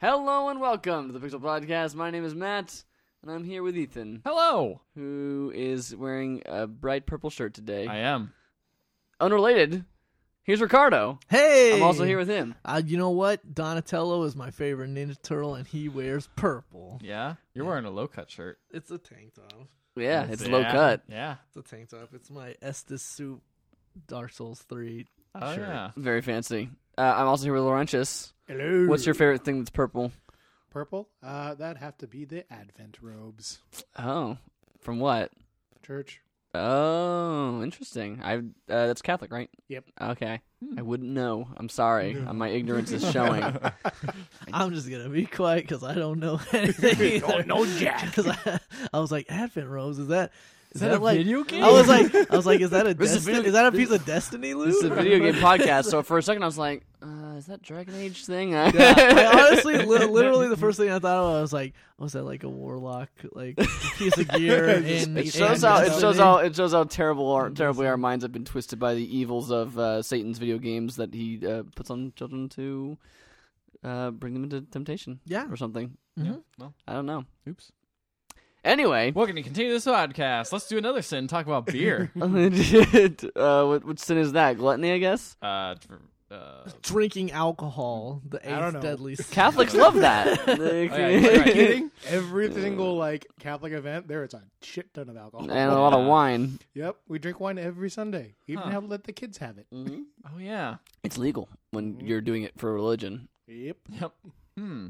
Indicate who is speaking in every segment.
Speaker 1: Hello and welcome to the Pixel Podcast. My name is Matt, and I'm here with Ethan,
Speaker 2: Hello.
Speaker 1: who is wearing a bright purple shirt today.
Speaker 2: I am.
Speaker 1: Unrelated, here's Ricardo.
Speaker 3: Hey,
Speaker 1: I'm also here with him.
Speaker 3: Uh, you know what? Donatello is my favorite Ninja Turtle, and he wears purple.
Speaker 2: Yeah. You're wearing a low cut shirt.
Speaker 3: It's a tank top.
Speaker 1: Yeah, it's low cut.
Speaker 2: Yeah.
Speaker 3: It's a tank top. It's my Estes suit, Dark Souls Three.
Speaker 2: Oh,
Speaker 3: shirt.
Speaker 2: yeah.
Speaker 1: Very fancy. Uh, I'm also here with Laurentius.
Speaker 4: Hello.
Speaker 1: What's your favorite thing that's purple?
Speaker 4: purple? Uh, that'd have to be the Advent robes.
Speaker 1: Oh, from what?
Speaker 4: Church.
Speaker 1: Oh, interesting. I uh, that's Catholic, right?
Speaker 4: Yep.
Speaker 1: Okay. I wouldn't know. I'm sorry. Uh, My ignorance is showing.
Speaker 3: I'm just gonna be quiet because I don't know anything. don't know jack. Because I, I was like, Advent Rose, is that? Is,
Speaker 2: that a
Speaker 3: like,
Speaker 2: video game?
Speaker 3: I was like, I was like, is that a,
Speaker 1: This is
Speaker 3: desti-
Speaker 1: video-
Speaker 3: is that a piece of Destiny loot?
Speaker 1: this is a video game podcast, so for a second I was like, uh, "Is that Dragon Age thing?" I-
Speaker 3: Yeah, I honestly, li- literally, the first thing I thought of, I was like, was that like a warlock, like piece of gear? in,
Speaker 1: It
Speaker 3: in
Speaker 1: shows how it
Speaker 3: Destiny?
Speaker 1: shows how it shows how terrible our, terribly our minds have been twisted by the evils of uh, Satan's video games that he uh, puts on children to uh, bring them into temptation
Speaker 3: Yeah.
Speaker 1: or something.
Speaker 2: Yeah.
Speaker 3: Mhm.
Speaker 2: Well,
Speaker 1: I don't know.
Speaker 2: oops.
Speaker 1: Anyway,
Speaker 2: We're going to continue this podcast. Let's do another sin. Talk about beer.
Speaker 1: uh, what, what sin is that? Gluttony, I guess.
Speaker 2: uh, dr- uh, oh,
Speaker 3: Drinking alcohol, the
Speaker 4: I don't
Speaker 3: eighth
Speaker 4: know.
Speaker 3: deadly sin.
Speaker 1: Catholics love that.
Speaker 2: yeah, you're right.
Speaker 4: Every single like Catholic event, there it's a shit ton of alcohol.
Speaker 1: and a lot of wine.
Speaker 4: Yep, we drink wine every Sunday. Even
Speaker 2: Huh.
Speaker 4: have let the kids have it.
Speaker 2: Oh, yeah.
Speaker 1: It's legal when you're doing it for religion.
Speaker 4: Yep.
Speaker 2: Yep. Hmm.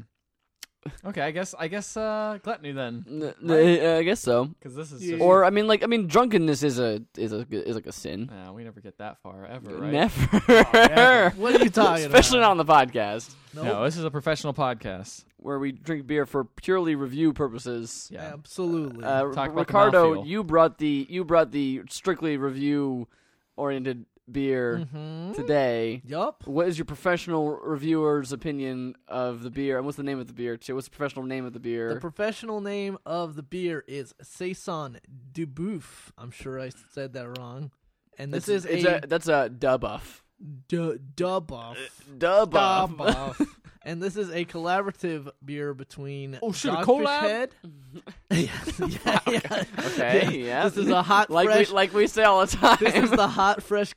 Speaker 2: Okay, I guess I guess uh, gluttony then,
Speaker 1: N- n- I guess so.
Speaker 2: because this is
Speaker 4: Yeah.
Speaker 2: just,
Speaker 1: Or I mean, like I mean, drunkenness is a is a is like a sin.
Speaker 2: Nah, we never get that far ever,
Speaker 3: Oh,
Speaker 2: right?
Speaker 1: Never.
Speaker 4: never.
Speaker 3: What are you talking
Speaker 1: Especially
Speaker 3: about?
Speaker 1: not on the podcast
Speaker 3: Especially
Speaker 2: No, this is a professional podcast.
Speaker 1: where we drink beer for purely review purposes.
Speaker 2: Yeah.
Speaker 3: Absolutely.
Speaker 1: Uh,
Speaker 2: Talk about the
Speaker 1: Ricardo,
Speaker 2: mouthfeel.
Speaker 1: you brought the you brought the strictly review oriented beer
Speaker 3: Mhm.
Speaker 1: today.
Speaker 3: Yup.
Speaker 1: What is your professional reviewer's opinion of the beer? And what's the name of the beer too? What's the professional name of the beer?
Speaker 3: The professional name of the beer is Saison Dubuff. I'm sure I said that wrong. And this
Speaker 1: It's-
Speaker 3: is
Speaker 1: it's
Speaker 3: a,
Speaker 1: that's a Uh, dubuff.
Speaker 3: du- Dubuff.
Speaker 1: Dubuff.
Speaker 3: Dubuff. and this is a collaborative beer between
Speaker 2: Oh, shit, a
Speaker 3: Dogfish
Speaker 2: collab?
Speaker 3: Head. yes, yeah, yeah.
Speaker 1: Okay, yeah.
Speaker 3: This is a hot
Speaker 1: like
Speaker 3: fresh.
Speaker 1: we like we say all the time.
Speaker 3: this is the hot fresh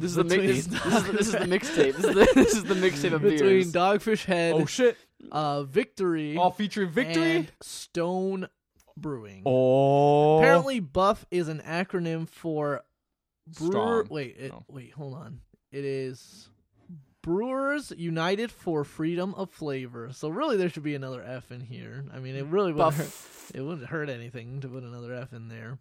Speaker 1: This is the mi-
Speaker 3: between
Speaker 1: this, this is the, this is the mixtape. This is the, this is the mixtape of
Speaker 3: between
Speaker 1: beers.
Speaker 3: Dogfish Head,
Speaker 2: Oh shit!
Speaker 3: uh, Victory,
Speaker 2: All featuring victory.
Speaker 3: and Stone Brewing.
Speaker 2: oh,
Speaker 3: Apparently, Buff is an acronym for brewer.
Speaker 2: Strong.
Speaker 3: Wait, it,
Speaker 2: Oh.
Speaker 3: wait, hold on. It is Brewers United for Freedom of Flavor. So really, there should be another F in here. I mean, it really wouldn't hurt,
Speaker 1: Buff.
Speaker 3: it wouldn't hurt anything to put another F in there.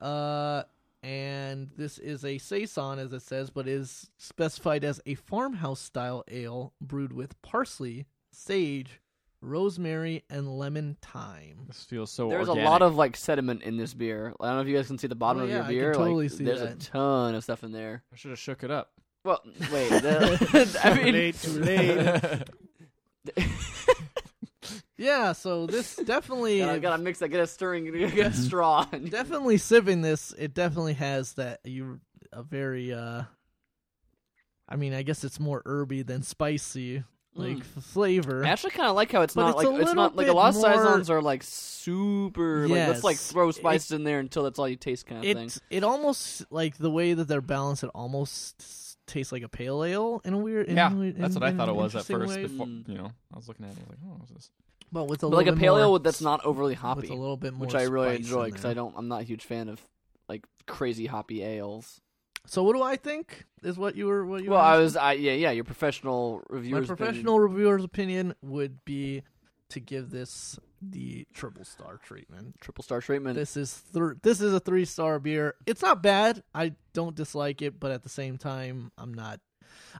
Speaker 3: Uh, and this is a saison, as it says, but is specified as a farmhouse style ale brewed with parsley, sage, rosemary, and lemon thyme.
Speaker 2: this feels so.
Speaker 1: There's
Speaker 2: organic.
Speaker 1: a lot of like sediment in this beer. I don't know if you guys can see the bottom
Speaker 3: Oh,
Speaker 1: of
Speaker 3: yeah,
Speaker 1: your
Speaker 3: I
Speaker 1: beer.
Speaker 3: can
Speaker 1: like,
Speaker 3: totally see
Speaker 1: there's
Speaker 3: that.
Speaker 1: a ton of stuff in there.
Speaker 2: I should have shook it up.
Speaker 1: Well, wait. the- I mean,
Speaker 4: late, too late.
Speaker 3: Yeah, so this definitely
Speaker 1: gotta, gotta mix that. Get a stirring. Get a straw. and-
Speaker 3: definitely sipping this, it definitely has that you a very uh I mean, I guess it's more herby than spicy like
Speaker 1: Mm.
Speaker 3: f- flavor.
Speaker 1: I actually kind of like how it's
Speaker 3: But
Speaker 1: not
Speaker 3: it's a
Speaker 1: like it's
Speaker 3: little
Speaker 1: not like a
Speaker 3: bit
Speaker 1: lot of
Speaker 3: more-
Speaker 1: saisons are like super. Like, let's like
Speaker 3: Yes.
Speaker 1: throw spices in there until that's all you taste kind of thing.
Speaker 3: it it almost like the way that they're balanced, it almost s- tastes like a pale ale in a weird. in
Speaker 2: Yeah,
Speaker 3: a weird-
Speaker 2: that's
Speaker 3: in-
Speaker 2: what I
Speaker 3: in
Speaker 2: thought it
Speaker 3: an
Speaker 2: was at
Speaker 3: interesting
Speaker 2: first.
Speaker 3: way.
Speaker 2: Before
Speaker 1: Mm.
Speaker 2: you know, I was looking at it, I was like, oh, what was this?
Speaker 3: but with a
Speaker 1: But like a
Speaker 3: little bit
Speaker 1: pale ale
Speaker 3: more-
Speaker 1: that's not overly hoppy.
Speaker 3: with a little bit more,
Speaker 1: which I really
Speaker 3: spice
Speaker 1: enjoy
Speaker 3: in
Speaker 1: because
Speaker 3: there.
Speaker 1: I don't. I'm not a huge fan of like crazy hoppy ales.
Speaker 3: So what do I think is what you were what you
Speaker 1: well,
Speaker 3: were
Speaker 1: I
Speaker 3: asking?
Speaker 1: was. I yeah, yeah. Your professional
Speaker 3: my
Speaker 1: reviewers.
Speaker 3: professional reviewer's opinion would be to give this the triple star treatment.
Speaker 1: triple star treatment.
Speaker 3: This is thr this is a three star beer. It's not bad. I don't dislike it, but at the same time, I'm not.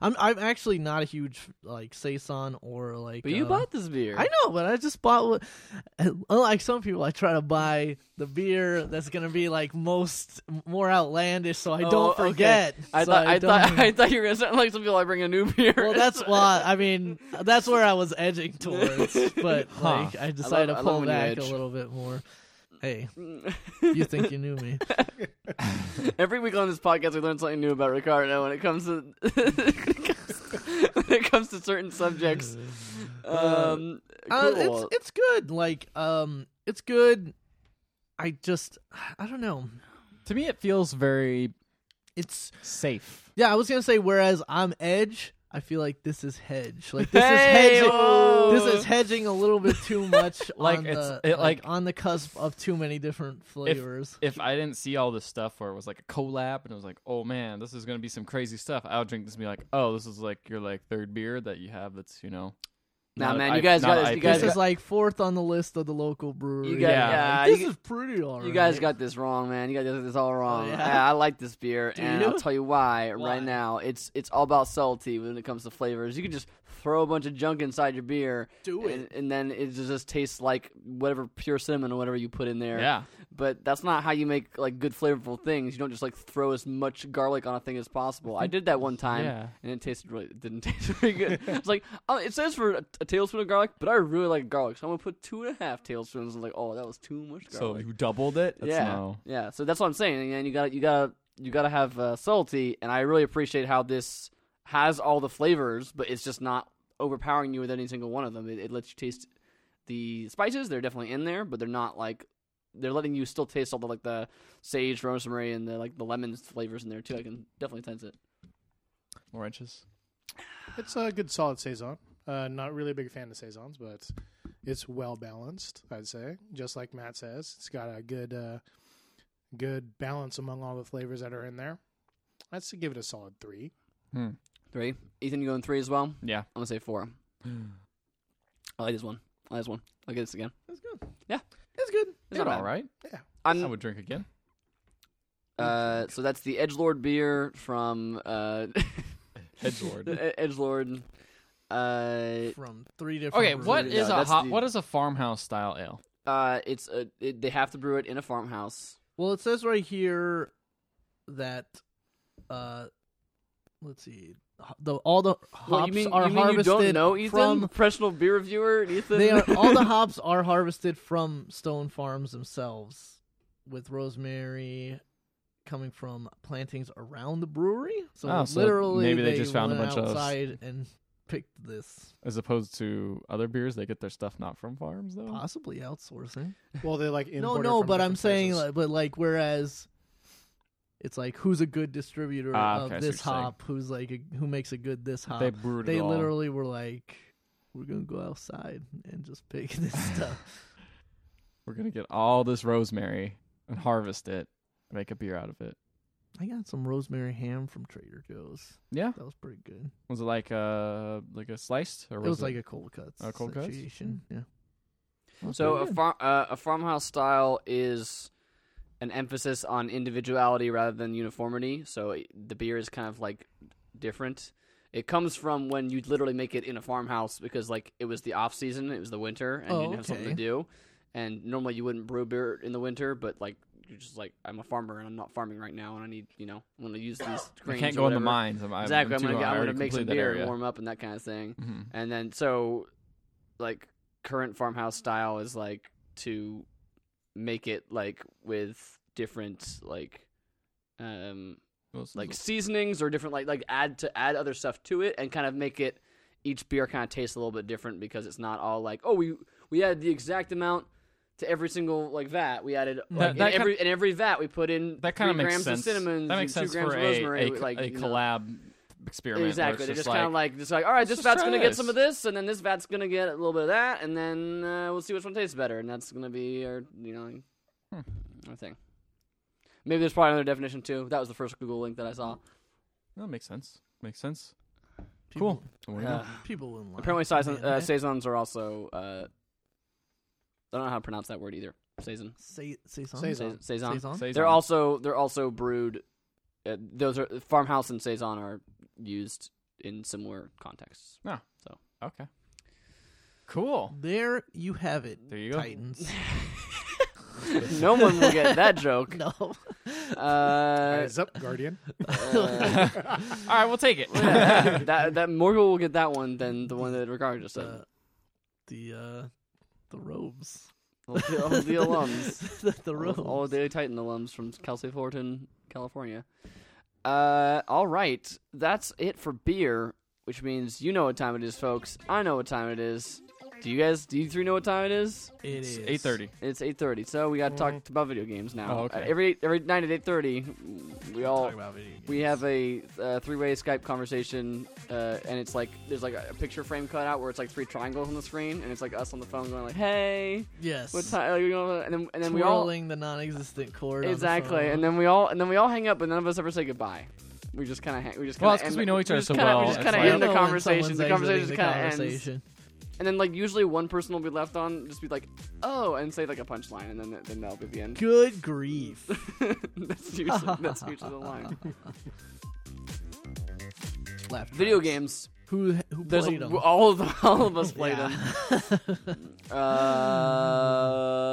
Speaker 3: I'm I'm actually not a huge like saison or like.
Speaker 1: but you
Speaker 3: uh,
Speaker 1: bought this beer.
Speaker 3: I know, but I just bought. what- Unlike some people, I try to buy the beer that's gonna be like most more outlandish, so I
Speaker 1: Oh,
Speaker 3: don't
Speaker 1: okay.
Speaker 3: forget.
Speaker 1: I
Speaker 3: So
Speaker 1: thought. I, thought.
Speaker 3: don't-
Speaker 1: I thought you were gonna sound like some people. I bring a new beer.
Speaker 3: well, that's why. I mean, that's where I was edging towards, but
Speaker 2: Huh.
Speaker 3: like I decided
Speaker 1: I
Speaker 3: to pull
Speaker 1: love when you
Speaker 3: back a
Speaker 1: edge.
Speaker 3: little bit more. Hey, you think you knew me?
Speaker 1: Every week on this podcast, we learn something new about Ricardo when it comes to. when it comes to certain subjects. Um,
Speaker 3: Uh,
Speaker 1: cool.
Speaker 3: it's it's good. Like um, it's good. I just I don't know.
Speaker 2: to me, it feels very
Speaker 3: It's
Speaker 2: safe.
Speaker 3: yeah. I was gonna say whereas I'm Edge, I feel like this is Hedge. Like this
Speaker 1: Hey,
Speaker 3: is hedging.
Speaker 1: whoa.
Speaker 3: This is hedging a little bit too much.
Speaker 2: Like,
Speaker 3: on
Speaker 2: it's-
Speaker 3: the,
Speaker 2: it,
Speaker 3: like,
Speaker 2: like-
Speaker 3: on the cusp of too many different flavors.
Speaker 2: If I didn't see all this stuff where it was like a collab and it was like, oh man, this is gonna be some crazy stuff, I would drink this and be like, oh, this is like your like third beer that you have that's you know.
Speaker 1: Nah,
Speaker 2: not
Speaker 1: man,
Speaker 2: a
Speaker 1: you
Speaker 2: I-
Speaker 1: guys
Speaker 2: not
Speaker 1: got
Speaker 2: a
Speaker 1: this, you
Speaker 2: IPA.
Speaker 1: guys
Speaker 3: this is like fourth on the list of the local brewery.
Speaker 1: guys- uh,
Speaker 2: yeah,
Speaker 3: Like,
Speaker 1: you
Speaker 3: this
Speaker 1: g-
Speaker 3: is pretty alright. Oh,
Speaker 1: you guys got this wrong, man. You guys got this all wrong.
Speaker 3: yeah?
Speaker 1: Yeah, I like this beer,
Speaker 3: Do
Speaker 1: and
Speaker 3: you?
Speaker 1: I'll tell you why,
Speaker 3: Why?
Speaker 1: right now. It's it's all about subtlety when it comes to flavors. You can just throw a bunch of junk inside your beer,
Speaker 3: Do
Speaker 1: and, and then it just- just tastes like whatever pure cinnamon or whatever you put in there.
Speaker 2: Yeah,
Speaker 1: But that's not how you make like good flavorful things. You don't just like throw as much garlic on a thing as possible. I did that one time,
Speaker 2: Yeah.
Speaker 1: and it tasted really it didn't taste very good. it's like oh, it says for a, a tablespoon of garlic, but I really like garlic, so I'm gonna put two and a half tablespoons. And like, oh, that was too much
Speaker 2: so
Speaker 1: garlic.
Speaker 2: you doubled it. That's
Speaker 1: yeah,
Speaker 2: no-
Speaker 1: yeah. So that's what I'm saying. And you got to you got to you got to have uh, subtlety, and I really appreciate how this has all the flavors, but it's just not overpowering you with any single one of them. It, it lets you taste the spices; they're definitely in there, but they're not like they're letting you still taste all the like the sage, rosemary, and the like the lemon flavors in there too. I can definitely sense it.
Speaker 2: more inches.
Speaker 4: It's a good solid saison. Uh, not really a big fan of saisons, but it's well balanced. I'd say, just like Matt says, it's got a good, uh, good balance among all the flavors that are in there. I'd say give it a solid three.
Speaker 2: Hmm.
Speaker 1: Three, Ethan, you going three as well? I'm
Speaker 2: Yeah,
Speaker 1: gonna say four. I like this one. I like this one. I like this again.
Speaker 3: That's good.
Speaker 1: Yeah.
Speaker 3: It's good.
Speaker 1: It's
Speaker 2: They're
Speaker 1: not
Speaker 2: all
Speaker 1: bad.
Speaker 2: right.
Speaker 1: I'm
Speaker 2: I would drink again.
Speaker 1: Uh, so that's the Edgelord beer from uh,
Speaker 2: Edgelord.
Speaker 1: E-, Edgelord. Uh,
Speaker 3: From three different.
Speaker 2: okay, what
Speaker 1: Yeah,
Speaker 2: is a
Speaker 1: that's
Speaker 2: hot,
Speaker 1: the-
Speaker 2: what is a farmhouse style ale?
Speaker 1: uh, it's a, it, they have to brew it in a farmhouse.
Speaker 3: Well, it says right here that uh let's see the all the hops
Speaker 1: Well, you mean,
Speaker 3: are
Speaker 1: you, mean you
Speaker 3: harvested
Speaker 1: don't know Ethan,
Speaker 3: from
Speaker 1: professional beer reviewer Ethan?
Speaker 3: they are all the hops are harvested from stone farms themselves with rosemary coming from plantings around the brewery. So
Speaker 2: Oh, so
Speaker 3: literally
Speaker 2: maybe they just found a
Speaker 3: went
Speaker 2: bunch of-
Speaker 3: outside and picked this
Speaker 2: As opposed to other beers, they get their stuff not from farms
Speaker 1: Hmm.
Speaker 2: though.
Speaker 3: possibly outsourcing.
Speaker 4: Well, they like
Speaker 3: no,
Speaker 4: import it
Speaker 3: no,
Speaker 4: from
Speaker 3: but
Speaker 4: different
Speaker 3: I'm saying,
Speaker 4: places.
Speaker 3: like, but like, whereas it's like, who's a good distributor
Speaker 2: Ah, okay, I
Speaker 3: of
Speaker 2: see
Speaker 3: this
Speaker 2: what you're saying.
Speaker 3: hop? Who's like, a, who makes a good this hop?
Speaker 2: They brewed it
Speaker 3: They
Speaker 2: all.
Speaker 3: literally were like, we're gonna go outside and just pick this stuff.
Speaker 2: We're gonna get all this rosemary and harvest it, and make a beer out of it.
Speaker 3: I got some rosemary ham from Trader Joe's.
Speaker 2: Yeah,
Speaker 3: That was pretty good.
Speaker 2: was it like a like a sliced or
Speaker 3: It
Speaker 2: was
Speaker 3: was like a cold cuts
Speaker 2: Oh, cold cuts?
Speaker 3: situation. Yeah.
Speaker 1: so a farm uh, a farmhouse style is an emphasis on individuality rather than uniformity. So it- the beer is kind of like different. It comes from when you literally make it in a farmhouse because like it was the off season, it was the winter, and
Speaker 3: Oh,
Speaker 1: you didn't have something to
Speaker 3: okay.
Speaker 1: do. And normally you wouldn't brew beer in the winter, but like you're just like I'm a farmer and I'm not farming right now, and I need you know I'm gonna use these.
Speaker 2: I
Speaker 1: grains
Speaker 2: can't
Speaker 1: or
Speaker 2: go in the
Speaker 1: whatever.
Speaker 2: mines. I'm, I'm-
Speaker 1: Exactly,
Speaker 2: I'm,
Speaker 1: I'm,
Speaker 2: too-
Speaker 1: gonna,
Speaker 2: I
Speaker 1: get, I'm
Speaker 2: already
Speaker 1: gonna make some
Speaker 2: completed that
Speaker 1: beer,
Speaker 2: area.
Speaker 1: and warm up, and that kind of thing.
Speaker 2: Mhm.
Speaker 1: And then so like current farmhouse style is like to make it like with different like um
Speaker 2: Well, it's-
Speaker 1: like seasonings or different like like add to add other stuff to it and kind of make it each beer kind of tastes a little bit different because it's not all like oh we we added the exact amount to every single like vat we added like, in
Speaker 2: that kin-
Speaker 1: every in every vat we put in
Speaker 2: that
Speaker 1: kind of
Speaker 2: makes
Speaker 1: grams
Speaker 2: sense.
Speaker 1: of cinnamon
Speaker 2: that makes
Speaker 1: and
Speaker 2: sense
Speaker 1: two grams
Speaker 2: for
Speaker 1: of
Speaker 2: a-
Speaker 1: rosemary
Speaker 2: a,
Speaker 1: like
Speaker 2: a
Speaker 1: you know.
Speaker 2: collab experiment. where
Speaker 1: Exactly.
Speaker 2: it's
Speaker 1: They're just,
Speaker 2: just
Speaker 1: kind of like, just like, all right,
Speaker 2: "Let's
Speaker 1: this
Speaker 2: just
Speaker 1: vat's
Speaker 2: try
Speaker 1: gonna get some
Speaker 2: this."
Speaker 1: of this, and then this vat's gonna get a little bit of that, and then uh, we'll see which one tastes better, and that's gonna be our, you know,
Speaker 2: Hmm.
Speaker 1: our thing. Maybe there's probably another definition too. That was the first Google link that I saw.
Speaker 2: that makes sense. Makes sense.
Speaker 3: People,
Speaker 2: Cool. Well, we
Speaker 1: Uh,
Speaker 2: know.
Speaker 3: People wouldn't lie.
Speaker 1: apparently, saison,
Speaker 3: Man,
Speaker 1: uh,
Speaker 3: I-
Speaker 1: saisons are also. Uh, I don't know how to pronounce that word either. Saison.
Speaker 3: Say, say something.
Speaker 4: Saison.
Speaker 1: Saison.
Speaker 3: Saison?
Speaker 2: Saison.
Speaker 1: They're also they're also brewed. Uh, those are farmhouse and saison are used in similar contexts.
Speaker 2: okay. Cool.
Speaker 3: There you have it,
Speaker 2: There you go.
Speaker 3: Titans.
Speaker 1: no one will get that joke.
Speaker 3: no.
Speaker 1: Uh,
Speaker 4: Eyes up, Guardian.
Speaker 1: uh,
Speaker 2: All right, we'll take it.
Speaker 1: Yeah, that that more people will get that one than the one that Ricardo just said.
Speaker 3: The, the, uh, the robes.
Speaker 1: all, the, all the alums,
Speaker 3: the, the
Speaker 1: all,
Speaker 3: robes.
Speaker 1: all the Daily Titan alums from Cal State Fullerton, California. Uh, all right, that's it for beer. which means you know what time it is, folks. I know what time it is. Do you guys? Do you three know what time it is?
Speaker 3: It
Speaker 2: It's
Speaker 3: is
Speaker 2: eight thirty.
Speaker 1: It's eight thirty. So we got to talk about video games now.
Speaker 2: Oh, okay.
Speaker 1: Uh, every every night at eight thirty, we all
Speaker 3: Talk about video games.
Speaker 1: we have a uh, three-way Skype conversation, uh, and it's like there's like a a picture frame cut out where it's like three triangles on the screen, and it's like us on the phone going like, "Hey,
Speaker 3: yes.
Speaker 1: what time?" Like, you know, and then and then we all
Speaker 3: twirling the non-existent cord. on the
Speaker 1: exactly,
Speaker 3: phone.
Speaker 1: and then we all and then we all hang up, and none of us ever say goodbye. We just kind of hang. We just
Speaker 2: Well,
Speaker 1: kind
Speaker 2: it's 'cause we know each other so well,
Speaker 1: We just
Speaker 2: it's
Speaker 1: kind of
Speaker 2: like-
Speaker 1: end the
Speaker 3: You know when
Speaker 1: conversation.
Speaker 3: someone's
Speaker 1: The
Speaker 3: exiting
Speaker 1: conversation
Speaker 3: the
Speaker 1: kind of ends,
Speaker 3: conversation.
Speaker 1: and then like usually one person will be left on, just be like, "Oh," and say like a punchline, and then then that'll be the end.
Speaker 3: Good grief.
Speaker 1: that's usually that's usually the line.
Speaker 3: Laugh
Speaker 1: Video
Speaker 3: tracks.
Speaker 1: games.
Speaker 3: Who who
Speaker 1: There's
Speaker 3: played
Speaker 1: a-
Speaker 3: 'em?
Speaker 1: all of all of us play
Speaker 3: Yeah.
Speaker 1: them. Uh,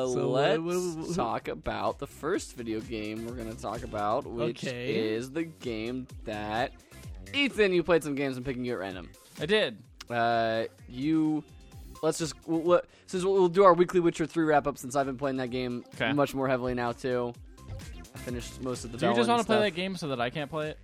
Speaker 3: So, uh,
Speaker 1: let's
Speaker 3: wh- wh- wh-
Speaker 1: talk about the first video game we're gonna talk about, which
Speaker 3: Okay.
Speaker 1: is the game that Ethan. You played some games. I'm picking you at random.
Speaker 2: I did.
Speaker 1: Uh, you. Let's just we'll, we'll- since we'll, we'll do our weekly Witcher three wrap up since I've been playing that game
Speaker 2: Okay.
Speaker 1: much more heavily now too. I finished most of the.
Speaker 2: Do you just
Speaker 1: want to
Speaker 2: play that game so that I can't play it?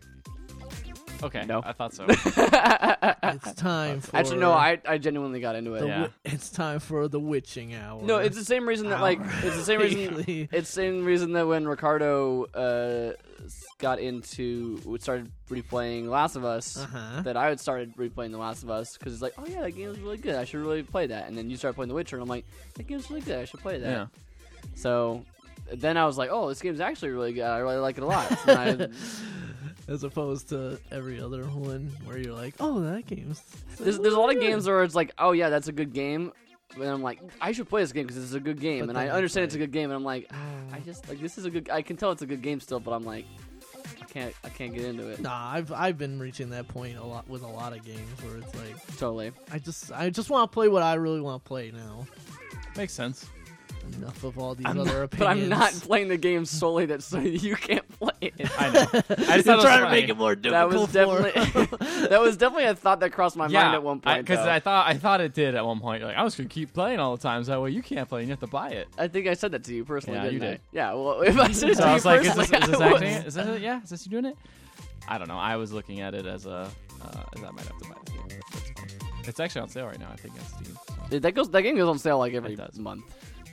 Speaker 2: Okay.
Speaker 1: No.
Speaker 2: I thought so.
Speaker 3: it's time for
Speaker 1: uh, Actually, no. I I genuinely got into it.
Speaker 3: the
Speaker 2: Yeah.
Speaker 3: wi- it's time for the witching hour.
Speaker 1: No, it's the same reason that like
Speaker 3: Hour.
Speaker 1: it's the same reason
Speaker 3: Basically.
Speaker 1: it's the same reason that when Ricardo uh s- got into started replaying Last of Us
Speaker 3: Uh-huh.
Speaker 1: that I had started replaying The Last of Us because it's like oh yeah that game is really good I should really play that and then you start playing The Witcher and I'm like that game's really good I should play that
Speaker 2: yeah.
Speaker 1: so then I was like oh this game's actually really good I really like it a lot and I,
Speaker 3: as opposed to every other one where you're like, oh, that game's
Speaker 1: there's there's a lot of games where it's like oh yeah that's a good game. And I'm like, I should play this game because it's a good game,
Speaker 3: But
Speaker 1: and I
Speaker 3: then it's
Speaker 1: understand it's a
Speaker 3: like-
Speaker 1: good game. And I'm like, Ah, I just like this is a good. I can tell it's a good game still, but I'm like, I can't. I can't get into it
Speaker 3: Nah, I've I've been reaching that point a lot with a lot of games where it's like
Speaker 1: totally.
Speaker 3: I just I just want to play what I really want to play now.
Speaker 2: Makes sense.
Speaker 3: Enough of all these other opinions.
Speaker 1: But I'm not playing the game solely that so you can't play it.
Speaker 2: I know. I just
Speaker 3: You're
Speaker 2: thought
Speaker 3: trying to
Speaker 2: funny.
Speaker 3: make it more
Speaker 1: That was
Speaker 3: difficult. for-
Speaker 1: definitely that was definitely a thought that crossed my mind at one point.
Speaker 2: because
Speaker 1: though.
Speaker 2: I, thought I thought it did at one point. You're like I was gonna keep playing all the time, so that way you can't play and you have to buy it.
Speaker 1: I think I said that to you personally.
Speaker 2: Yeah,
Speaker 1: didn't
Speaker 2: you
Speaker 1: I?
Speaker 2: did.
Speaker 1: Yeah. Well, if I said it
Speaker 2: So
Speaker 1: to
Speaker 2: I
Speaker 1: you
Speaker 2: was like, is
Speaker 1: personally,
Speaker 2: this, is this
Speaker 1: I
Speaker 2: acting?
Speaker 1: was-
Speaker 2: It? Is this it? Yeah, is this you doing it? I don't know. I was looking at it as a uh, as I might have to buy this game. but that's fine. It's actually on sale right now. I think on Steam.
Speaker 1: Dude, that goes. That game goes on sale like every
Speaker 2: It does.
Speaker 1: month.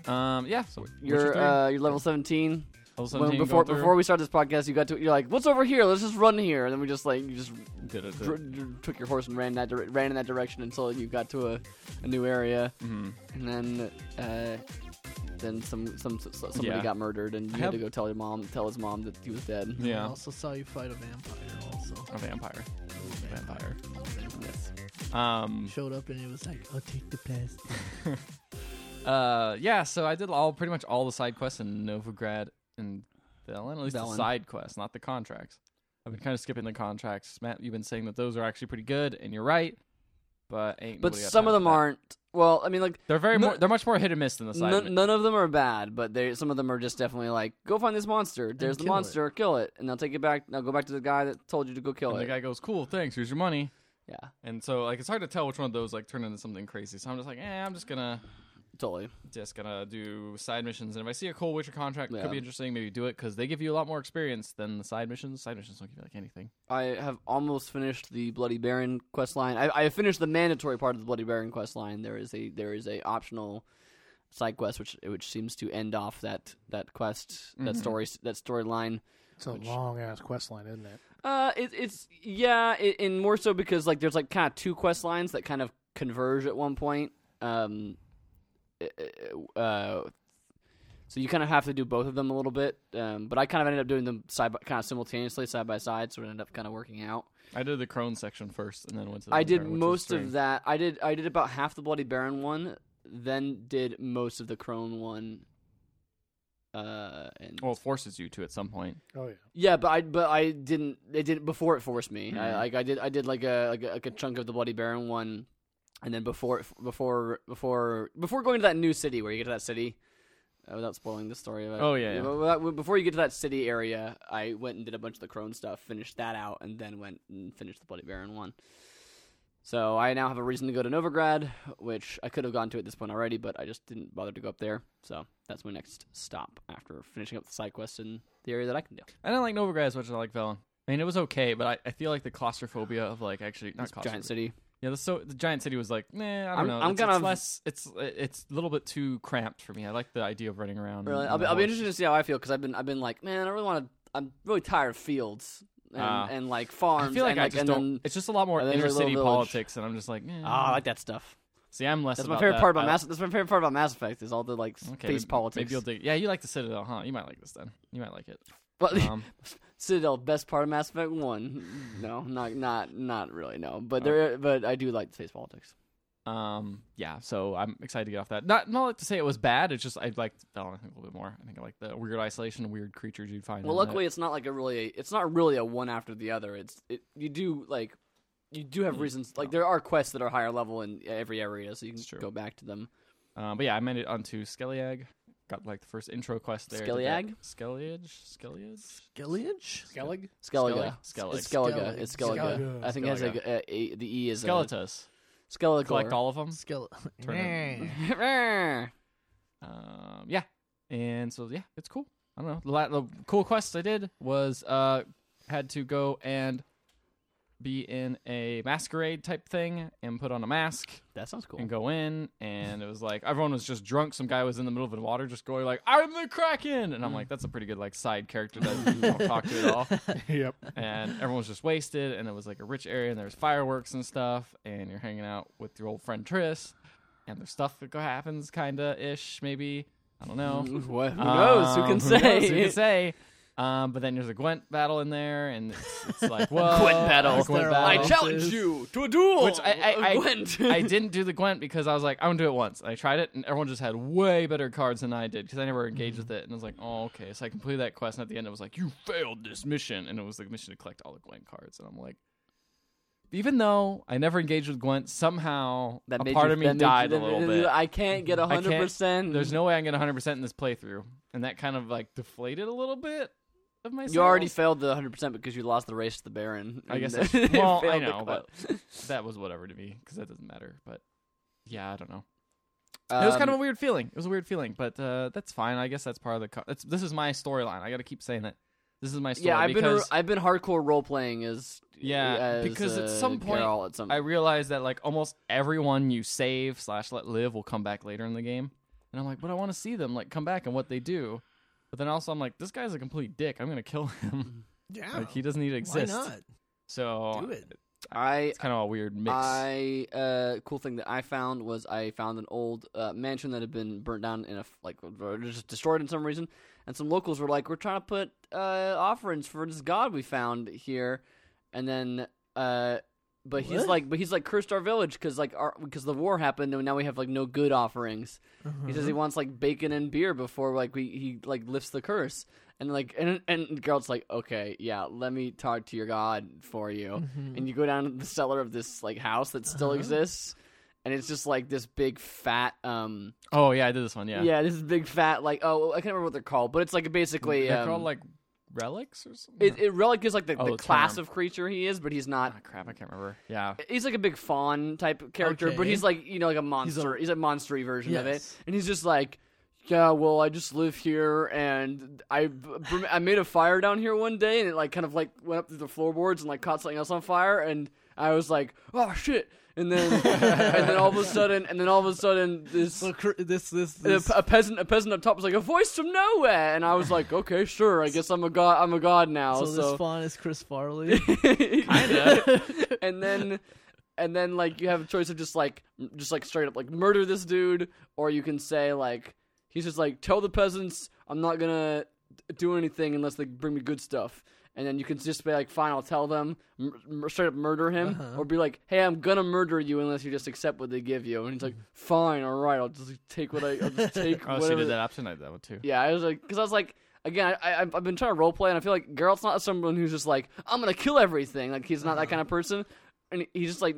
Speaker 2: So. Um, yeah. So
Speaker 1: You're uh, you're level 17. When, before before we started this podcast, you got to you're like, what's over here? Let's just run here. And then we just like you just
Speaker 2: did it.
Speaker 1: dr- dr- took your horse and ran that dire- ran in that direction until you got to a, a new area,
Speaker 2: hmm
Speaker 1: and then uh, then some some s- somebody
Speaker 2: Yeah.
Speaker 1: got murdered, and you
Speaker 2: I
Speaker 1: had
Speaker 2: have-
Speaker 1: to go tell your mom tell his mom that he was dead.
Speaker 3: I
Speaker 2: Yeah.
Speaker 3: also saw you fight a vampire. Also,
Speaker 2: A vampire. Vampire.
Speaker 1: Yes.
Speaker 2: Um.
Speaker 3: showed up and it was like, "I'll take the best."
Speaker 2: Uh. Yeah. So I did all pretty much all the side quests in Novigrad and Velen. At least
Speaker 1: Velen. Mm.
Speaker 2: the side quests, not the contracts. I've been kind of skipping the contracts. Matt, you've been saying that those are actually pretty good, and you're right. But ain't
Speaker 1: But
Speaker 2: nobody got
Speaker 1: some
Speaker 2: time
Speaker 1: of
Speaker 2: for
Speaker 1: them
Speaker 2: that.
Speaker 1: aren't. Well, I mean, like
Speaker 2: They're very
Speaker 1: No-
Speaker 2: more. They're much more hit and miss than the side.
Speaker 1: none, none of them are bad, but they some of them are just definitely like, go find this monster. There's the
Speaker 3: kill it.
Speaker 1: monster, kill it, and they'll take it back. Now go back to the guy that told you to go kill
Speaker 2: and the
Speaker 1: it.
Speaker 2: guy goes, "Cool, thanks. Here's your money."
Speaker 1: yeah,
Speaker 2: And so like it's hard to tell which one of those like turn into something crazy. So I'm just like, eh, I'm just gonna
Speaker 1: totally.
Speaker 2: just gonna do side missions. And if I see a cool Witcher contract,
Speaker 1: Yeah.
Speaker 2: could be interesting. Maybe do it because they give you a lot more experience than the side missions. Side missions don't give you like anything.
Speaker 1: I have almost finished the Bloody Baron quest line. I, I have finished the mandatory part of the Bloody Baron quest line. There is a there is a optional side quest which which seems to end off that that quest that
Speaker 2: Mhm.
Speaker 1: story that storyline.
Speaker 4: It's a
Speaker 1: Which-
Speaker 4: long ass quest line, isn't it?
Speaker 1: Uh, it, it's yeah, it, and more so because like there's like kind of two quest lines that kind of converge at one point. Um, uh, uh, so you kind of have to do both of them a little bit. Um, but I kind of ended up doing them side by, kind of simultaneously, side by side, so it ended up kind of working out.
Speaker 2: I did the Crone section first, and then went to. the
Speaker 1: I
Speaker 2: other
Speaker 1: did
Speaker 2: part, which was
Speaker 1: most
Speaker 2: strange.
Speaker 1: of that. I did I did about half the Bloody Baron one, then did most of the Crone one. Uh, and
Speaker 2: Well, it forces you to at some point.
Speaker 4: Oh yeah.
Speaker 1: yeah, but I but I didn't. It didn't before it forced me. I
Speaker 2: Mhm.
Speaker 1: like I did I did like a like a, like a chunk of the Bloody Baron one, and then before it- before before before going to that new city where you get to that city. uh, Without spoiling the story of it.
Speaker 2: Oh, yeah, yeah.
Speaker 1: Without- Before you get to that city area, I went and did a bunch of the Crone stuff, finished that out, and then went and finished the Bloody Baron one. So I now have a reason to go to Novigrad, which I could have gone to at this point already, but I just didn't bother to go up there. So that's my next stop after finishing up the side quest in the area that I can do.
Speaker 2: I didn't like Novigrad as much as I like Velen. I mean, it was okay, but I, I feel like the claustrophobia of like actually not
Speaker 1: It's Giant
Speaker 2: claustrophobia.
Speaker 1: City.
Speaker 2: Yeah, the, so the giant city was like, nah, I don't
Speaker 1: I'm-
Speaker 2: know.
Speaker 1: I'm
Speaker 2: it's,
Speaker 1: kind
Speaker 2: it's
Speaker 1: of-
Speaker 2: less. It's it's a little bit too cramped for me. I like the idea of running around.
Speaker 1: Really,
Speaker 2: and-
Speaker 1: I'll
Speaker 2: and
Speaker 1: be,
Speaker 2: the
Speaker 1: I'll be
Speaker 2: whole-
Speaker 1: interested to see how I feel because I've been I've been like, man, I really want to. I'm really tired of fields and,
Speaker 2: Ah.
Speaker 1: and like farms.
Speaker 2: I feel like
Speaker 1: and,
Speaker 2: I
Speaker 1: like,
Speaker 2: just
Speaker 1: and
Speaker 2: don't.
Speaker 1: Then,
Speaker 2: it's just a lot more
Speaker 1: and then
Speaker 2: inner
Speaker 1: there's a little
Speaker 2: city
Speaker 1: village.
Speaker 2: politics, and I'm just like, eh.
Speaker 1: Ah, I like that stuff.
Speaker 2: See, I'm less.
Speaker 1: That's my
Speaker 2: about
Speaker 1: favorite
Speaker 2: that.
Speaker 1: part about
Speaker 2: I-
Speaker 1: Mass. That's my favorite part about Mass Effect is all the like
Speaker 2: Okay,
Speaker 1: space
Speaker 2: maybe-
Speaker 1: politics.
Speaker 2: Maybe you'll dig. Yeah, you like the Citadel, huh? You might like this then. You might like it.
Speaker 1: but
Speaker 2: Um,
Speaker 1: Citadel, best part of Mass Effect One. No, not not not really. No,
Speaker 2: Oh.
Speaker 1: but there. But I do like space politics.
Speaker 2: um, yeah. So I'm excited to get off that. Not not like to say it was bad. It's just I liked Valorant a little bit more. I think I like the weird isolation, weird creatures you'd find.
Speaker 1: Well,
Speaker 2: in it.
Speaker 1: luckily it's not like a really. It's not really a one after the other. It's it, you do like. You do have
Speaker 2: Mm,
Speaker 1: reasons like
Speaker 2: no.
Speaker 1: there are quests that are higher level in every area, so you
Speaker 2: It's
Speaker 1: can
Speaker 2: true.
Speaker 1: go back to them.
Speaker 2: Um, but yeah, I made it onto Skeliag. Got like the first intro quest there. did that-
Speaker 1: Skeliag?
Speaker 2: Skeliage? Skeliage?
Speaker 3: Gilliage?
Speaker 4: Skellig?
Speaker 1: Skellige,
Speaker 2: Skellig.
Speaker 1: it's Skellige, it's
Speaker 4: Skellig.
Speaker 1: Skellige.
Speaker 4: Skellige.
Speaker 1: I think it has like
Speaker 2: Skellige.
Speaker 1: a, a, the E is
Speaker 2: Skeletus.
Speaker 1: a Skellige.
Speaker 2: Collect all of them.
Speaker 3: Skele-
Speaker 2: Turn it- Um, yeah. And so yeah, it's cool. I don't know. The, la- the cool quest I did was uh had to go and be in a masquerade type thing and put on a mask
Speaker 1: that sounds cool.
Speaker 2: and go in and it was like everyone was just drunk some guy was in the middle of the water just going like i'm the kraken and i'm like that's a pretty good like side character that you don't talk to at all
Speaker 4: yep.
Speaker 2: and everyone was just wasted and it was like a rich area and there's fireworks and stuff and you're hanging out with your old friend Tris and there's stuff that go- happens kinda ish maybe I don't know
Speaker 1: Ooh, Mm, what- Who knows? Who
Speaker 2: Um,
Speaker 1: can
Speaker 2: who
Speaker 1: say?
Speaker 2: knows? who can say um, but then there's a Gwent battle in there and it's, it's like whoa
Speaker 1: Gwent battle.
Speaker 2: a Gwent
Speaker 3: There
Speaker 2: battle.
Speaker 3: are
Speaker 1: I
Speaker 3: Well,
Speaker 1: challenge
Speaker 3: this-
Speaker 1: you to a duel.
Speaker 2: Which I- I- I-
Speaker 1: of Gwent.
Speaker 2: I didn't do the Gwent because I was like, I'm gonna do it once. And I tried it, and everyone just had way better cards than I did because I never engaged
Speaker 1: Mm-hmm.
Speaker 2: with it. And I was like, oh, okay. So I completed that quest, and at the end, it was like, you failed this mission, and it was the mission to collect all the Gwent cards. And I'm like, even though I never engaged with Gwent, somehow
Speaker 1: That
Speaker 2: a
Speaker 1: made
Speaker 2: part
Speaker 1: you-
Speaker 2: of me
Speaker 1: that made
Speaker 2: died
Speaker 1: you, um,
Speaker 2: a little
Speaker 1: that-
Speaker 2: bit.
Speaker 1: I can't get
Speaker 2: can't-
Speaker 1: hundred percent.
Speaker 2: There's no way I'm gonna 100 percent in this playthrough, and that kind of like deflated a little bit of my.
Speaker 1: You already failed the hundred percent because you lost the race to the Baron.
Speaker 2: I guess.
Speaker 1: And
Speaker 2: That's, well, I
Speaker 1: failed the
Speaker 2: know, but
Speaker 1: quest.
Speaker 2: that was whatever to me because that doesn't matter. But yeah, I don't know. it was kind of a
Speaker 1: Um,
Speaker 2: weird feeling. It was a weird feeling, but uh, that's fine. I guess that's part of the. Co- that's, this is my storyline. I got to keep saying it. This is my story.
Speaker 1: yeah. I've been
Speaker 2: because
Speaker 1: I've been hardcore role playing as
Speaker 2: Yeah,
Speaker 1: as,
Speaker 2: because at
Speaker 1: uh,
Speaker 2: some point,
Speaker 1: Geralt at some
Speaker 2: I realized that like almost everyone you save slash let live will come back later in the game, and I'm like, but I want to see them like come back and what they do. But then also I'm like, this guy's a complete dick. I'm gonna kill him.
Speaker 3: Yeah.
Speaker 2: like he doesn't need to
Speaker 3: Why
Speaker 2: exist.
Speaker 3: not?
Speaker 2: So
Speaker 3: Do it.
Speaker 1: I
Speaker 2: it's kind of a weird mix.
Speaker 1: I uh, cool thing that I found was I found an old uh, mansion that had been burnt down in a f- like or just destroyed in some reason, and some locals were like, "We're trying to put uh, offerings for this god we found here," and then uh, but he's
Speaker 3: What?
Speaker 1: like, but he's like cursed our village because like our because the war happened and now we have like no good offerings. Uh-huh.
Speaker 3: Uh-huh.
Speaker 1: He
Speaker 2: Mm-hmm.
Speaker 1: says he wants like bacon and beer before like we he like lifts the curse. And like and and Geralt's like, okay, yeah, let me talk to your god for you.
Speaker 2: Mm-hmm.
Speaker 1: And you go down to the cellar of this like house that still
Speaker 3: Uh-huh.
Speaker 1: exists, and it's just like this big fat um
Speaker 2: oh yeah, I did this one.
Speaker 1: yeah,
Speaker 2: Yeah,
Speaker 1: this big fat like oh I can't remember what they're called, but it's like basically
Speaker 2: They're
Speaker 1: um,
Speaker 2: called like relics or something.
Speaker 1: it, it relic is like the,
Speaker 2: Oh,
Speaker 1: the
Speaker 2: the
Speaker 1: class
Speaker 2: term.
Speaker 1: of creature he is, but he's not.
Speaker 2: Ah, crap, I can't remember. Yeah,
Speaker 1: He's like a big fawn type character, but
Speaker 3: Okay.
Speaker 1: he's like you know like a monster. He's a, monstery version of it.
Speaker 3: Yes.
Speaker 1: and he's just like yeah well i just live here and i i made a fire down here one day and it like kind of like went up through the floorboards and like caught something else on fire and i was like oh shit and then and then all of a sudden and then all of a sudden this
Speaker 3: So cr- this this
Speaker 1: a,
Speaker 3: this
Speaker 1: pe- a peasant a peasant up top was like a voice from nowhere and i was like okay sure i guess i'm a god i'm a god now
Speaker 3: so
Speaker 1: so,
Speaker 3: this fawn is Chris Farley.
Speaker 1: and then and then like you have a choice of just like m- just like straight up like murder this dude or you can say like he's just like tell the peasants i'm not gonna d- do anything unless they bring me good stuff and then you can just be like fine i'll tell them m- m- straight up murder him or be like hey i'm gonna murder you unless you just accept what they give you and he's like fine all right i'll just take what i i'll just take
Speaker 2: oh, she
Speaker 1: whatever
Speaker 2: did that option. I did that one too.
Speaker 1: yeah, I was like, because I was like, again, I, I, I've been trying to roleplay, and I feel like Geralt's not someone who's just like, I'm gonna kill everything. Like he's
Speaker 2: Uh-huh.
Speaker 1: not that kind of person, and he- he's just like,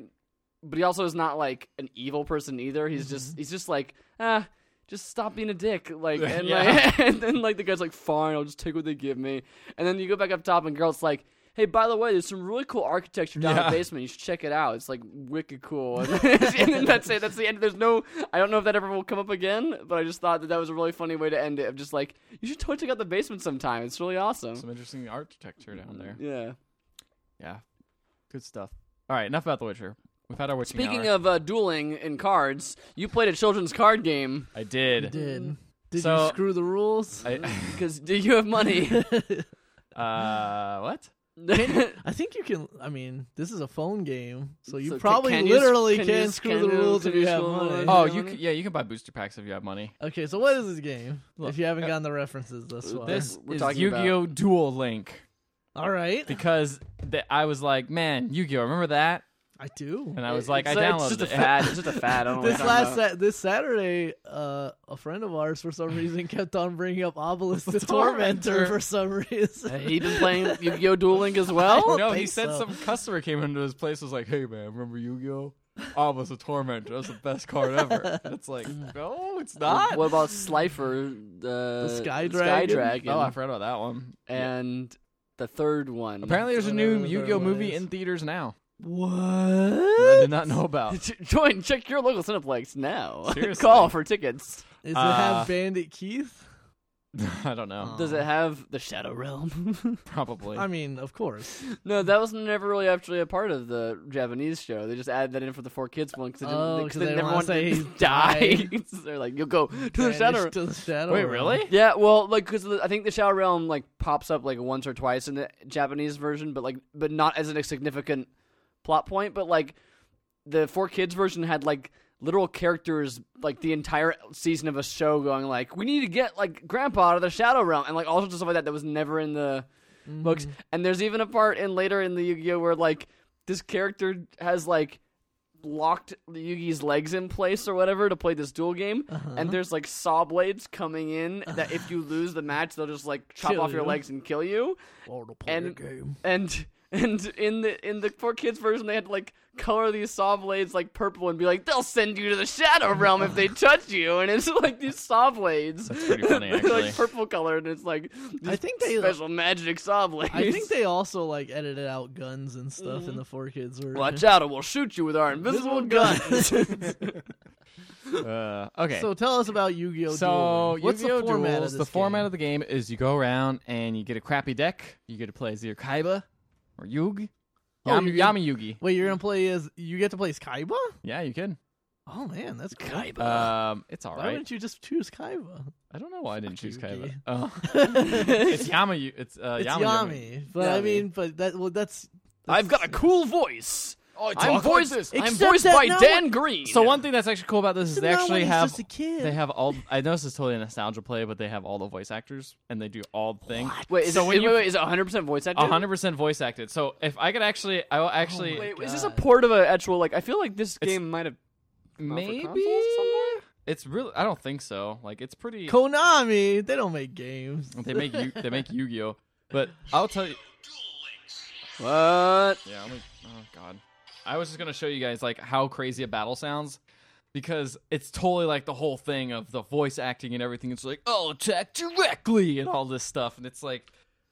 Speaker 1: but he also is not like an evil person either.
Speaker 2: Mm-hmm.
Speaker 1: He's just he's just like, ah, just stop being a dick. Like and
Speaker 2: Yeah.
Speaker 1: like, and then like the guy's like, fine, I'll just take what they give me, and then you go back up top, and Geralt's like. Hey, by the way, there's some really cool architecture down in
Speaker 2: Yeah.
Speaker 1: the basement. You should check it out. It's like wicked cool. And, then that's it. That's the end. There's no. I don't know if that ever will come up again, but I just thought that that was a really funny way to end it. Of just like you should totally check out the basement sometime. It's really awesome.
Speaker 2: Some interesting architecture down there.
Speaker 1: Yeah. Mm-hmm.
Speaker 2: Yeah, good stuff. All right, enough about The Witcher. We've had our witching
Speaker 1: Speaking
Speaker 2: hour.
Speaker 1: of uh, dueling and cards, you played a children's card game
Speaker 2: I
Speaker 3: You
Speaker 2: did.
Speaker 3: did. Did
Speaker 2: So-
Speaker 3: you screw the rules?
Speaker 2: I,
Speaker 1: because do you have money?
Speaker 2: uh, what?
Speaker 3: I think you can. I mean, this is a phone game, so you
Speaker 1: So ca-
Speaker 3: probably
Speaker 1: can you s-
Speaker 3: literally
Speaker 1: can
Speaker 3: can,
Speaker 1: you s-
Speaker 3: screw
Speaker 1: can
Speaker 3: the
Speaker 1: you-
Speaker 3: rules
Speaker 1: can
Speaker 3: if you
Speaker 1: you
Speaker 3: have
Speaker 1: screw the
Speaker 3: money.
Speaker 1: rules?
Speaker 2: Oh,
Speaker 1: have
Speaker 2: you
Speaker 1: money?
Speaker 2: c- yeah, you can buy booster packs if you have money.
Speaker 3: Okay, so what is this game?
Speaker 2: Look,
Speaker 3: if you haven't
Speaker 2: uh,
Speaker 3: gotten the references thus far,
Speaker 2: This
Speaker 1: We're
Speaker 2: is
Speaker 1: talking
Speaker 2: Yu-Gi-Oh! Duel Link
Speaker 3: all right,
Speaker 2: because th- I was like, man, Yu-Gi-Oh! Remember that?
Speaker 3: I do.
Speaker 2: And I was like, I
Speaker 1: it's,
Speaker 2: downloaded
Speaker 1: it's just a
Speaker 2: it.
Speaker 1: fad. It's just a fad. I don't know.
Speaker 3: This
Speaker 1: what you're talking
Speaker 3: last
Speaker 1: about.
Speaker 3: sa- this Saturday, uh, a friend of ours for some reason kept on bringing up Obelisk the Tormentor
Speaker 2: Tormentor.
Speaker 3: for some reason.
Speaker 1: Hey, he been playing Yu-Gi-Oh! Duel Link as
Speaker 3: don't
Speaker 1: well.
Speaker 2: no, he
Speaker 3: think
Speaker 2: said
Speaker 3: so.
Speaker 2: some customer came into his place was like, "Hey man, remember Yu-Gi-Oh? I was a tormentor. That's the best card ever." And it's like, no, it's not.
Speaker 1: What about Slifer? Uh,
Speaker 3: The Sky
Speaker 1: Sky
Speaker 3: Dragon?
Speaker 1: Dragon.
Speaker 2: Oh, I forgot about that one.
Speaker 1: and the third one.
Speaker 2: Apparently, there's a
Speaker 3: Whatever
Speaker 2: new
Speaker 3: the
Speaker 2: Yu-Gi-Oh
Speaker 3: third one
Speaker 2: movie
Speaker 3: is.
Speaker 2: in theaters now. that I
Speaker 3: What
Speaker 2: did not know about.
Speaker 1: join. Check your local Cineplex now.
Speaker 2: Seriously.
Speaker 1: Call for tickets.
Speaker 3: is it?
Speaker 2: Uh,
Speaker 3: Have Bandit Keith?
Speaker 2: I don't know.
Speaker 1: Does it have the Shadow Realm?
Speaker 2: Probably.
Speaker 3: I mean, of course.
Speaker 1: no, that was never really actually a part of the Japanese show. They just added that in for the four kids one because
Speaker 3: Oh, 'cause
Speaker 1: they,
Speaker 3: they
Speaker 1: never
Speaker 3: wanna
Speaker 1: wanted
Speaker 3: say
Speaker 1: to
Speaker 3: he
Speaker 1: die.
Speaker 3: died.
Speaker 1: They're like, you'll go to the Shadow.
Speaker 3: Banished
Speaker 1: Realm.
Speaker 3: to the Shadow
Speaker 2: Wait,
Speaker 3: Realm.
Speaker 2: really?
Speaker 1: Yeah, well, like because I think the Shadow Realm like pops up like once or twice in the Japanese version, but like but not as a significant plot point. But like the four kids version had like literal characters like the entire season of a show going like we need to get like grandpa out of the shadow realm and like all sorts of stuff like that that was never in the books
Speaker 3: Mm-hmm.
Speaker 1: and there's even a part in later in the yu-gi-oh where like this character has like locked yugi's legs in place or whatever to play this duel game
Speaker 3: Uh-huh.
Speaker 1: and there's like saw blades coming in that if you lose the match they'll just like chop
Speaker 3: Kill
Speaker 1: off your
Speaker 3: you.
Speaker 1: legs and kill you And-
Speaker 3: game.
Speaker 1: and and in the in the four kids version they had to like color these saw blades like purple and be like they'll send you to the shadow realm if they touch you and it's like these saw blades
Speaker 2: That's pretty funny,
Speaker 1: They're,
Speaker 2: actually.
Speaker 1: like purple colored and it's like these
Speaker 3: I think they-
Speaker 1: special magic saw blades
Speaker 3: I think they also like edited out guns and stuff
Speaker 2: Mm-hmm.
Speaker 3: in the four kids version.
Speaker 1: watch out or we'll shoot you with our invisible
Speaker 3: Invisible
Speaker 1: guns
Speaker 2: Uh, okay.
Speaker 3: So tell us about Yu-Gi-Oh!
Speaker 2: So
Speaker 3: Duel Links. What's
Speaker 2: Yu-Gi-Oh!
Speaker 3: the format
Speaker 2: Duels,
Speaker 3: of
Speaker 2: the
Speaker 3: this
Speaker 2: format
Speaker 3: game?
Speaker 2: of the game is you go around and you get a crappy deck. You get to play as either Kaiba or Yug.
Speaker 3: Oh,
Speaker 2: Yami,
Speaker 3: Yugi.
Speaker 2: Yami Yugi.
Speaker 3: Wait, you're gonna play as you get to play as Kaiba?
Speaker 2: Yeah, you can.
Speaker 3: Oh man, that's Kaiba.
Speaker 2: Um, it's all
Speaker 3: Why
Speaker 2: right.
Speaker 3: wouldn't you just choose Kaiba?
Speaker 2: I don't know why I didn't
Speaker 3: Fuck
Speaker 2: choose
Speaker 3: Yugi.
Speaker 2: Kaiba. Oh. it's Yama. Yu- It's, uh,
Speaker 3: It's
Speaker 2: Yama,
Speaker 3: Yami,
Speaker 2: Yumi.
Speaker 3: but I
Speaker 1: Yami.
Speaker 3: mean, but that well, that's.
Speaker 1: i've got a cool voice i'm voiced i'm
Speaker 3: Except
Speaker 1: voiced
Speaker 3: that
Speaker 1: by
Speaker 3: no
Speaker 1: dan green
Speaker 2: So one thing that's actually cool about this is
Speaker 3: But
Speaker 2: they
Speaker 3: now
Speaker 2: actually
Speaker 3: when he's
Speaker 2: have
Speaker 3: just a kid.
Speaker 2: they have all. I know this is totally a nostalgia play, but they have all the voice actors and they do all the things.
Speaker 1: wait is,
Speaker 2: so
Speaker 1: it,
Speaker 2: when you
Speaker 1: wait, wait, is it 100% voice acting
Speaker 2: hundred percent voice acted. So if I could actually, I will actually.
Speaker 1: wait uh, is this a port of an actual like i feel like this
Speaker 2: It's-
Speaker 1: game might have come out for
Speaker 2: maybe
Speaker 1: consoles at some point?
Speaker 2: it's really. I don't think so. Like it's pretty.
Speaker 3: Konami. They don't make games.
Speaker 2: They make you. They make Yu-Gi-Oh. But I'll tell you.
Speaker 1: What?
Speaker 2: Yeah. I'm like, oh god. I was just gonna show you guys like how crazy a battle sounds. Because it's totally like the whole thing of the voice acting and everything. It's like, oh, attack directly and all this stuff, and it's like,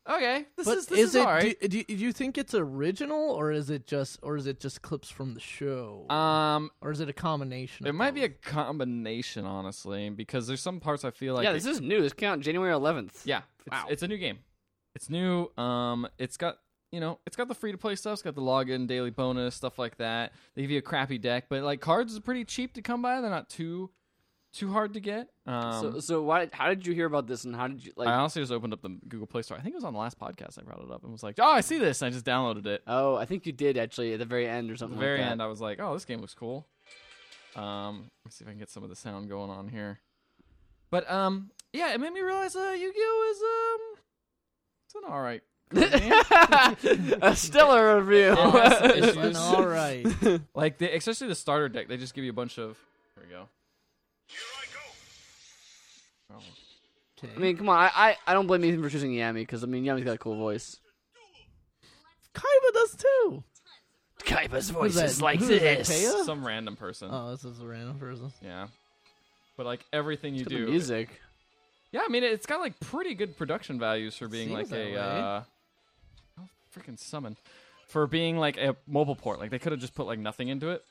Speaker 2: okay, this
Speaker 3: But
Speaker 2: is this
Speaker 3: it?
Speaker 2: all right.
Speaker 3: Do, do, do you think it's original, or is it just, or is it just clips from the show,
Speaker 2: Um,
Speaker 3: or is it a combination?
Speaker 2: it
Speaker 3: of
Speaker 2: might be
Speaker 3: both?
Speaker 2: a combination, honestly, because there's some parts I feel like
Speaker 1: yeah, this is new. This count January 11th.
Speaker 2: yeah, it's,
Speaker 1: Wow.
Speaker 2: it's a new game. It's new. Um, it's got you know, it's got the free to play stuff. It's got the login, daily bonus, stuff like that. They give you a crappy deck, but like cards are pretty cheap to come by. They're not too too hard to get. Um,
Speaker 1: so, so why? How did you hear about this? And how did you like?
Speaker 2: I honestly just opened up the Google Play Store. I think it was on the last podcast I brought it up and was like, oh, I see this. And I just downloaded it.
Speaker 1: oh, I think you did actually at the very end or
Speaker 2: At the
Speaker 1: something.
Speaker 2: very
Speaker 1: like that.
Speaker 2: end, I was like, oh, this game looks cool. Um, let's see if I can get some of the sound going on here. But um, yeah, it made me realize uh, Yu-Gi-Oh is um, it's an all right.
Speaker 1: a stellar review.
Speaker 2: has
Speaker 3: Well, then, all right.
Speaker 2: Like the, especially the starter deck, they just give you a bunch of. Here we go. Oh.
Speaker 1: I mean, come on. I, I, I don't blame Ethan for choosing Yami because I mean Yami's got a cool voice.
Speaker 3: Kaiba does too.
Speaker 1: Kaiba's
Speaker 3: Who's
Speaker 1: voice
Speaker 3: that?
Speaker 1: is like
Speaker 3: Who's that,
Speaker 1: this.
Speaker 3: Taya?
Speaker 2: Some random person.
Speaker 3: Oh, this is a random person.
Speaker 2: Yeah. But like everything you
Speaker 1: Look at the
Speaker 2: do,
Speaker 1: music.
Speaker 2: yeah, I mean it's got like pretty good production values for being
Speaker 3: Seems
Speaker 2: like
Speaker 3: that
Speaker 2: a
Speaker 3: way.
Speaker 2: uh, oh, freaking summon for being like a mobile port. Like they could have just put like nothing into it,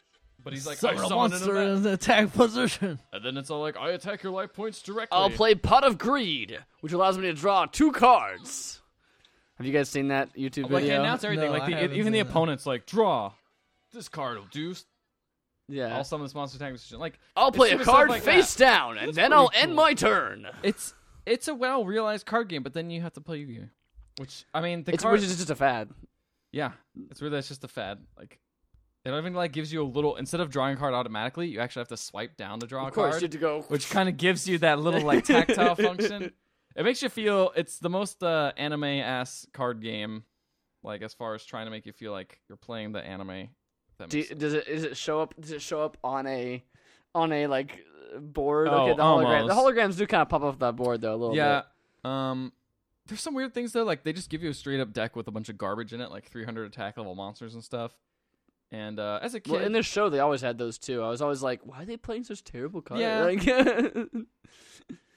Speaker 2: but he's like "Oh, I
Speaker 3: Summon a
Speaker 2: summoned an
Speaker 3: monster
Speaker 2: event.
Speaker 3: in the attack position.
Speaker 2: and then it's all like I attack your life points directly.
Speaker 1: I'll play Pot of Greed, which allows me to draw two cards. Have you guys seen that YouTube
Speaker 2: Like they
Speaker 1: video?
Speaker 2: announce everything.
Speaker 3: No,
Speaker 2: like
Speaker 3: I
Speaker 2: the,
Speaker 3: haven't
Speaker 2: even the
Speaker 3: seen that.
Speaker 2: opponents, like draw. This card will do. s-
Speaker 1: yeah,
Speaker 2: I'll summon this monster attack position. Like
Speaker 1: I'll
Speaker 2: it's
Speaker 1: play a
Speaker 2: stupid stuff
Speaker 1: card
Speaker 2: like
Speaker 1: face
Speaker 2: that.
Speaker 1: down, and then I'll end my turn.
Speaker 2: It's it's a well realized card game, but then you have to play Yu-Gi-Oh, which I mean the
Speaker 1: It's
Speaker 2: card.
Speaker 1: which is just a fad.
Speaker 2: yeah, it's weird. That's just a fad. Like it even like gives you a little instead of drawing a card automatically, you actually have to swipe down to draw a
Speaker 1: Of course,
Speaker 2: card,
Speaker 1: you have to go.
Speaker 2: which kind of gives you that little like tactile function. It makes you feel. It's the most uh, anime ass card game, like as far as trying to make you feel like you're playing the anime. if that
Speaker 1: Do,
Speaker 2: makes sense.
Speaker 1: does it is it show up? Does it show up on a on a like board?
Speaker 2: Oh,
Speaker 1: okay, the hologram. The
Speaker 2: almost.
Speaker 1: holograms do kind of pop off that board though a little
Speaker 2: yeah.
Speaker 1: bit.
Speaker 2: Um, there's some weird things though. Like they just give you a straight up deck with a bunch of garbage in it, like 300 attack level monsters and stuff. And uh, as a kid,
Speaker 1: Well, in this show, they always had those too. I was always like, why are they playing such terrible cards?
Speaker 2: Yeah.
Speaker 1: Like,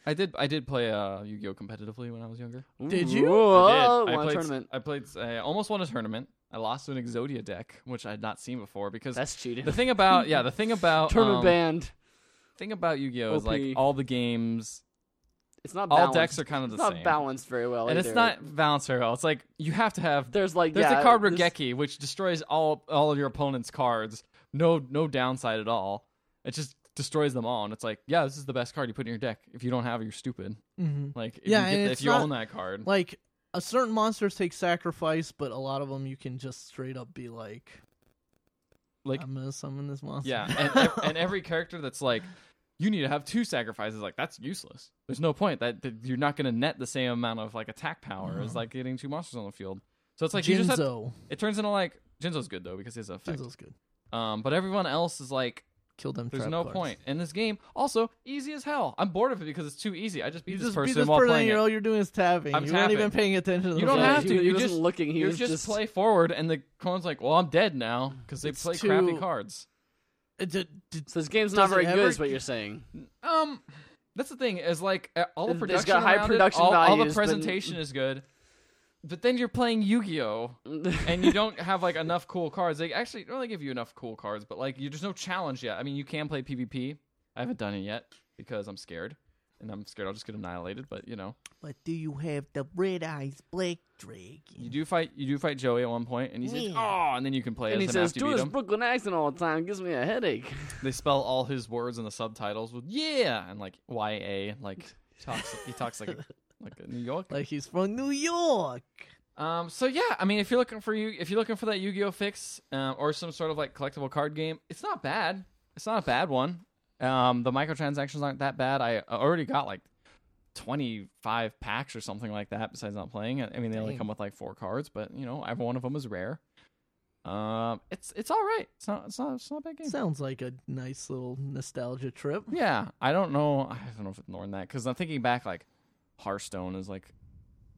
Speaker 2: I did I did play uh, Yu-Gi-Oh competitively when I was younger.
Speaker 3: Did you?
Speaker 1: Whoa,
Speaker 2: I did. I
Speaker 1: Oh, won a
Speaker 2: played,
Speaker 1: tournament.
Speaker 2: I played. I almost won a tournament. I lost to an Exodia deck, which I had not seen before. Because
Speaker 1: That's cheating.
Speaker 2: the thing about yeah, the thing about
Speaker 1: tournament
Speaker 2: um,
Speaker 1: banned.
Speaker 2: thing about Yu-Gi-Oh is like
Speaker 1: OP.
Speaker 2: all the games,
Speaker 1: It's not
Speaker 2: all
Speaker 1: balanced.
Speaker 2: decks are kind of
Speaker 1: it's
Speaker 2: the
Speaker 1: not
Speaker 2: same,
Speaker 1: balanced very well.
Speaker 2: and it's
Speaker 1: either.
Speaker 2: not balanced very well. It's like you have to have
Speaker 1: There's like
Speaker 2: There's
Speaker 1: yeah,
Speaker 2: a card
Speaker 1: this-
Speaker 2: Regeki, which destroys all all of your opponent's cards. No no downside at all. It just destroys them all, and it's like, yeah, this is the best card you put in your deck. If you don't have, it, you're stupid.
Speaker 3: Mm-hmm.
Speaker 2: Like, if you,
Speaker 3: Yeah,
Speaker 2: get
Speaker 3: and
Speaker 2: that-
Speaker 3: it's
Speaker 2: if you
Speaker 3: not-
Speaker 2: own that card,
Speaker 3: Like a certain monsters take sacrifice, but a lot of them you can just straight up be like,
Speaker 2: like
Speaker 3: I'm gonna summon this monster.
Speaker 2: yeah, and, ev- and every character that's like, you need to have two sacrifices. Like that's useless. There's no point. That, that you're not going to net the same amount of like attack power as like getting two monsters on the field. So it's like you just have to-
Speaker 3: Mm-hmm. Jinzo.
Speaker 2: it turns into like Jinzo's good though because he has an effect.
Speaker 3: Jinzo's good.
Speaker 2: Um, but everyone else is like
Speaker 3: Kill them.
Speaker 2: There's
Speaker 3: trap
Speaker 2: no
Speaker 3: cards.
Speaker 2: point. And this game also easy as hell. I'm bored of it because it's too easy. I just beat
Speaker 3: You
Speaker 2: this
Speaker 3: just
Speaker 2: person
Speaker 3: beat this
Speaker 2: while
Speaker 3: person.
Speaker 2: playing
Speaker 3: and you're,
Speaker 2: it.
Speaker 3: all you're doing is tapping.
Speaker 2: I'm
Speaker 3: you weren't even
Speaker 2: tapping.
Speaker 3: paying attention. To
Speaker 2: You
Speaker 3: the
Speaker 2: don't
Speaker 3: play.
Speaker 2: have to.
Speaker 1: He, he
Speaker 2: You
Speaker 1: wasn't
Speaker 2: just-
Speaker 1: looking. He
Speaker 2: You
Speaker 1: was
Speaker 2: just, play forward, and the clone's like, "Well, I'm dead now because they
Speaker 3: It's
Speaker 2: play
Speaker 3: too-
Speaker 2: crappy cards."
Speaker 3: Uh, d- d-
Speaker 1: So this game's not
Speaker 3: Does it
Speaker 1: very good,
Speaker 3: ever-
Speaker 1: is what you're saying.
Speaker 2: Um, that's the thing is like uh, all the
Speaker 1: It's-
Speaker 2: production,
Speaker 1: it's got high
Speaker 2: around it,
Speaker 1: production
Speaker 2: all, all the
Speaker 1: values, but-
Speaker 2: presentation is good, but then you're playing Yu-Gi-Oh, and you don't have like enough cool cards. They actually don't really give you enough cool cards, but like you, there's no challenge yet. I mean, you can play PvP. I haven't done it yet because I'm scared, and I'm scared I'll just get annihilated. But you know.
Speaker 3: But do you have the red eyes black dragon?
Speaker 2: You do fight. You do fight Joey at one point, and he says,
Speaker 3: Yeah.
Speaker 2: "Oh," and then you can play
Speaker 1: and
Speaker 2: as
Speaker 1: he
Speaker 2: him
Speaker 1: says,
Speaker 2: after you
Speaker 1: "Do
Speaker 2: beat
Speaker 1: this
Speaker 2: him.
Speaker 1: Brooklyn accent all the time. Gives me a headache."
Speaker 2: They spell all his words in the subtitles with "yeah" and like "ya." Like he talks. he talks like a, like a New York.
Speaker 3: Like he's from New York.
Speaker 2: Um. So yeah, I mean, if you're looking for you, if you're looking for that Yu-Gi-Oh fix um, or some sort of like collectible card game, it's not bad. It's not a bad one. Um. The microtransactions aren't that bad. I already got like. 25 packs or something like that besides not playing i I mean they only
Speaker 3: Dang.
Speaker 2: come with like four cards but you know every one of them is rare um it's it's all right it's not it's not it's not a bad game
Speaker 3: Sounds like a nice little nostalgia trip.
Speaker 2: yeah, I don't know. I don't know if ignoring that because I'm thinking back, like Hearthstone is like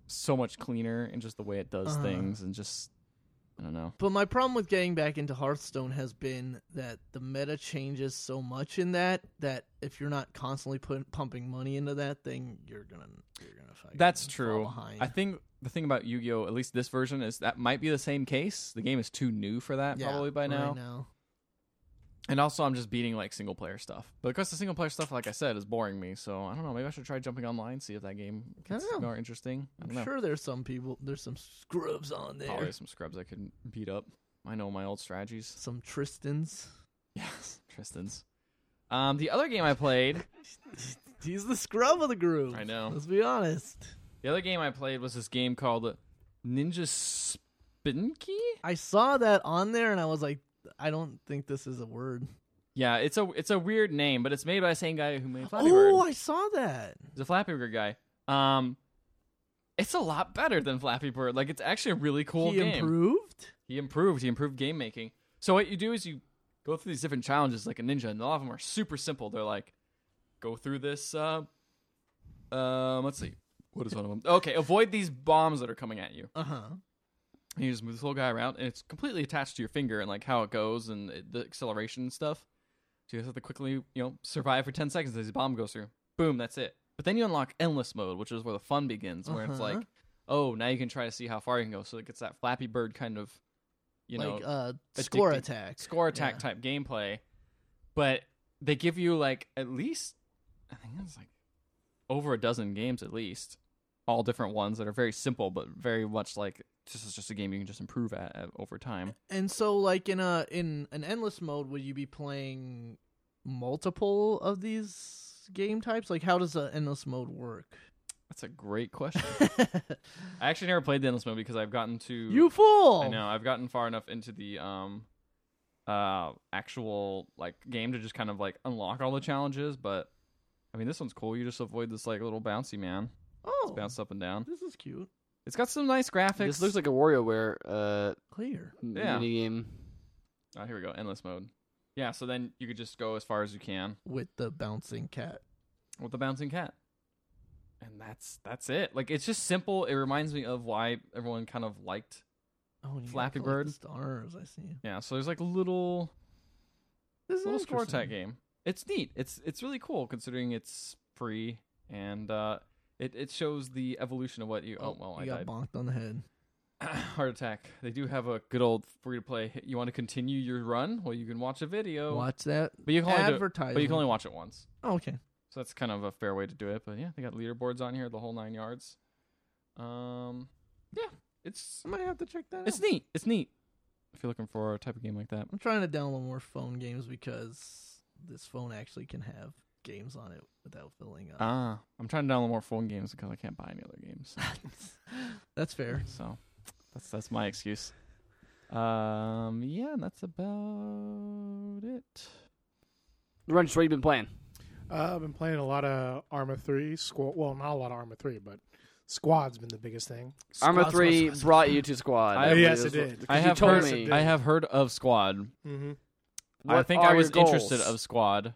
Speaker 2: so much cleaner in just the way it does
Speaker 3: Uh-huh.
Speaker 2: things, and just I don't know.
Speaker 3: But my problem with getting back into Hearthstone has been that the meta changes so much in that that if you're not constantly putting pumping money into that thing, you're gonna you're gonna fucking
Speaker 2: That's
Speaker 3: fall
Speaker 2: true.
Speaker 3: Behind.
Speaker 2: I think the thing about Yu-Gi-Oh, at least this version, is that might be the same case. The game is too new for that
Speaker 3: Yeah,
Speaker 2: probably by
Speaker 3: right
Speaker 2: now. And also, I'm just beating like single player stuff because the single player stuff, like I said, is boring me. So I don't know. Maybe I should try jumping online, see if that game gets
Speaker 3: don't know.
Speaker 2: more interesting. I don't know.
Speaker 3: I'm sure there's some people there's some scrubs on there.
Speaker 2: Probably some scrubs I could beat up. I know my old strategies.
Speaker 3: Some Tristans.
Speaker 2: Yes, Tristan's. Um, the other game I played,
Speaker 3: He's the scrub of the group.
Speaker 2: I know.
Speaker 3: Let's be honest.
Speaker 2: the other game I played was this game called Ninja Spinky.
Speaker 3: I saw that on there and I was like, I don't think this is a word.
Speaker 2: Yeah, it's a it's a weird name, but it's made by the same guy who made Flappy
Speaker 3: oh,
Speaker 2: Bird.
Speaker 3: I saw that.
Speaker 2: He's a Flappy Bird guy. Um, it's a lot better than Flappy Bird. Like it's actually a really cool
Speaker 3: he
Speaker 2: game.
Speaker 3: improved.
Speaker 2: He improved. He improved game making. So what you do is you go through these different challenges like a ninja, and a lot of them are super simple. They're like, go through this. Uh, um, let's see, what is one of them? Okay, avoid these bombs that are coming at you.
Speaker 3: Uh huh.
Speaker 2: And you just move this little guy around, and it's completely attached to your finger and like how it goes and it, the acceleration and stuff. So you just have to quickly, you know, survive for ten seconds as the bomb goes through. Boom, that's it. But then you unlock endless mode, which is where the fun begins, where it's
Speaker 3: Uh-huh.
Speaker 2: like, oh, now you can try to see how far you can go. So it gets that Flappy Bird kind of, you know,
Speaker 3: like uh, score
Speaker 2: addicting-
Speaker 3: attack.
Speaker 2: score attack
Speaker 3: Yeah.
Speaker 2: type gameplay, but they give you like at least I think it's like over a dozen games at least all different ones that are very simple, but very much like this is just a game you can just improve at, at over time.
Speaker 3: And so, like in a in an endless mode, would you be playing multiple of these game types? Like, how does the endless mode work?
Speaker 2: That's a great question. I actually never played the endless mode because I've gotten to
Speaker 3: you fool!
Speaker 2: I know I've gotten far enough into the um uh actual like game to just kind of like unlock all the challenges, but I mean this one's cool. You just avoid this like little bouncy man.
Speaker 3: Oh,
Speaker 2: It's bounced up and down.
Speaker 3: this is cute.
Speaker 2: It's got some nice graphics.
Speaker 1: This looks like a WarioWare uh,
Speaker 3: Clear.
Speaker 2: Yeah.
Speaker 1: mini game.
Speaker 2: Oh, here we go. Endless mode. Yeah, so then you could just go as far as you can
Speaker 3: with the bouncing cat.
Speaker 2: with the bouncing cat. And that's that's it. Like it's just simple. It reminds me of why everyone kind of liked
Speaker 3: Oh, and you gotta
Speaker 2: Flappy
Speaker 3: collect
Speaker 2: Bird.
Speaker 3: the Stars. I see.
Speaker 2: Yeah, so there's like little
Speaker 3: This is
Speaker 2: little score tech
Speaker 3: interesting.
Speaker 2: game. It's neat. It's it's really cool considering it's free and uh it, it shows the evolution of what you oh, well
Speaker 3: you
Speaker 2: I died.
Speaker 3: got bonked on the head.
Speaker 2: Heart attack. They do have a good old free to play. You want to continue your run? Well, you can watch a video.
Speaker 3: Watch that
Speaker 2: But you can only do it-
Speaker 3: advertisement.
Speaker 2: but you can only watch it once.
Speaker 3: oh, okay.
Speaker 2: So that's kind of a fair way to do it. But yeah, they got leaderboards on here, the whole nine yards. Um, yeah, it's
Speaker 3: I might have to check that
Speaker 2: it's
Speaker 3: out.
Speaker 2: neat. It's neat. If you're looking for a type of game like that,
Speaker 3: I'm trying to download more phone games because this phone actually can have games on it without filling up.
Speaker 2: ah, I'm trying to download more phone games because I can't buy any other games.
Speaker 3: That's fair.
Speaker 2: So that's that's my excuse. Um, yeah, and that's about it.
Speaker 1: Wrench, what you been playing?
Speaker 4: Uh, I've been playing a lot of Arma three. Squad. Well, not a lot of Arma three, but Squad's been the biggest thing.
Speaker 1: Arma
Speaker 3: Squad, squad,
Speaker 1: Three
Speaker 3: squad, squad.
Speaker 1: brought you to Squad.
Speaker 2: I-
Speaker 1: believe
Speaker 4: Yes,
Speaker 1: is
Speaker 4: it
Speaker 1: what-
Speaker 4: did.
Speaker 1: because
Speaker 2: I
Speaker 1: you
Speaker 2: have
Speaker 1: told
Speaker 2: heard.
Speaker 1: me.
Speaker 2: I have heard of Squad.
Speaker 4: Mm-hmm.
Speaker 2: I
Speaker 1: What
Speaker 2: think
Speaker 1: are
Speaker 2: I
Speaker 1: your
Speaker 2: was interested
Speaker 1: goals?
Speaker 2: of Squad,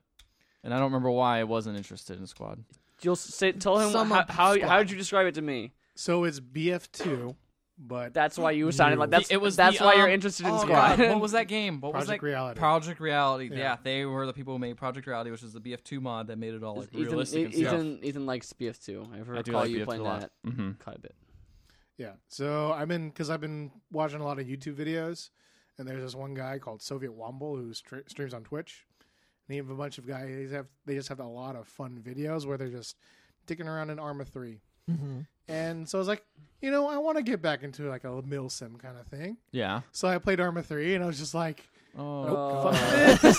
Speaker 2: and I don't remember why I wasn't interested in Squad.
Speaker 1: You'll say, tell him
Speaker 3: Sum
Speaker 1: how,
Speaker 3: up
Speaker 1: how
Speaker 3: Squad.
Speaker 1: how did you describe it to me?
Speaker 4: So it's BF two, but
Speaker 1: That's why you sounded like
Speaker 4: Ooh.
Speaker 1: that's
Speaker 2: it was
Speaker 1: that's
Speaker 2: the,
Speaker 1: why you're
Speaker 2: um,
Speaker 1: interested in
Speaker 2: oh
Speaker 1: Squad.
Speaker 2: God, what was that game? What was
Speaker 4: Project
Speaker 2: that?
Speaker 4: Reality.
Speaker 2: Project Reality. Yeah.
Speaker 4: Yeah.
Speaker 2: they were the people who made Project Reality, which is the BF2 mod that made it all like
Speaker 1: Ethan,
Speaker 2: realistic
Speaker 1: E-
Speaker 2: and stuff.
Speaker 1: Ethan, Ethan likes BF2. I've heard
Speaker 2: I do
Speaker 1: call
Speaker 2: like
Speaker 1: you
Speaker 2: BF2
Speaker 1: playing
Speaker 2: a lot.
Speaker 1: that
Speaker 2: Mm-hmm.
Speaker 1: quite a bit.
Speaker 4: Yeah. So I've been because I've been watching a lot of YouTube videos, and there's this one guy called Soviet Womble who stre- streams on Twitch. And he have a bunch of guys. They have they just have a lot of fun videos where they're just dicking around in Arma three. Mm-hmm.
Speaker 3: Mhm.
Speaker 4: And so I was like, you know, I want to get back into like a mil sim kind of thing.
Speaker 2: Yeah.
Speaker 4: So I played Arma three, and I was just like,
Speaker 2: Oh,
Speaker 4: nope,
Speaker 1: Oh.
Speaker 4: fuck this.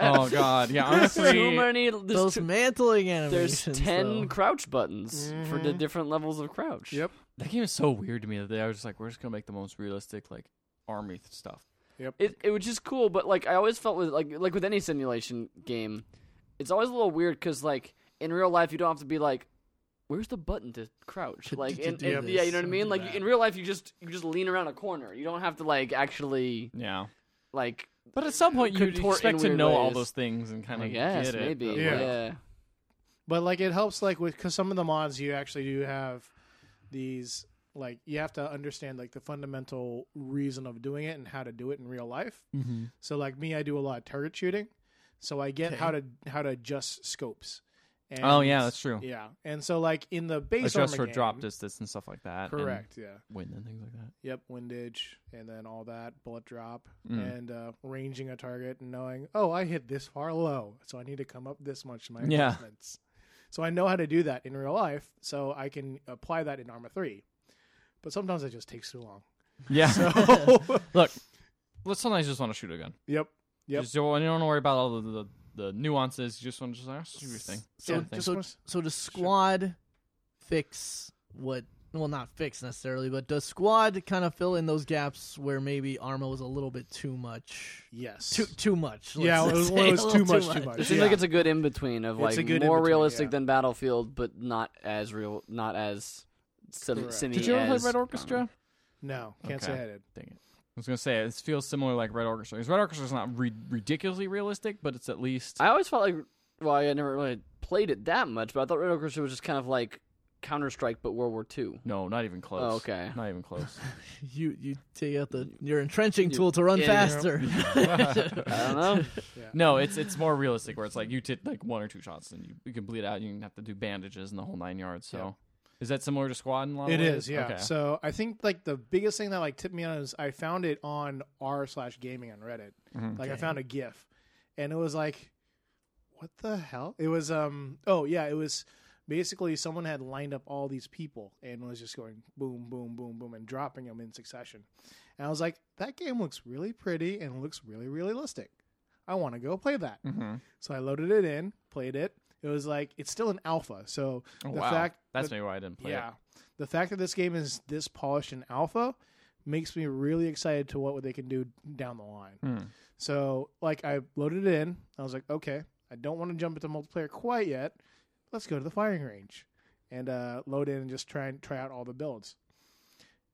Speaker 2: oh God. Yeah.
Speaker 1: Too
Speaker 2: Honestly,
Speaker 1: many. There's,
Speaker 3: Those
Speaker 1: two-
Speaker 3: mantling
Speaker 1: there's
Speaker 3: animations.
Speaker 1: ten
Speaker 3: though.
Speaker 1: crouch buttons for the
Speaker 4: Mhm.
Speaker 1: different levels of crouch.
Speaker 4: Yep.
Speaker 2: that game is so weird to me that they I was just like, we're just gonna make the most realistic like army th- stuff.
Speaker 1: it it was just cool, but like I always felt with like like with any simulation game, it's always a little weird because like in real life you don't have to be like, where's the button to crouch?
Speaker 3: To-
Speaker 1: Like
Speaker 3: to
Speaker 1: in,
Speaker 3: do
Speaker 1: in- yeah, you
Speaker 3: this
Speaker 1: know what I
Speaker 3: or
Speaker 1: mean.
Speaker 3: do
Speaker 1: Like
Speaker 3: that.
Speaker 1: in real life you just you just lean around a corner. You don't have to like actually
Speaker 2: Yeah.
Speaker 1: like
Speaker 2: But at some point, you
Speaker 1: Contort in
Speaker 2: expect to
Speaker 1: weird
Speaker 2: know all
Speaker 1: ways.
Speaker 2: those things and kind
Speaker 1: I
Speaker 2: of
Speaker 1: guess
Speaker 2: get it.
Speaker 1: maybe
Speaker 2: but,
Speaker 1: yeah.
Speaker 2: like,
Speaker 4: But like it helps like with because some of the mods you actually do have these like you have to understand like the fundamental reason of doing it and how to do it in real life.
Speaker 1: Mm-hmm.
Speaker 2: mhm.
Speaker 4: So like me, I do a lot of target shooting, so I get
Speaker 3: Okay.
Speaker 4: how to how to adjust scopes. And,
Speaker 2: Oh yeah, that's true.
Speaker 4: yeah. And so like in the base
Speaker 2: Adjust
Speaker 4: armor
Speaker 2: for
Speaker 4: game,
Speaker 2: drop distance and stuff like that. and
Speaker 4: Correct. Yeah.
Speaker 2: Wind and things like that.
Speaker 4: Yep. Windage and then all that bullet drop
Speaker 2: Mm.
Speaker 4: and uh, ranging a target and knowing oh I hit this far low, so I need to come up this much in my
Speaker 2: Yeah.
Speaker 4: adjustments. So I know how to do that in real life, so I can apply that in Arma Three. But sometimes it just takes too long.
Speaker 2: Yeah.
Speaker 4: So
Speaker 2: Look, let's sometimes just want to shoot a gun.
Speaker 4: yep. Yep.
Speaker 2: Just don't, you don't want to worry about all the, the, the nuances. You just want to just like, "I'll shoot your thing.
Speaker 3: So,
Speaker 2: Yeah,
Speaker 3: so,
Speaker 4: thanks.
Speaker 3: so does squad fix what? Well, not fix necessarily, but does squad kind of fill in those gaps where maybe Arma was a little bit too much?
Speaker 4: Yes.
Speaker 3: Too too much. let's
Speaker 4: yeah. It was,
Speaker 3: say,
Speaker 4: well, it
Speaker 3: a
Speaker 4: was
Speaker 3: little
Speaker 4: too much. Too much.
Speaker 1: It seems
Speaker 4: yeah.
Speaker 1: like it's a good in between of
Speaker 4: It's
Speaker 1: like
Speaker 4: a good
Speaker 1: more
Speaker 4: in-between,
Speaker 1: realistic
Speaker 4: yeah.
Speaker 1: than Battlefield, but not as real, not as sim-
Speaker 4: Correct.
Speaker 1: cine
Speaker 2: Did you ever
Speaker 1: as,
Speaker 2: play Red Orchestra?
Speaker 1: um,
Speaker 4: no. Can't
Speaker 2: Okay.
Speaker 4: say I did.
Speaker 2: Dang it. I was gonna say it feels similar like Red Orchestra. Because Red Orchestra's not re- ridiculously realistic, but it's at least
Speaker 1: I always felt like, well, I never really played it that much, but I thought Red Orchestra was just kind of like Counter Strike, but World War II.
Speaker 2: no, not even close.
Speaker 1: Oh, okay.
Speaker 2: not even close.
Speaker 3: You you take out the your entrenching
Speaker 1: You-
Speaker 3: tool to run
Speaker 1: yeah,
Speaker 3: faster.
Speaker 1: I don't know.
Speaker 2: no, it's it's more realistic where it's like you take like one or two shots and you, you can bleed out. You don't have to do bandages and the whole nine yards. So, is that similar to Squad in a lot
Speaker 4: It
Speaker 2: of ways?
Speaker 4: is, yeah.
Speaker 2: Okay.
Speaker 4: So I think like the biggest thing that like tipped me on is I found it on r slash gaming on Reddit.
Speaker 2: Mhm.
Speaker 4: Like I
Speaker 3: Okay.
Speaker 4: found a GIF, and it was like, what the hell? It was um oh yeah, it was basically someone had lined up all these people and was just going boom, boom, boom, boom, and dropping them in succession. And I was like, that game looks really pretty and looks really realistic. I want to go play that.
Speaker 2: Mm-hmm.
Speaker 4: So I loaded it in, played it. It was like it's still an alpha, so
Speaker 2: Oh,
Speaker 4: the
Speaker 2: wow.
Speaker 4: fact
Speaker 2: That's
Speaker 4: that-
Speaker 2: maybe why I didn't play
Speaker 4: yeah,
Speaker 2: it.
Speaker 4: the fact that this game is this polished in alpha makes me really excited to what they can do down the line.
Speaker 2: Hmm.
Speaker 4: So, like, I loaded it in. I was like, okay, I don't want to jump into multiplayer quite yet. Let's go to the firing range and uh, load in and just try and try out all the builds.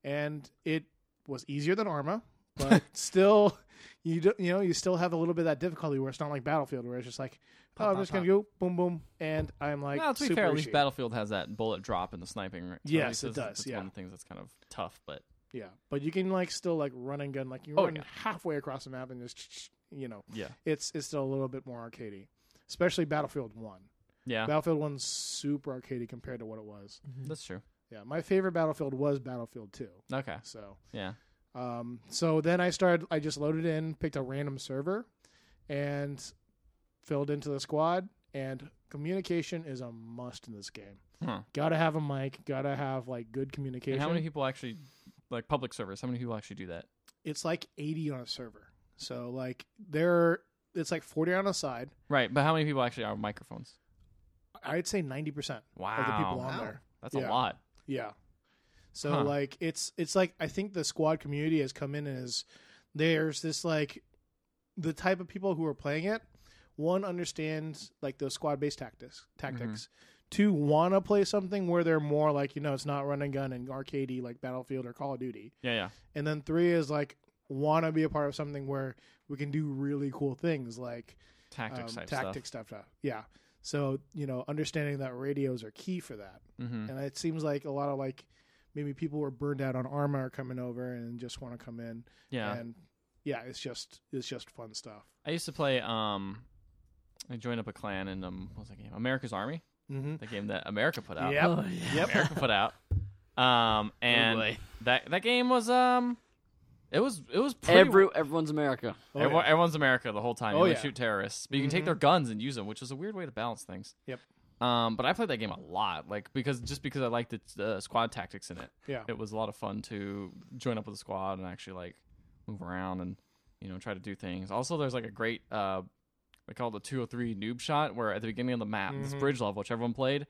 Speaker 4: And it was easier than Arma, but still, you do, you know you still have a little bit of that difficulty where it's not like Battlefield where it's just like, oh,
Speaker 2: Pop,
Speaker 4: I'm
Speaker 2: pop,
Speaker 4: just gonna go boom boom, and I'm like,
Speaker 2: well, to be
Speaker 4: super
Speaker 2: fair, at least
Speaker 4: issued.
Speaker 2: Battlefield has that bullet drop in the sniping. Right? So at
Speaker 4: Yes,
Speaker 2: least
Speaker 4: it
Speaker 2: that's-
Speaker 4: does,
Speaker 2: That's
Speaker 4: yeah.
Speaker 2: one of the things that's kind of tough, but
Speaker 4: Yeah, but you can like still like run and gun like you
Speaker 2: Oh,
Speaker 4: run
Speaker 2: yeah.
Speaker 4: halfway across the map and just you know
Speaker 2: yeah,
Speaker 4: it's it's still a little bit more arcadey, especially Battlefield One.
Speaker 2: yeah,
Speaker 4: Battlefield One's super arcadey compared to what it was.
Speaker 2: that's true.
Speaker 4: Yeah, my favorite Battlefield was Battlefield Two.
Speaker 2: Okay,
Speaker 4: So
Speaker 2: yeah,
Speaker 4: um, so then I started. I just loaded in, picked a random server, and filled into the squad. And communication is a must in this game.
Speaker 2: Huh.
Speaker 4: Gotta have a mic. Gotta have like good communication.
Speaker 2: And how many people actually like public servers? How many people actually do that?
Speaker 4: it's like 80 on a server. So like there it's like 40 on a side.
Speaker 2: Right, but how many people actually are microphones?
Speaker 4: I'd say 90%
Speaker 2: Wow,
Speaker 4: of the people on
Speaker 3: Wow.
Speaker 4: there.
Speaker 2: that's a
Speaker 4: yeah.
Speaker 2: lot.
Speaker 4: Yeah. So
Speaker 2: Huh.
Speaker 4: like it's it's like I think the squad community has come in and is there's this like the type of people who are playing it one understands like those squad based tactics tactics. Two want to play something where they're more like you know it's not run and gun and arcadey like Battlefield or Call of Duty.
Speaker 2: Yeah, yeah,
Speaker 4: And then three is like want to be a part of something where we can do really cool things like
Speaker 2: tactics
Speaker 4: um,
Speaker 2: type
Speaker 4: tactic stuff. stuff. Yeah. So you know, understanding that radios are key for that,
Speaker 2: stuff. Mm-hmm.
Speaker 4: and it seems like a lot of like maybe people who are burned out on armor are coming over and just want to come in.
Speaker 2: Yeah,
Speaker 4: And yeah, it's just it's just fun stuff.
Speaker 2: I used to play. Um, I joined up a clan in um, what was that game? America's Army,
Speaker 4: Mm-hmm.
Speaker 2: the game that America put out.
Speaker 4: Yep.
Speaker 3: Oh, yeah.
Speaker 4: Yep.
Speaker 2: America put out. Um, and
Speaker 1: boy.
Speaker 2: that that game was um, it was it was pretty
Speaker 1: Every, everyone's America.
Speaker 4: Oh,
Speaker 2: Everyone,
Speaker 4: yeah.
Speaker 2: Everyone's America the whole time. You
Speaker 4: Oh,
Speaker 2: only
Speaker 4: yeah.
Speaker 2: shoot terrorists, but you can take
Speaker 4: Mhm.
Speaker 2: their guns and use them, which is a weird way to balance things.
Speaker 4: Yep.
Speaker 2: Um, but I played that game a lot, like because just because I liked the uh, squad tactics in it.
Speaker 4: Yeah.
Speaker 2: It was a lot of fun to join up with a squad and actually like move around and you know try to do things. Also, there's like a great uh, they call it the 203 noob shot, where at the beginning of the map, this
Speaker 4: Mhm.
Speaker 2: bridge level, which everyone played,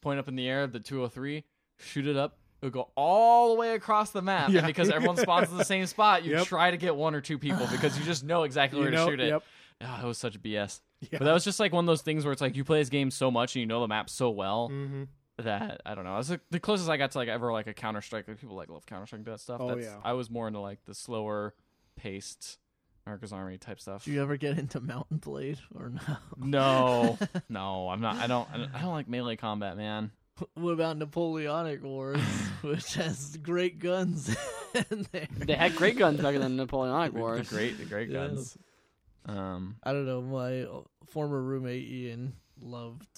Speaker 2: point up in the air, the 203, shoot it up. It'll go all the way across the map,
Speaker 4: Yeah.
Speaker 2: and because everyone spawns in the same spot, you
Speaker 4: Yep.
Speaker 2: try to get one or two people because you just know exactly
Speaker 4: You
Speaker 2: where
Speaker 4: know-
Speaker 2: to shoot it.
Speaker 4: Yep.
Speaker 2: Ah, it was such BS.
Speaker 4: Yeah.
Speaker 2: But that was just like one of those things where it's like you play this game so much and you know the map so well
Speaker 4: Mm-hmm.
Speaker 2: that I don't know. That's like the closest I got to like ever like a Counter Strike. Like people like love Counter Strike that stuff.
Speaker 4: Oh,
Speaker 2: That's,
Speaker 4: yeah.
Speaker 2: I was more into like the slower paced America's Army type stuff.
Speaker 3: Do you ever get into Mountain Blade or no?
Speaker 2: No, no, I'm not. I don't. I don't, I don't like melee combat, man.
Speaker 3: What about Napoleonic Wars, which has great guns in there?
Speaker 1: They had great guns back in the Napoleonic
Speaker 2: The
Speaker 1: Wars.
Speaker 2: great, the great
Speaker 3: Yeah.
Speaker 2: guns. Um,
Speaker 3: I don't know. My former roommate Ian loved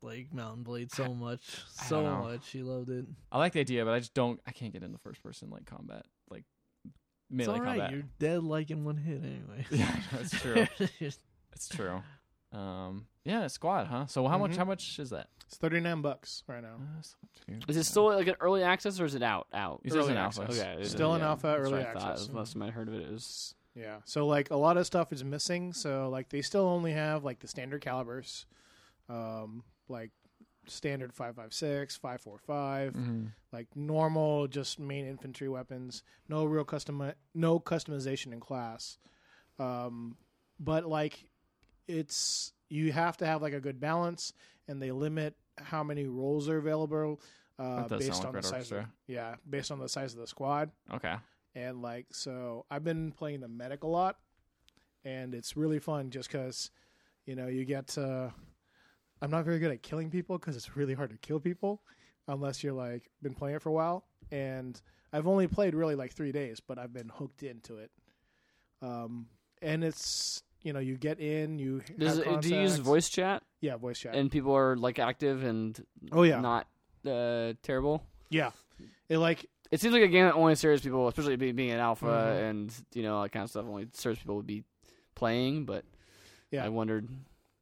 Speaker 3: like Mountain Blade so much,
Speaker 2: I
Speaker 3: so
Speaker 2: don't know.
Speaker 3: much. He loved it.
Speaker 2: I like the idea, but I just don't. I can't get into first person like combat, like
Speaker 3: it's
Speaker 2: melee
Speaker 3: all right.
Speaker 2: combat.
Speaker 3: You're dead like in one hit anyway.
Speaker 2: Yeah, that's true.
Speaker 3: Just-
Speaker 2: It's true. Um, yeah, squad, huh? So how much?
Speaker 4: Mhm.
Speaker 2: How much is that?
Speaker 4: It's 39 bucks right now.
Speaker 2: Uh, it's not too-
Speaker 1: Is it still like an early access or is it out? Out.
Speaker 2: It's just
Speaker 4: early
Speaker 2: an alpha.
Speaker 4: access.
Speaker 1: Okay, it is-
Speaker 4: Still in
Speaker 1: yeah,
Speaker 4: alpha,
Speaker 1: that's
Speaker 4: early
Speaker 1: what I thought.
Speaker 4: access.
Speaker 1: That's Most of them I heard of it is
Speaker 4: Yeah. So like a lot of stuff is missing. So like they still only have like the standard calibers, um, like standard 556, 545,
Speaker 2: Mhm.
Speaker 4: like normal just main infantry weapons. No real custom no customization in class. Um, but like it's you have to have like a good balance and they limit how many roles are available uh,
Speaker 2: That does
Speaker 4: based
Speaker 2: sound
Speaker 4: on
Speaker 2: like
Speaker 4: the
Speaker 2: Red
Speaker 4: size of,
Speaker 2: Orchestra.
Speaker 4: yeah, based on the size of the squad
Speaker 2: Okay.
Speaker 4: and like so i've been playing the medic a lot and it's really fun just because you know you get to i'm not very good at killing people because it's really hard to kill people unless you're like been playing it for a while and i've only played really like three days but i've been hooked into it um and it's you know you get in you
Speaker 1: Does
Speaker 4: have
Speaker 1: it- do you use
Speaker 4: contacts.
Speaker 1: voice chat
Speaker 4: yeah voice chat
Speaker 1: and people are like active and
Speaker 4: oh yeah
Speaker 1: not uh, terrible?
Speaker 4: yeah it like
Speaker 1: It seems like a game that only serious people, especially being, being an alpha
Speaker 4: Mhm.
Speaker 1: and you know that kind of stuff, only serious people would be playing. But
Speaker 4: Yeah.
Speaker 1: I wondered.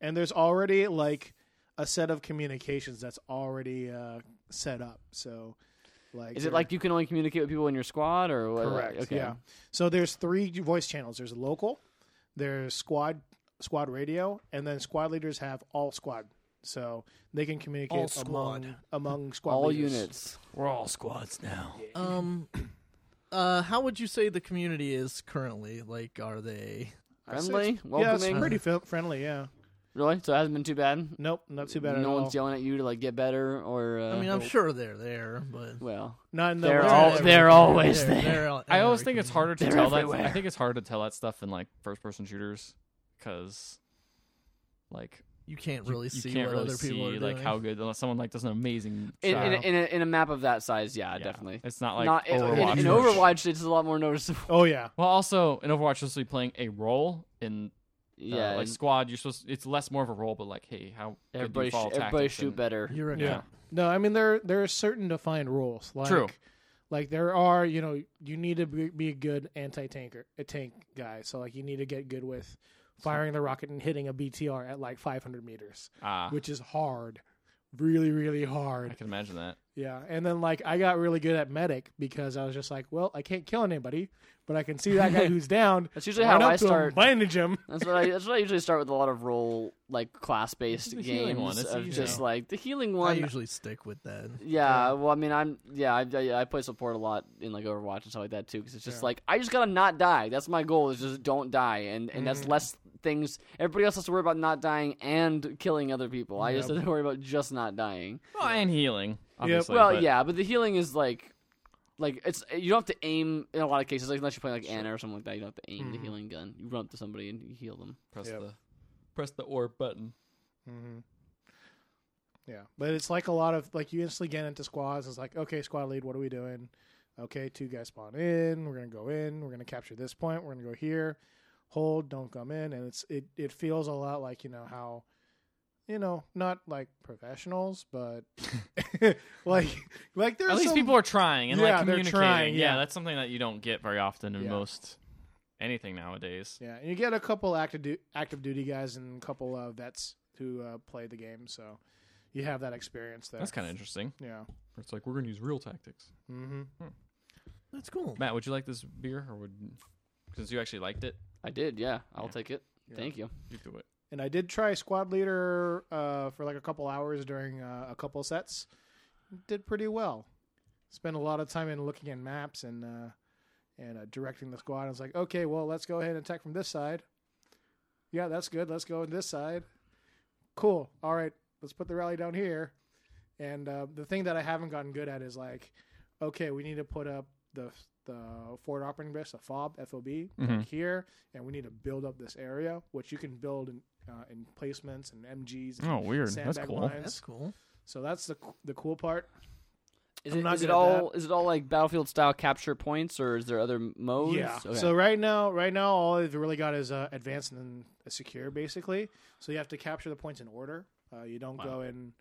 Speaker 4: and there's already like a set of communications that's already uh, set up. So, like,
Speaker 1: Is
Speaker 4: there-
Speaker 1: it like you can only communicate with people in your squad or what?
Speaker 4: correct?
Speaker 1: Okay.
Speaker 4: Yeah. So there's three voice channels. There's local, there's squad squad radio, and then squad leaders have all squad. So they can communicate
Speaker 3: All squad.
Speaker 4: among among squad
Speaker 1: All
Speaker 4: leaders.
Speaker 1: units.
Speaker 2: We're all squads now.
Speaker 3: Um, uh, how would you say the community is currently? Like, are they?
Speaker 4: I'd say
Speaker 1: Friendly?
Speaker 4: it's- Yeah, it's
Speaker 1: Welcoming?
Speaker 4: pretty fi- friendly. Yeah.
Speaker 1: Really? So it hasn't been too bad?
Speaker 4: Nope, not too bad at
Speaker 1: no
Speaker 4: all.
Speaker 1: one's yelling at you to like get better or uh,
Speaker 3: I mean, I'm sure they're there, but
Speaker 1: well
Speaker 4: Not in the
Speaker 1: they're
Speaker 3: they're
Speaker 1: all
Speaker 3: everywhere.
Speaker 1: they're always
Speaker 3: They're-
Speaker 1: there.
Speaker 3: they're all-
Speaker 2: I
Speaker 3: in
Speaker 2: always
Speaker 3: every
Speaker 2: think it's
Speaker 3: community.
Speaker 2: harder to
Speaker 1: They're
Speaker 2: tell that.
Speaker 1: everywhere.
Speaker 2: I think it's harder to tell that stuff in like first-person shooters because, like,
Speaker 3: You can't
Speaker 2: you-
Speaker 3: really
Speaker 2: you,
Speaker 3: see
Speaker 2: can't
Speaker 3: what
Speaker 2: really
Speaker 3: other people
Speaker 2: see,
Speaker 3: are
Speaker 2: like
Speaker 3: doing.
Speaker 2: how good unless someone like does an amazing.
Speaker 1: in, in,
Speaker 2: job.
Speaker 1: a, in, a, in a map of that size, yeah,
Speaker 2: Yeah.
Speaker 1: definitely.
Speaker 2: It's not like
Speaker 1: Not in-
Speaker 2: Overwatch.
Speaker 1: in, in
Speaker 2: where-
Speaker 1: Overwatch, it's a lot more noticeable.
Speaker 4: Oh yeah,
Speaker 2: Well, also in Overwatch, you're supposed to be playing a role in uh,
Speaker 1: Yeah,
Speaker 2: like
Speaker 1: and
Speaker 2: squad. You're supposed it's less more of a role, but like hey, how good do you
Speaker 1: everybody sh-
Speaker 2: follow
Speaker 1: everybody
Speaker 2: tactics
Speaker 1: shoot
Speaker 2: and-
Speaker 1: better.
Speaker 3: You're right.
Speaker 2: Yeah.
Speaker 4: No, I mean there there are certain defined rules. Like,
Speaker 2: True.
Speaker 4: Like there are, you know, you need to be, be a good anti-tanker, a tank guy. So like you need to get good with firing the rocket and hitting a BTR at like 500 meters,
Speaker 2: Ah,
Speaker 4: which is hard, really really
Speaker 2: I
Speaker 4: hard.
Speaker 2: can imagine that.
Speaker 4: Yeah. And then like I got really good at medic because I was just like, well, I can't kill anybody, but I can see that guy who's down.
Speaker 1: That's usually
Speaker 4: run
Speaker 1: how
Speaker 4: up
Speaker 1: I
Speaker 4: to him,
Speaker 1: start.
Speaker 4: bandage him.
Speaker 1: That's what I. That's what I usually start with a lot of role like class
Speaker 2: It's
Speaker 1: based
Speaker 2: the
Speaker 1: games
Speaker 2: healing one, it's
Speaker 1: of
Speaker 2: easy.
Speaker 1: just like the healing
Speaker 3: I
Speaker 1: one.
Speaker 3: usually stick with that.
Speaker 1: yeah, well, I mean, I'm yeah, I, I, I play support a lot in like Overwatch and stuff like that too, because it's just
Speaker 4: Yeah.
Speaker 1: like I just gotta not die. That's my goal is just don't die, and and that's
Speaker 4: Mhm.
Speaker 1: less things. Everybody else has to worry about not dying and killing other people. I just
Speaker 4: Yep.
Speaker 1: have to worry about just not dying.
Speaker 2: Well, and healing. Obviously,
Speaker 1: well,
Speaker 2: but-
Speaker 1: yeah, but the healing is like, like it's you don't have to aim in a lot of cases, like unless you're playing like Anna or something like that. You don't have to aim the
Speaker 4: Mhm.
Speaker 1: healing gun. You run up to somebody and you heal them.
Speaker 2: Press
Speaker 4: Yep.
Speaker 2: the press the orb button.
Speaker 4: Mm-hmm. Yeah, but it's like a lot of like you instantly get into squads. It's like, okay, squad lead, what are we doing? Okay, two guys spawn in. We're gonna go in. We're gonna capture this point. We're gonna go here. Hold, don't come in, and it's it it feels a lot like you know how, you know, not like professionals, but like like there's
Speaker 2: At least
Speaker 4: some-
Speaker 2: people are trying and
Speaker 4: Yeah,
Speaker 2: like
Speaker 4: they're
Speaker 2: communicating.
Speaker 4: trying,
Speaker 2: yeah.
Speaker 4: yeah.
Speaker 2: that's something that you don't get very often in
Speaker 4: Yeah.
Speaker 2: most anything nowadays.
Speaker 4: Yeah, and you get a couple active du- active duty guys and a couple of vets who uh, play the game, so you have that experience there.
Speaker 2: That's kind of interesting.
Speaker 4: yeah.
Speaker 2: It's like we're gonna use real tactics.
Speaker 4: Mm-hmm.
Speaker 3: That's cool.
Speaker 2: Matt, would you like this beer, or would since you actually liked it,
Speaker 1: I did, yeah. I'll
Speaker 2: Yeah.
Speaker 1: take it. Thank you.
Speaker 2: you do it?
Speaker 4: and I did try squad leader uh, for like a couple hours during uh, a couple sets. Did pretty well. Spent a lot of time in looking at maps and uh, and uh, directing the squad. I was like, okay, well, let's go ahead and attack from this side. Yeah, that's good. Let's go on this side. Cool. All right, let's put the rally down here. And uh, the thing that I haven't gotten good at is like, okay, we need to put up the the forward operating base, the FOB, FOB,
Speaker 2: Mhm.
Speaker 4: like here, and we need to build up this area, which you can build in, uh, in placements and MGs. And
Speaker 2: Oh, weird.
Speaker 4: sandbag
Speaker 2: That's cool.
Speaker 4: lines.
Speaker 3: That's cool.
Speaker 4: So that's the the cool part.
Speaker 1: Is
Speaker 4: I'm
Speaker 1: it,
Speaker 4: not
Speaker 1: is it
Speaker 4: good at
Speaker 1: all is it all like battlefield style capture points or is there other modes?
Speaker 4: Yeah.
Speaker 1: Okay.
Speaker 4: So right now, right now, all they've really got is uh, advanced and secure, basically. So you have to capture the points in order. Uh, you don't go in.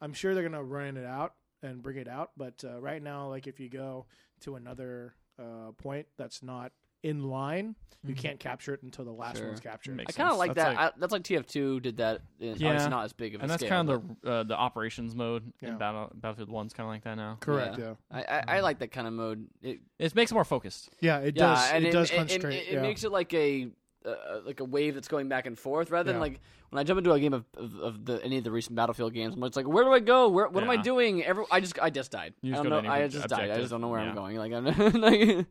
Speaker 4: I'm sure they're gonna run it out and bring it out, but uh, right now, like if you go to another uh, point that's not in line, you
Speaker 3: Mhm.
Speaker 4: can't capture it until the last
Speaker 1: Mm-hmm. Sure.
Speaker 4: one's captured.
Speaker 1: I
Speaker 2: Makes
Speaker 1: kind of
Speaker 2: sense.
Speaker 1: like
Speaker 2: That's
Speaker 1: that. I, that's like TF2 did that. In, yeah,
Speaker 2: Yeah.
Speaker 1: not as big of a
Speaker 2: and that's
Speaker 1: scale,
Speaker 2: kind of the uh, the operations mode
Speaker 4: Yeah.
Speaker 2: in Battle, Battlefield One's kind of like that now.
Speaker 1: Correct,
Speaker 4: Yeah. Yeah.
Speaker 1: but I, I, I like that kind of mode. It
Speaker 2: It makes it more focused.
Speaker 4: it
Speaker 1: yeah,
Speaker 4: does.
Speaker 1: and
Speaker 4: it, does
Speaker 1: and-
Speaker 4: constrain.
Speaker 1: It, it
Speaker 4: yeah.
Speaker 1: makes it like a uh, like a wave that's going back and forth rather than
Speaker 4: Yeah.
Speaker 1: like when I jump into a game of, of, of the, any of the recent Battlefield games, I'm just like, where do I go? Where what am I
Speaker 2: Yeah.
Speaker 1: doing? Every, I just I just died.
Speaker 2: You
Speaker 1: I
Speaker 2: just
Speaker 1: don't
Speaker 2: go
Speaker 1: know.
Speaker 2: to any
Speaker 1: I
Speaker 2: ob-
Speaker 1: just died. I just
Speaker 2: objective.
Speaker 1: don't know where I'm
Speaker 2: Yeah.
Speaker 1: going. Like I'm like,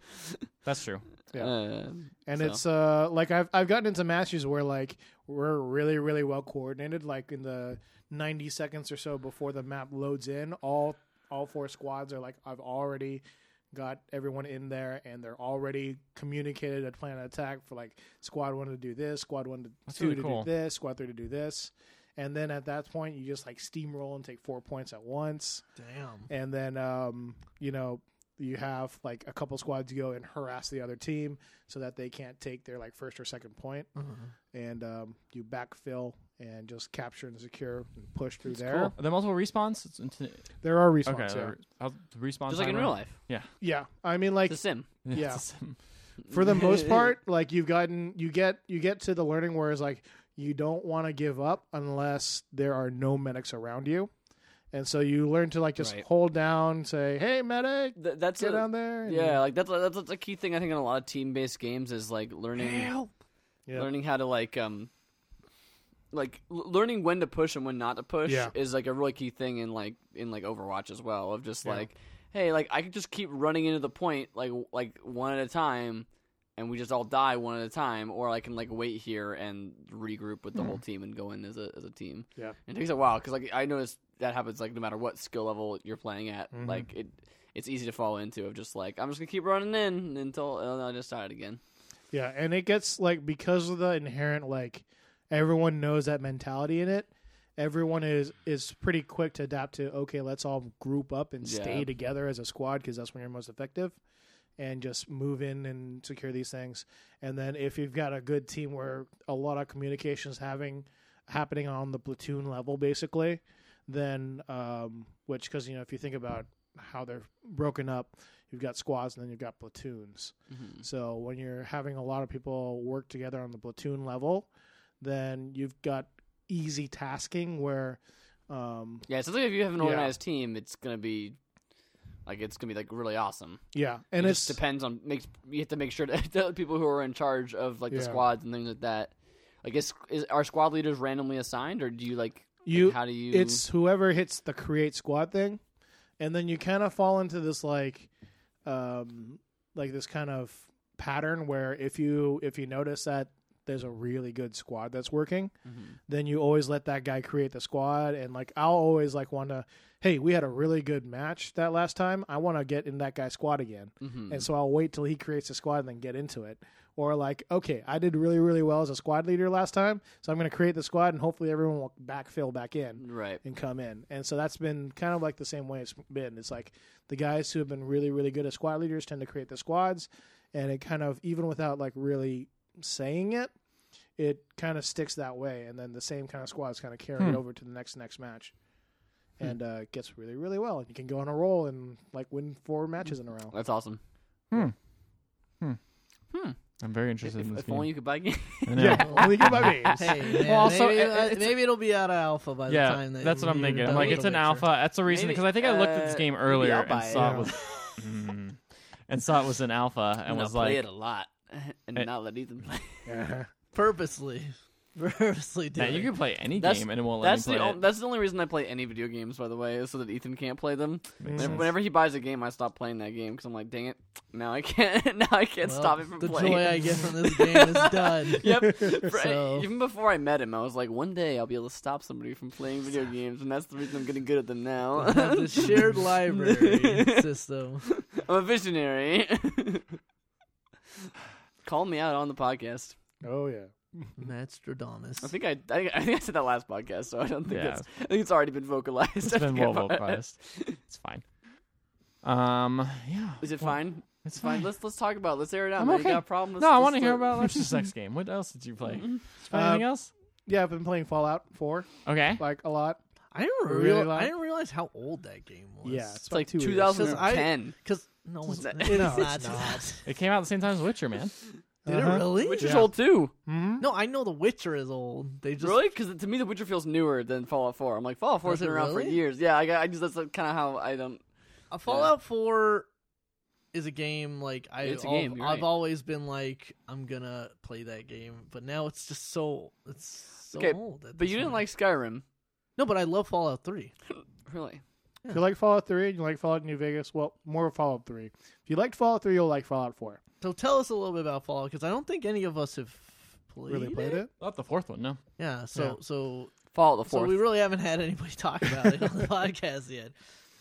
Speaker 2: That's true.
Speaker 4: Yeah.
Speaker 1: uh,
Speaker 4: and
Speaker 1: So-
Speaker 4: it's uh like I've I've gotten into matches where like we're really really well coordinated. Like in the ninety seconds or so before the map loads in, all all four squads are like I've already got everyone in there and they're already communicated a plan of attack for like squad one to do this, squad one to
Speaker 2: That's
Speaker 4: two
Speaker 2: really
Speaker 4: to
Speaker 2: cool.
Speaker 4: do this, squad three to do this. And then at that point you just like steamroll and take four points at once
Speaker 3: Damn.
Speaker 4: and then um, you know you have like a couple squads go and harass the other team so that they can't take their like first or second point
Speaker 3: Uh-huh.
Speaker 2: Mm-hmm.
Speaker 4: and um, you backfill and just capture and secure and push through
Speaker 2: It's
Speaker 4: there
Speaker 2: cool. Are there multiple respawns? It's into-
Speaker 4: there are
Speaker 2: okay.
Speaker 4: respawns yeah.
Speaker 2: there- How, the respawn
Speaker 1: just like in
Speaker 2: timer?
Speaker 1: real life,
Speaker 4: yeah i mean like
Speaker 1: it's a sim.
Speaker 4: Yeah.
Speaker 2: It's-
Speaker 4: for the most part like you've gotten you get you get to the learning where it's like you don't want to give up unless there are no medics around you. And so you learn to like just
Speaker 1: Right.
Speaker 4: hold down, say, "Hey, medic,
Speaker 1: Th- that's
Speaker 4: get
Speaker 1: a,
Speaker 4: down there." and
Speaker 1: yeah, like that's, that's that's a key thing I think in a lot of team based games is like learning
Speaker 4: help. Yeah.
Speaker 1: learning how to like um like l- learning when to push and when not to push
Speaker 4: Yeah.
Speaker 1: is like a really key thing in like in like Overwatch as well of just
Speaker 4: Yeah.
Speaker 1: like hey like I could just keep running into the point like like one at a time and we just all die one at a time or I can like wait here and regroup with the whole team and go in as a as a team.
Speaker 4: Hmm. Yeah.
Speaker 1: And it takes a while cuz like I noticed that happens like no matter what skill level you're playing at
Speaker 4: Mhm.
Speaker 1: like it it's easy to fall into of just like I'm just going to keep running in until uh, I just die again.
Speaker 4: Yeah, and it gets like because of the inherent like everyone knows that mentality in it. Everyone is is pretty quick to adapt to. Okay, let's all group up and stay
Speaker 1: Yeah.
Speaker 4: together as a squad because that's when you're most effective, and just move in and secure these things. And then if you've got a good team where a lot of communications having happening on the platoon level, basically, then um, which because you know if you think about how they're broken up, you've got squads and then you've got platoons. So when you're having a lot of people work together on the platoon level, then you've got easy tasking where um
Speaker 1: Yeah, so if you have an
Speaker 4: Yeah.
Speaker 1: organized team, it's gonna be like it's gonna be like really awesome.
Speaker 4: yeah and
Speaker 1: it
Speaker 4: it's
Speaker 1: just depends on makes you have to make sure that the people who are in charge of like
Speaker 4: Yeah.
Speaker 1: the squads and things like that. Like, is, is are squad leaders randomly assigned, or do you like
Speaker 4: you
Speaker 1: how do you?
Speaker 4: it's whoever hits the create squad thing and then you kind of fall into this like um like this kind of pattern where if you if you notice that there's a really good squad that's working
Speaker 1: Mhm.
Speaker 4: then you always let that guy create the squad and like i'll always like want to hey we had a really good match that last time i want to get in that guy's squad again
Speaker 1: Mhm.
Speaker 4: and so I'll wait till he creates a squad and then get into it. Or like, okay, I did really really well as a squad leader last time, so I'm going to create the squad and hopefully everyone will backfill back in
Speaker 1: right.
Speaker 4: and come in. And so that's been kind of like the same way it's been. It's like the guys who have been really really good as squad leaders tend to create the squads, and it kind of even without like really saying it. It kind of sticks that way, and then the same kind of squads kind of carry it
Speaker 2: Hmm.
Speaker 4: over to the next next match, and uh, it gets really really well. And you can go on a roll and like win four matches in a row.
Speaker 1: That's awesome.
Speaker 2: I'm very
Speaker 1: If,
Speaker 2: interested in this
Speaker 1: if only
Speaker 2: game.
Speaker 1: you could buy games.
Speaker 2: I know.
Speaker 4: Yeah, only good by games.
Speaker 3: Hey, man,
Speaker 2: Well, also,
Speaker 3: maybe,
Speaker 2: it-
Speaker 3: uh,
Speaker 2: it's-
Speaker 3: maybe it'll be out of alpha by
Speaker 2: yeah,
Speaker 3: the time. That
Speaker 2: that's what I'm
Speaker 3: you're
Speaker 2: thinking. I'm
Speaker 3: done
Speaker 2: like,
Speaker 3: with
Speaker 2: it's
Speaker 3: The
Speaker 2: an
Speaker 3: Witcher.
Speaker 2: alpha. That's the reason
Speaker 1: Maybe,
Speaker 2: because I think I looked at this
Speaker 1: uh,
Speaker 2: game
Speaker 1: maybe
Speaker 2: earlier
Speaker 1: I'll
Speaker 2: and
Speaker 1: buy it.
Speaker 2: saw it
Speaker 4: Yeah.
Speaker 2: was Mm. and saw it was an alpha and
Speaker 1: I'm
Speaker 2: was
Speaker 1: gonna play
Speaker 2: like,
Speaker 1: it a lot, and
Speaker 2: Eh.
Speaker 1: not let Ethan play.
Speaker 4: Yeah.
Speaker 3: Purposely, purposely.
Speaker 2: "Nah,
Speaker 3: Did
Speaker 2: you can play any
Speaker 1: That's-
Speaker 2: game and it won't let me
Speaker 1: That's
Speaker 2: play
Speaker 1: the
Speaker 2: it."
Speaker 1: on- that's the only reason I play any video games, by the way, is so that Ethan can't play them.
Speaker 2: Makes
Speaker 1: Whenever,
Speaker 2: sense.
Speaker 1: whenever he buys a game, I stop playing that game because I'm like, dang it, now I can't, now I can't
Speaker 3: Well,
Speaker 1: stop it from
Speaker 3: the
Speaker 1: playing.
Speaker 3: joy I get from this game is done.
Speaker 1: yep. Right.
Speaker 3: So-
Speaker 1: Even before I met him, I was like, one day I'll be able to stop somebody from playing video games, and that's the reason I'm getting good at them now.
Speaker 3: I
Speaker 2: Uh-huh.
Speaker 3: have this shared library system.
Speaker 1: I'm a visionary. Call me out on the podcast.
Speaker 4: Oh yeah.
Speaker 3: Nostradamus.
Speaker 1: I think I, I, think- I think I said that last podcast, so I don't think
Speaker 2: Yeah.
Speaker 1: it's, I think it's already been vocalized.
Speaker 2: it's
Speaker 1: I
Speaker 2: been
Speaker 1: forget
Speaker 2: well
Speaker 1: about it.
Speaker 2: vocalized. It's fine. Um, yeah.
Speaker 1: Is it
Speaker 2: well,
Speaker 1: fine?
Speaker 2: It's
Speaker 1: Fine.
Speaker 2: fine.
Speaker 1: Let's let's talk about. It. Let's air it out.
Speaker 2: I'm
Speaker 1: man.
Speaker 2: okay.
Speaker 1: You got a problem? Let's,
Speaker 2: no, I
Speaker 1: let's
Speaker 2: want to hear
Speaker 1: start-
Speaker 2: about Life's a Sex game. What else did you play?
Speaker 1: Mhm.
Speaker 2: Anything else?
Speaker 4: Yeah, I've been playing Fallout 4
Speaker 2: Okay.
Speaker 4: like a lot.
Speaker 3: I didn't
Speaker 4: Really
Speaker 3: real,
Speaker 4: loud?
Speaker 3: I didn't realize how old that game was.
Speaker 4: Yeah, it's,
Speaker 1: It's like
Speaker 4: two years.
Speaker 1: 2010.
Speaker 3: because no one's
Speaker 1: It's-
Speaker 3: it's,
Speaker 4: no,
Speaker 3: not.
Speaker 4: it's not.
Speaker 2: It came out at the same time as Witcher, man.
Speaker 3: Did
Speaker 4: Uh-huh.
Speaker 3: it really?
Speaker 1: Witcher's
Speaker 4: Yeah.
Speaker 1: old too.
Speaker 4: Mhm.
Speaker 3: No, I know The Witcher is old. They just
Speaker 1: Really? 'Cause really? Because to me, The Witcher feels newer than Fallout 4. I'm like, Fallout 4 has
Speaker 3: Does it
Speaker 1: been around for
Speaker 3: really?
Speaker 1: years. Yeah, I, got- I just that's kind of how I don't.
Speaker 3: Uh, Fallout Four is a game like I
Speaker 1: It's a
Speaker 3: al-
Speaker 1: game, you're
Speaker 3: I've
Speaker 1: right.
Speaker 3: always been like I'm gonna play that game, but now it's just so it's so
Speaker 1: Okay,
Speaker 3: old. at
Speaker 1: But
Speaker 3: this
Speaker 1: you didn't
Speaker 3: point.
Speaker 1: like Skyrim,
Speaker 3: no, but I love Fallout Three.
Speaker 1: really?
Speaker 4: If you like Fallout 3 and you like Fallout New Vegas, well, more Fallout 3. If you liked Fallout 3, you'll like Fallout 4.
Speaker 3: So tell us a little bit about Fallout because I don't think any of us have played,
Speaker 4: Really played it?
Speaker 2: Not the fourth one, no.
Speaker 3: Yeah. So
Speaker 4: Yeah.
Speaker 3: so
Speaker 1: Fallout the
Speaker 3: so
Speaker 1: Fourth.
Speaker 3: we really haven't had anybody talk about it on the podcast yet.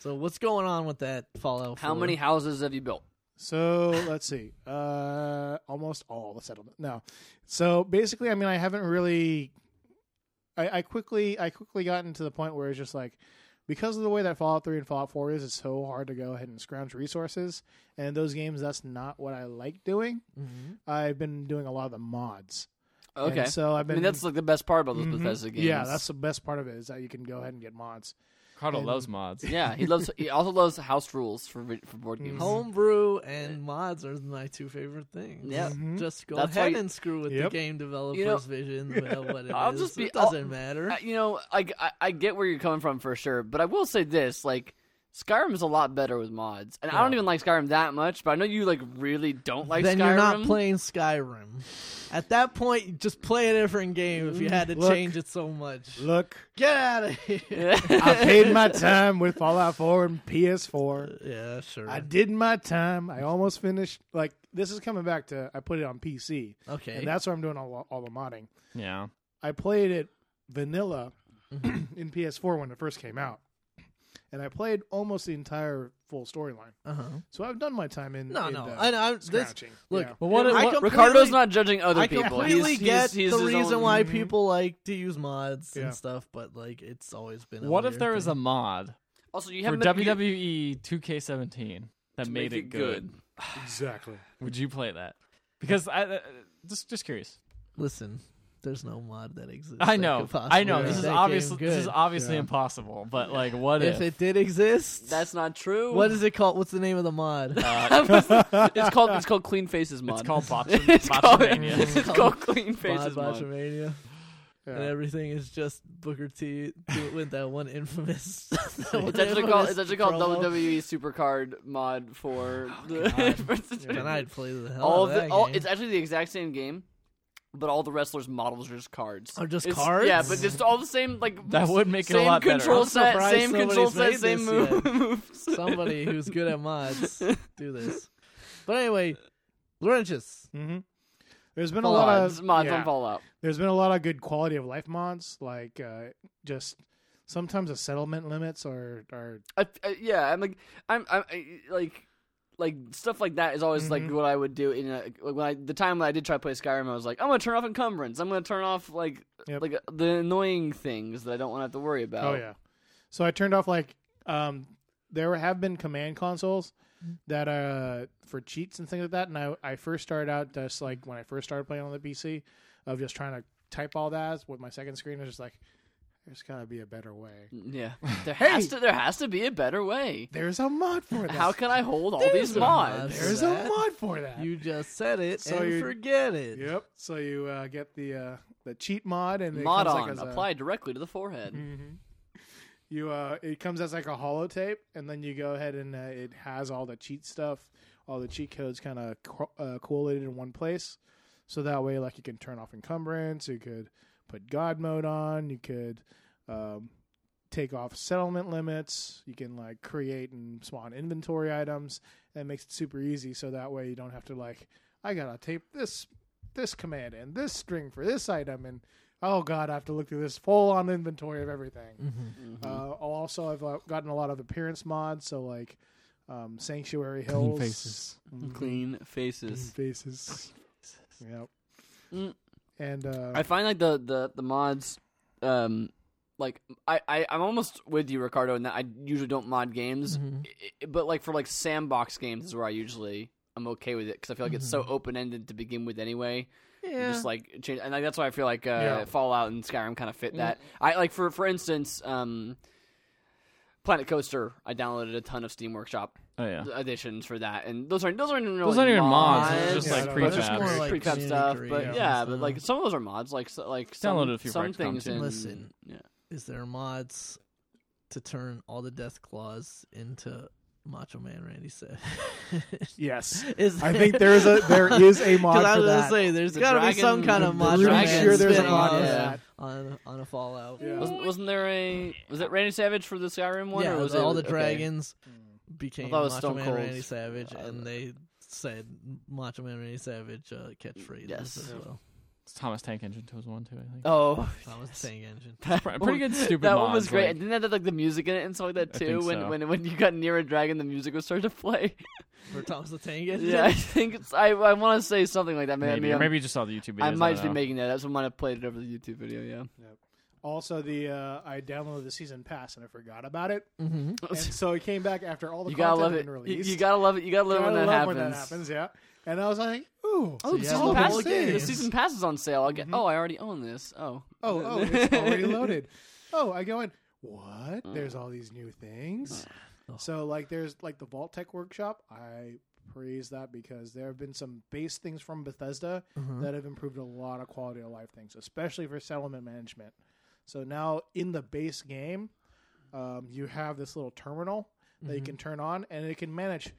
Speaker 3: So what's going on with that Fallout?
Speaker 1: how
Speaker 3: 4?
Speaker 1: many houses have you built?
Speaker 4: So let's see. Uh, almost all the settlement. No. So basically, I mean, I haven't really. I, I quickly, I quickly gotten to the point where it's just like, because of the way that Fallout Three and Fallout Four is, it's so hard to go ahead and scrounge resources. And in those games, that's not what I like doing.
Speaker 3: Mhm.
Speaker 4: I've been doing a lot of the mods. And
Speaker 1: Okay.
Speaker 4: so I've
Speaker 1: I
Speaker 4: been.
Speaker 1: mean, that's like the best part about those
Speaker 4: Mhm.
Speaker 1: Bethesda games.
Speaker 4: Yeah, that's the best part of it is that you can go ahead and get mods.
Speaker 2: Cardo
Speaker 4: And-
Speaker 2: loves mods.
Speaker 1: Yeah, he loves. he also loves house rules for vi- for board
Speaker 3: Mm-hmm.
Speaker 1: games.
Speaker 3: Homebrew and mods are my two favorite things.
Speaker 1: Yeah.
Speaker 4: Mhm.
Speaker 3: Just go
Speaker 1: That's why
Speaker 3: ahead
Speaker 1: you-
Speaker 3: and screw with the
Speaker 4: Yep.
Speaker 3: game developer's
Speaker 1: You know-
Speaker 3: vision. Well, what it
Speaker 1: I'll
Speaker 3: is.
Speaker 1: just be-
Speaker 3: it
Speaker 1: I'll-
Speaker 3: doesn't matter.
Speaker 1: I- Uh, you know, I, I I get where you're coming from for sure, but I will say this: like, Skyrim is a lot better with mods, and I don't
Speaker 4: Yeah.
Speaker 1: even like Skyrim that much. But I know you like really don't like
Speaker 3: then
Speaker 1: Skyrim.
Speaker 3: you're not playing Skyrim. At that point, just play a different game if you had to
Speaker 4: Look.
Speaker 3: change it so much.
Speaker 4: Look,
Speaker 3: Get out of here.
Speaker 4: I paid my time with Fallout 4 and PS4.
Speaker 3: yeah, sure.
Speaker 4: I did my time. I almost finished. Like this is coming back to I put it on PC,
Speaker 3: okay.
Speaker 4: and that's where I'm doing all, all the modding.
Speaker 2: Yeah.
Speaker 4: I played it vanilla
Speaker 3: Mm-hmm.
Speaker 4: in PS4 when it first came out, and I played almost the entire full storyline.
Speaker 3: uh-huh.
Speaker 4: So I've done my time in
Speaker 3: No,
Speaker 4: in
Speaker 3: no.
Speaker 4: the
Speaker 3: I, I, this,
Speaker 4: scratching.
Speaker 3: look,
Speaker 4: Yeah.
Speaker 2: Well, what-
Speaker 3: I
Speaker 2: what-
Speaker 3: completely-
Speaker 1: Ricardo's not judging other
Speaker 3: I
Speaker 1: people.
Speaker 3: completely
Speaker 1: he's,
Speaker 3: get
Speaker 1: he's, he's
Speaker 3: the
Speaker 1: his
Speaker 3: reason
Speaker 1: own-
Speaker 3: why
Speaker 4: Mhm.
Speaker 3: people like to use mods
Speaker 4: Yeah.
Speaker 3: and stuff, but like it's always been. A
Speaker 2: What if
Speaker 3: weird
Speaker 2: there was
Speaker 3: thing.
Speaker 2: a mod
Speaker 1: Also, you
Speaker 2: for E
Speaker 1: haven't
Speaker 3: E
Speaker 2: WWE 2K17 that
Speaker 1: to
Speaker 2: made
Speaker 1: make
Speaker 2: it good?
Speaker 4: exactly.
Speaker 2: Would you play that? Because I uh, just just curious.
Speaker 3: Listen, there's no mod that exists.
Speaker 2: I
Speaker 3: that
Speaker 2: know,
Speaker 3: could
Speaker 2: I know.
Speaker 3: possibly
Speaker 2: This
Speaker 3: make
Speaker 2: is
Speaker 3: that
Speaker 2: obviously
Speaker 3: game
Speaker 2: this is
Speaker 3: good.
Speaker 2: obviously
Speaker 4: Yeah.
Speaker 2: impossible. But like, what
Speaker 3: if
Speaker 2: if?
Speaker 3: it did exist,
Speaker 1: That's not true.
Speaker 3: what is it called? What's the name of the mod?
Speaker 1: it's called? It's called Clean Faces Mod.
Speaker 2: it's called Botch-
Speaker 1: It's called-
Speaker 2: Botchamania.
Speaker 1: it's called Clean Faces
Speaker 3: mod
Speaker 1: Mod.
Speaker 3: Botchamania.
Speaker 4: Yeah.
Speaker 3: and everything is just Booker T with that one infamous. that one
Speaker 1: It's actually called. It's
Speaker 3: infamous
Speaker 1: actually called E. WWE
Speaker 3: promo.
Speaker 1: Supercard Mod for
Speaker 3: Oh,
Speaker 1: the. for
Speaker 4: God.
Speaker 3: And I'd play the hell
Speaker 1: all
Speaker 3: all
Speaker 1: of
Speaker 3: out of
Speaker 1: the,
Speaker 3: that
Speaker 1: all,
Speaker 3: game.
Speaker 1: it's actually the exact same game, but all the wrestlers' models are just cards.
Speaker 3: Are just
Speaker 1: It's-
Speaker 3: cards?
Speaker 1: Yeah, but just all the same like
Speaker 2: That would make it a
Speaker 1: same
Speaker 2: lot better.
Speaker 1: control
Speaker 3: I'm
Speaker 1: set,
Speaker 3: surprised
Speaker 1: same control set,
Speaker 3: somebody's made
Speaker 1: same
Speaker 3: this
Speaker 1: move, moves.
Speaker 3: Somebody who's good at mods do this. But anyway, Laurentius.
Speaker 4: hmm There's been a lot
Speaker 1: mods,
Speaker 4: of
Speaker 1: mods
Speaker 4: yeah.
Speaker 1: on Fallout.
Speaker 4: There's been a lot of good quality of life mods, like uh, just sometimes the settlement limits are are
Speaker 1: I, I, yeah, I'm like I'm, I'm I, like like stuff like that is always like
Speaker 4: Mhm.
Speaker 1: what I would do in a, like, when I the time when I did try to play Skyrim, I was like I'm gonna turn off encumbrance. I'm gonna turn off like
Speaker 4: Yep.
Speaker 1: like uh, the annoying things that I don't want to have to worry about.
Speaker 4: Oh yeah. So I turned off like um there have been command consoles that uh for cheats and things like that and I I first started out just like when I first started playing on the PC of just trying to type all that with my second screen I was just like there's got to be a better way.
Speaker 1: Mm, yeah. There has to there has to be a better way.
Speaker 4: There's a mod for that.
Speaker 1: How can I hold all these
Speaker 3: a mod.
Speaker 1: mods?
Speaker 4: There's
Speaker 3: that?
Speaker 4: a mod for that.
Speaker 3: You just said it
Speaker 4: So
Speaker 3: and
Speaker 4: you-
Speaker 3: forget it.
Speaker 4: yep. So you uh, get the uh the cheat mod and it
Speaker 1: mod
Speaker 4: comes, like,
Speaker 1: on
Speaker 4: as a- Mm-hmm.
Speaker 1: applied directly to the forehead.
Speaker 4: You uh, it comes as like a holotape, and then you go ahead and uh, it has all the cheat stuff, all the cheat codes kind of co- uh, collated in one place, so that way like you can turn off encumbrance, you could put God mode on, you could um, take off settlement limits, you can like create and spawn inventory items, and it makes it super easy, so that way you don't have to like I gotta tape this this command and this string for this item and. Oh God! I have to look through this full-on inventory of everything.
Speaker 1: Mm-hmm.
Speaker 4: Uh, also, I've uh, gotten a lot of appearance mods, so like um, Sanctuary Hills,
Speaker 2: faces.
Speaker 1: Clean
Speaker 4: Mhm. Clean
Speaker 1: faces.
Speaker 4: faces. Yep.
Speaker 1: Mm.
Speaker 4: And uh,
Speaker 1: I find like the the the mods, um, like I, I I'm almost with you, Ricardo, in that I usually don't mod games,
Speaker 3: Mhm.
Speaker 1: I- I- but like for like sandbox games is where I usually I'm okay with it because I feel like it's so open ended to begin with anyway.
Speaker 3: Yeah.
Speaker 1: Just like change, and like, that's why I feel like uh,
Speaker 4: Yeah.
Speaker 1: Fallout and Skyrim kind of fit that. I like for for instance, um, Planet Coaster. I downloaded a ton of Steam Workshop
Speaker 2: Oh yeah.
Speaker 1: additions for that, and those aren't those aren't really
Speaker 2: Those aren't even mods,
Speaker 1: mods.
Speaker 2: those are just,
Speaker 4: like,
Speaker 1: but it's just
Speaker 4: prefabs.
Speaker 1: more
Speaker 4: More
Speaker 1: like
Speaker 3: like
Speaker 1: prefab stuff.
Speaker 3: community
Speaker 1: But
Speaker 4: creation
Speaker 1: yeah, but
Speaker 3: stuff.
Speaker 1: like some of those are mods, like so, like some,
Speaker 2: Downloaded a few for
Speaker 1: some
Speaker 2: XCOM
Speaker 1: things.
Speaker 2: too.
Speaker 1: In,
Speaker 3: Listen.
Speaker 1: yeah.
Speaker 3: Is there mods to turn all the death claws into Macho Man Randy said?
Speaker 4: yes,
Speaker 3: is
Speaker 4: I think there is a there is a
Speaker 3: 'Cause
Speaker 4: mod
Speaker 3: I
Speaker 4: for
Speaker 3: was gonna
Speaker 4: that.
Speaker 3: say there's
Speaker 1: The
Speaker 3: got to be
Speaker 1: dragon-
Speaker 3: some kind of
Speaker 1: the
Speaker 3: mod.
Speaker 4: Pretty
Speaker 1: Dragon
Speaker 4: sure there's a
Speaker 1: spin-off.
Speaker 4: mod for
Speaker 1: Yeah.
Speaker 4: that.
Speaker 3: on on a Fallout.
Speaker 4: Yeah.
Speaker 1: Wasn't, wasn't there a was it Randy Savage for the Skyrim one?
Speaker 3: Yeah,
Speaker 1: or was
Speaker 3: all
Speaker 1: it,
Speaker 3: the
Speaker 1: okay.
Speaker 3: dragons
Speaker 1: I
Speaker 3: became
Speaker 1: thought it was
Speaker 3: Macho
Speaker 1: Stone
Speaker 3: Man
Speaker 1: Cold's.
Speaker 3: Randy Savage,
Speaker 1: Uh,
Speaker 3: and they said Macho Man Randy Savage uh, catchphrases
Speaker 1: Yes.
Speaker 3: as well.
Speaker 4: Oh,
Speaker 2: It's Thomas Tank Engine was one too. I think.
Speaker 1: Oh,
Speaker 3: Thomas
Speaker 1: yes.
Speaker 3: Tank Engine.
Speaker 1: That
Speaker 2: Pre-
Speaker 1: one-
Speaker 2: pretty good stupid
Speaker 1: That
Speaker 2: mods,
Speaker 1: one was great.
Speaker 2: like-
Speaker 1: and didn't that have like the music in it and stuff like that
Speaker 2: I
Speaker 1: too?
Speaker 2: think
Speaker 1: When
Speaker 2: so.
Speaker 1: when when you got near a dragon, the music would start to play.
Speaker 3: For Thomas the Tank Engine.
Speaker 1: yeah, I think it's, I I want to say something like that. Maybe
Speaker 2: maybe
Speaker 1: maybe,
Speaker 2: or
Speaker 1: I'm-
Speaker 2: maybe you just saw the YouTube videos.
Speaker 1: I might
Speaker 2: don't
Speaker 1: just be
Speaker 2: know.
Speaker 1: making that. That's what might have played it over the YouTube video. Yeah.
Speaker 4: Also, the uh, I downloaded the season pass and I forgot about it,
Speaker 3: Mm-hmm.
Speaker 4: and so it came back after all the
Speaker 1: you gotta
Speaker 4: content
Speaker 1: love
Speaker 4: had
Speaker 1: it.
Speaker 4: been
Speaker 1: You,
Speaker 4: released.
Speaker 1: you gotta love it. You gotta love,
Speaker 4: Gotta
Speaker 1: when, that
Speaker 4: love
Speaker 1: happens.
Speaker 4: when that happens, yeah. And I was like, ooh,
Speaker 1: Oh, the
Speaker 3: So you
Speaker 1: season
Speaker 3: have
Speaker 1: pass
Speaker 3: all
Speaker 1: is
Speaker 3: the
Speaker 1: the
Speaker 3: games.
Speaker 1: season pass is on sale. I get.
Speaker 4: Mhm.
Speaker 1: Oh, I already own this. Oh.
Speaker 4: oh, oh, it's already loaded. Oh, I go in. what? There's all these new things.
Speaker 3: Ugh.
Speaker 4: So like there's like the Vault Tech workshop. I praise that because there have been some base things from Bethesda
Speaker 1: Mm-hmm.
Speaker 4: that have improved a lot of quality of life things, especially for settlement management. So now in the base game, um, you have this little terminal that you
Speaker 2: Mm-hmm.
Speaker 4: can turn on and it can manage.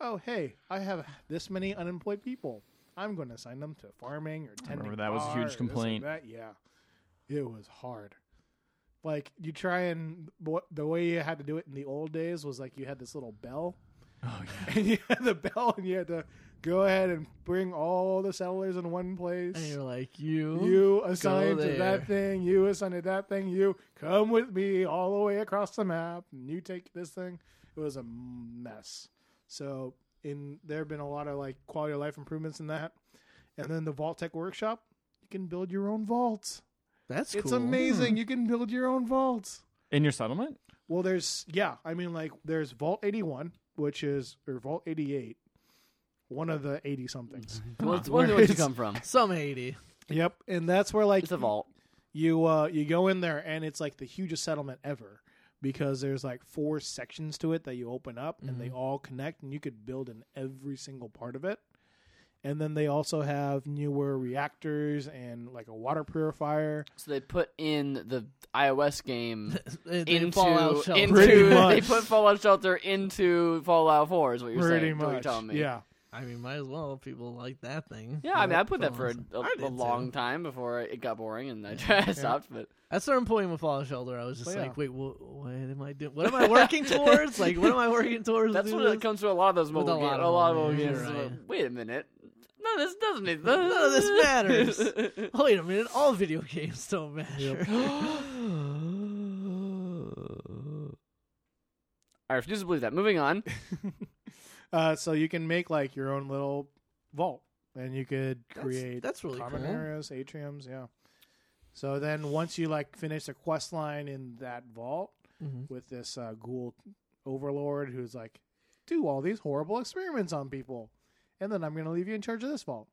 Speaker 4: Oh, hey, I have this many unemployed people. I'm going to assign them to farming or tending.
Speaker 2: remember that was a
Speaker 4: bar
Speaker 2: huge
Speaker 4: or this or
Speaker 2: complaint.
Speaker 4: that. Yeah, it was hard. Like you try and what the way you had to do it in the old days was like you had this little bell
Speaker 2: Oh yeah.
Speaker 4: and you had the bell and you had to go ahead and bring all the settlers in one place.
Speaker 3: And you're like, you.
Speaker 4: You assigned to
Speaker 3: there.
Speaker 4: that thing. You assigned to that thing. You come with me all the way across the map, and you take this thing. It was a mess. So, in there have been a lot of like quality of life improvements in that, and then the Vault Tech Workshop. You can build your own vaults.
Speaker 3: That's
Speaker 4: It's
Speaker 3: cool. Hmm.
Speaker 4: amazing. You can build your own vaults.
Speaker 2: In your settlement?
Speaker 4: Well, there's yeah. I mean, like there's Vault 81, which is or Vault 88, one of the 80 somethings.
Speaker 3: Mm-hmm.
Speaker 1: What's where did you
Speaker 4: It's-
Speaker 1: come from?
Speaker 3: Some 80.
Speaker 4: yep, and that's where like
Speaker 1: It's a vault.
Speaker 4: you uh you go in there and it's like the hugest settlement ever because there's like four sections to it that you open up and
Speaker 3: Mm-hmm.
Speaker 4: they all connect and you could build in every single part of it and then they also have newer reactors and like a water purifier
Speaker 1: So they put in the iOS game
Speaker 3: They- they
Speaker 1: into
Speaker 3: Fallout Shelter.
Speaker 1: into
Speaker 4: Pretty
Speaker 1: they
Speaker 4: much.
Speaker 1: put Fallout Shelter into Fallout Four is what you're
Speaker 4: pretty
Speaker 1: saying. is what
Speaker 4: much
Speaker 1: you're telling me.
Speaker 4: yeah
Speaker 3: I mean, might as well. if People like that thing.
Speaker 1: Yeah, I mean, I put that for a, a,
Speaker 3: Fallout- I
Speaker 1: a
Speaker 3: did
Speaker 1: long
Speaker 3: too.
Speaker 1: time before it got boring and I stopped. But
Speaker 3: At certain point with Fallout Shelter, I was
Speaker 1: Oh,
Speaker 3: just
Speaker 4: But
Speaker 3: like,
Speaker 4: yeah.
Speaker 3: wait, what, what am I doing? What am I working towards? Like, what am I working towards?
Speaker 1: that's
Speaker 3: with
Speaker 1: what
Speaker 3: this?
Speaker 1: it comes to a lot of those
Speaker 3: With
Speaker 1: mobile
Speaker 3: a
Speaker 1: games.
Speaker 3: lot
Speaker 1: A
Speaker 3: of
Speaker 1: lot of
Speaker 3: mobile
Speaker 1: mobile
Speaker 3: games,
Speaker 1: games.
Speaker 3: you're
Speaker 1: it's
Speaker 3: right.
Speaker 1: like, Wait a minute. No, this doesn't. e-" None none
Speaker 3: of this matters. Wait a minute, all video games don't matter.
Speaker 1: I refuse to believe that. Moving on.
Speaker 4: uh so you can make like your own little vault and you could create
Speaker 3: that's really
Speaker 4: common
Speaker 3: cool.
Speaker 4: areas atriums yeah so then once you like finish the quest line in that vault
Speaker 3: Mhm.
Speaker 4: with this uh, ghoul overlord who's like, do all these horrible experiments on people, and then I'm going to leave you in charge of this vault.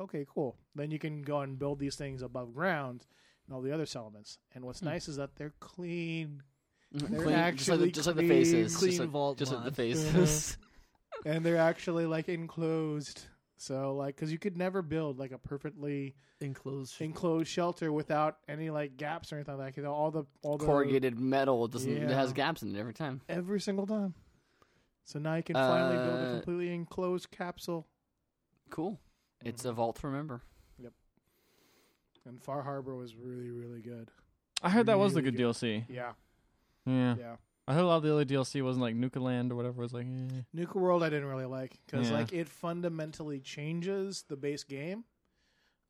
Speaker 4: Okay, cool. Then you can go and build these things above ground and all the other settlements. And
Speaker 1: Hmm.
Speaker 4: what's nice is that they're clean, They're
Speaker 1: Mm-hmm. just like, the,
Speaker 4: actually
Speaker 1: just like the
Speaker 4: clean-
Speaker 1: faces.
Speaker 3: clean
Speaker 1: just like,
Speaker 3: vault
Speaker 1: Just like the
Speaker 3: mod.
Speaker 1: faces.
Speaker 4: and they're actually like enclosed. So like, because you could never build like a perfectly
Speaker 3: Enclosed.
Speaker 4: enclosed shelter without any like gaps or anything like that. All the all the
Speaker 1: Corrugated metal. Doesn't, It has
Speaker 4: Yeah.
Speaker 1: gaps in it every time.
Speaker 4: every single time. So now you can finally build
Speaker 1: Uh,
Speaker 4: a completely enclosed capsule.
Speaker 1: Cool. It's a vault to remember.
Speaker 4: And Far Harbor was really, really good.
Speaker 2: I heard that was the
Speaker 4: Really
Speaker 2: good
Speaker 4: good.
Speaker 2: DLC.
Speaker 4: Yeah,
Speaker 2: Yeah.
Speaker 4: yeah.
Speaker 2: I heard a lot of the other DLC wasn't like Nuka Land or whatever. It was like, eh.
Speaker 4: Nuka World I didn't really like because
Speaker 2: Yeah.
Speaker 4: like it fundamentally changes the base game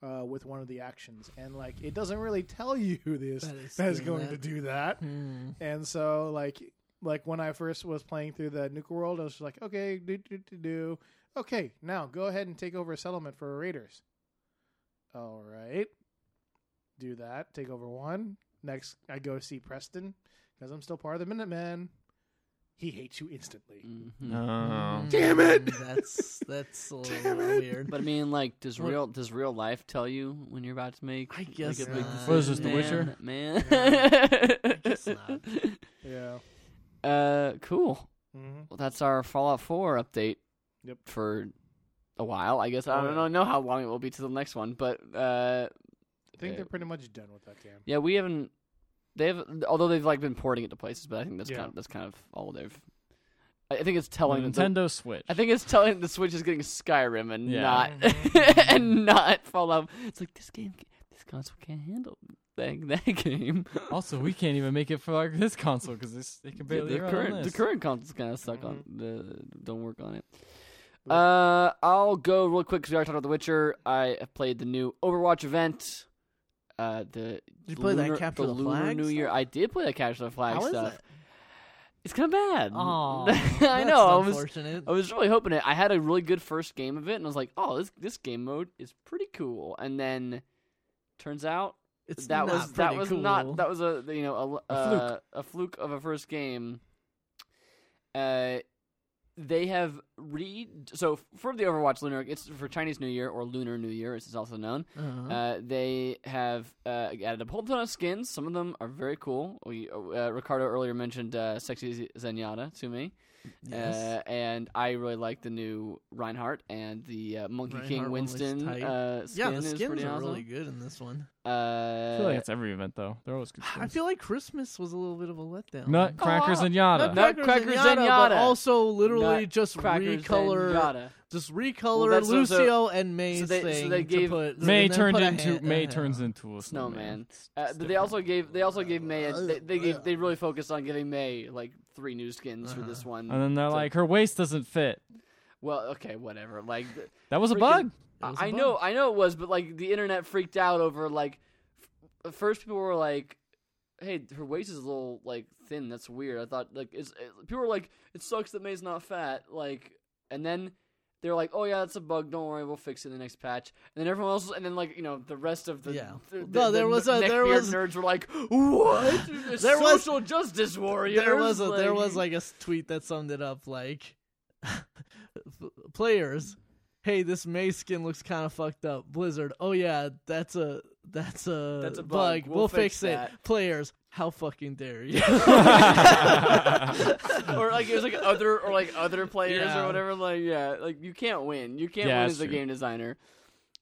Speaker 4: uh, with one of the actions, and like it doesn't really tell you this
Speaker 3: That it's
Speaker 4: that's
Speaker 3: doing
Speaker 4: going
Speaker 3: that.
Speaker 4: to do that.
Speaker 3: Hmm.
Speaker 4: And so like like when I first was playing through the Nuka World, I was just like, okay, do do do do. Okay, now go ahead and take over a settlement for raiders. All right, do that. Take over one. Next, I go see Preston because I'm still part of the Minutemen. He hates you instantly.
Speaker 1: Mm-hmm.
Speaker 2: no.
Speaker 4: Damn it!
Speaker 3: Mm, That's that's a little
Speaker 4: Damn it!
Speaker 3: weird.
Speaker 1: But I mean, like, does
Speaker 3: What-
Speaker 1: real does real life tell you when you're about to make?
Speaker 3: I guess
Speaker 1: like, a big
Speaker 3: not.
Speaker 2: What is this, The
Speaker 1: decision?
Speaker 2: Witcher?
Speaker 1: Man,
Speaker 3: I guess not.
Speaker 4: Yeah.
Speaker 1: uh, cool.
Speaker 4: Mm-hmm.
Speaker 1: Well, that's our Fallout Four update.
Speaker 4: Yep.
Speaker 1: For a while, I guess. I
Speaker 4: Oh,
Speaker 1: don't
Speaker 4: yeah.
Speaker 1: know how long it will be to the next one, but uh,
Speaker 4: I think
Speaker 1: Uh,
Speaker 4: they're pretty much done with that game.
Speaker 1: yeah, we haven't. They've although they've like been porting it to places, but I think that's
Speaker 4: Yeah.
Speaker 1: kind of that's kind of all they've. I I think it's telling that the-
Speaker 2: Nintendo Switch.
Speaker 1: I think it's telling the Switch is getting Skyrim and
Speaker 2: Yeah.
Speaker 1: not and not Fallout. It's like this game, ca- this console can't handle that, that game.
Speaker 2: also, we can't even make it for like this console because this they can
Speaker 1: The,
Speaker 2: barely run on
Speaker 1: current the
Speaker 2: this.
Speaker 1: current consoles kind of suck on the don't work on it. Uh, I'll go real quick because we already talked about The Witcher. I have played the new Overwatch event. Uh, the
Speaker 3: Did you play
Speaker 1: lunar,
Speaker 3: that capture the,
Speaker 1: lunar
Speaker 3: flag?
Speaker 1: New Year.
Speaker 3: stuff?
Speaker 1: I did play that capture the flag
Speaker 3: How is
Speaker 1: stuff.
Speaker 3: it?
Speaker 1: It's kind of bad.
Speaker 3: Aw,
Speaker 1: I
Speaker 3: that's
Speaker 1: know. I was
Speaker 3: unfortunate.
Speaker 1: I was really hoping it. I had a really good first game of it, and I was like, "Oh, this this game mode is pretty cool." And then, turns out
Speaker 3: It's
Speaker 1: that
Speaker 3: not
Speaker 1: was that
Speaker 3: pretty
Speaker 1: was
Speaker 3: cool.
Speaker 1: not that was a you know a,
Speaker 2: A fluke.
Speaker 1: uh, a fluke of a first game. Uh, they have re so for the Overwatch lunar it's for Chinese New Year or Lunar New Year as it's also known.
Speaker 3: Uh-huh.
Speaker 1: Uh, they have uh, added a whole ton of skins. Some of them are very cool. We uh, Ricardo earlier mentioned uh, sexy Zenyatta to me,
Speaker 3: Yes.
Speaker 1: uh, and I really like the new Reinhardt and the uh, Monkey
Speaker 3: Reinhardt
Speaker 1: King
Speaker 3: one looks
Speaker 1: Winston
Speaker 3: tight.
Speaker 1: uh,
Speaker 3: yeah,
Speaker 1: skin
Speaker 3: the
Speaker 1: is pretty
Speaker 3: skins are
Speaker 1: awesome.
Speaker 3: really good in this one.
Speaker 1: Uh,
Speaker 2: I feel like it's every event though. They're always good.
Speaker 3: I feel like Christmas was a little bit of a letdown.
Speaker 2: Nutcrackers and Yada.
Speaker 1: Nut-
Speaker 3: Nutcrackers
Speaker 1: Nutcrackers
Speaker 3: and
Speaker 1: and
Speaker 3: Yada, but
Speaker 1: Yada.
Speaker 3: also literally just
Speaker 1: Crackers
Speaker 3: recolor,
Speaker 1: and Yada.
Speaker 3: just recolor
Speaker 1: Well, that's so- so-
Speaker 3: Lucio and May's
Speaker 1: so they- so
Speaker 3: thing
Speaker 1: they
Speaker 3: to
Speaker 1: gave-
Speaker 3: put.
Speaker 2: May
Speaker 3: and then
Speaker 2: turned
Speaker 3: put a
Speaker 2: into
Speaker 3: hand-
Speaker 2: May
Speaker 3: uh,
Speaker 2: turns into a
Speaker 1: Snowman.
Speaker 2: snowman.
Speaker 1: Uh, but they also gave they also gave May a, they, they gave they really focused on giving May like three new skins for
Speaker 3: Uh-huh.
Speaker 1: this one.
Speaker 2: And then they're
Speaker 1: So-
Speaker 2: like, her waist doesn't fit.
Speaker 1: well, okay, whatever. Like th-
Speaker 2: That was a
Speaker 1: Freaking-
Speaker 2: bug.
Speaker 3: It was a
Speaker 1: I I
Speaker 3: bug.
Speaker 1: know I know it was, but like the internet freaked out over like f- first people were like, "Hey, her waist is a little like thin. That's weird." I thought like it's it, people were like, "It sucks that May's not fat." Like, and then they were like, "Oh yeah, that's a bug. Don't worry, we'll fix it in the next patch." And then everyone else, and then like you know the rest of the
Speaker 3: Yeah.
Speaker 1: the,
Speaker 3: No,
Speaker 1: the-
Speaker 3: there
Speaker 1: the
Speaker 3: was a-
Speaker 1: neck
Speaker 3: there
Speaker 1: beard
Speaker 3: was-
Speaker 1: nerds were like, "What?
Speaker 3: There
Speaker 1: there
Speaker 3: was-
Speaker 1: social justice warriors."
Speaker 3: There was a
Speaker 1: like,
Speaker 3: there was like a s- tweet that summed it up like, players, hey, this May skin looks kind of fucked up. Blizzard, oh yeah, that's a that's a
Speaker 1: That's a bug.
Speaker 3: bug. We'll,
Speaker 1: We'll
Speaker 3: fix,
Speaker 1: fix
Speaker 3: it.
Speaker 1: that.
Speaker 3: Players, how fucking dare you?
Speaker 1: or like it was like other or like other players
Speaker 3: Yeah.
Speaker 1: or whatever. Like yeah, like you can't win. You can't
Speaker 2: Yeah,
Speaker 1: win
Speaker 2: that's
Speaker 1: as a
Speaker 2: true.
Speaker 1: game designer.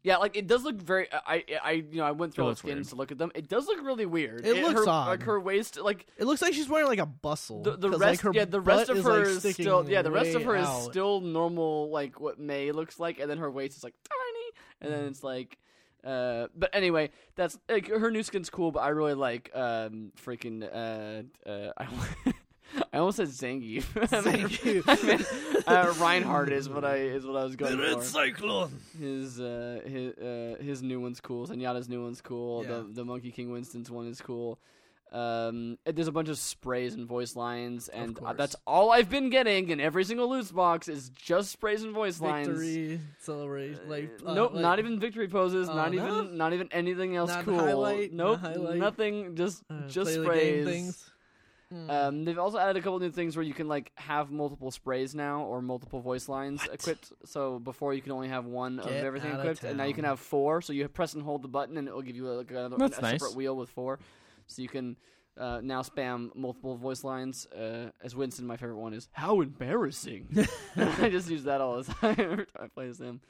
Speaker 1: Yeah, like it does look very. I I- I you know I went through
Speaker 2: It
Speaker 1: all the
Speaker 2: looks
Speaker 1: skins
Speaker 2: weird.
Speaker 1: to look at them. It does look really weird.
Speaker 3: It looks
Speaker 1: her,
Speaker 3: odd.
Speaker 1: Like her waist, like
Speaker 3: it looks like she's wearing like a bustle.
Speaker 1: the, the
Speaker 3: 'cause,
Speaker 1: rest.
Speaker 3: like, her
Speaker 1: yeah, the
Speaker 3: butt
Speaker 1: rest of
Speaker 3: is,
Speaker 1: her
Speaker 3: like,
Speaker 1: is
Speaker 3: sticking
Speaker 1: still. Yeah, the rest of
Speaker 3: way
Speaker 1: her is
Speaker 3: out.
Speaker 1: still normal, like what May looks like, and then her waist is like tiny, and then it's like. Uh, but anyway, that's like her new skin's cool, but I really like um freaking uh uh I, I almost said Zangief. I meant-
Speaker 3: Zangief.
Speaker 1: I meant, uh, Reinhardt is what I is what I was going for.
Speaker 3: cyclone.
Speaker 1: His uh his uh his new one's cool. Zenyatta's new one's cool.
Speaker 3: Yeah.
Speaker 1: The the Monkey King Winston's one is cool. Um, and there's a bunch of sprays and voice lines, and uh,
Speaker 3: course.
Speaker 1: that's all I've been getting in every single loot box is just sprays and voice lines.
Speaker 3: Victory celebration. Like uh,
Speaker 1: nope,
Speaker 3: like-
Speaker 1: not even victory poses.
Speaker 3: Oh,
Speaker 1: not
Speaker 3: no?
Speaker 1: even not even anything else
Speaker 3: Not
Speaker 1: cool.
Speaker 3: highlight, not
Speaker 1: nope,
Speaker 3: highlight.
Speaker 1: nothing. Just
Speaker 3: uh,
Speaker 1: just
Speaker 3: play the game
Speaker 1: sprays.
Speaker 3: things. Hmm.
Speaker 1: Um, they've also added a couple new things where you can like have multiple sprays now or multiple voice lines equipped. So before you can only have one of
Speaker 3: Get
Speaker 1: everything
Speaker 3: outta
Speaker 1: equipped, and now you can
Speaker 3: town.
Speaker 1: have four. So you press and hold the button, and it will give you like another
Speaker 2: That's
Speaker 1: a
Speaker 2: nice.
Speaker 1: separate wheel with four. So you can uh, now spam multiple voice lines. Uh, as Winston, my favorite one is "How embarrassing." I just use that all the time every time I play as him.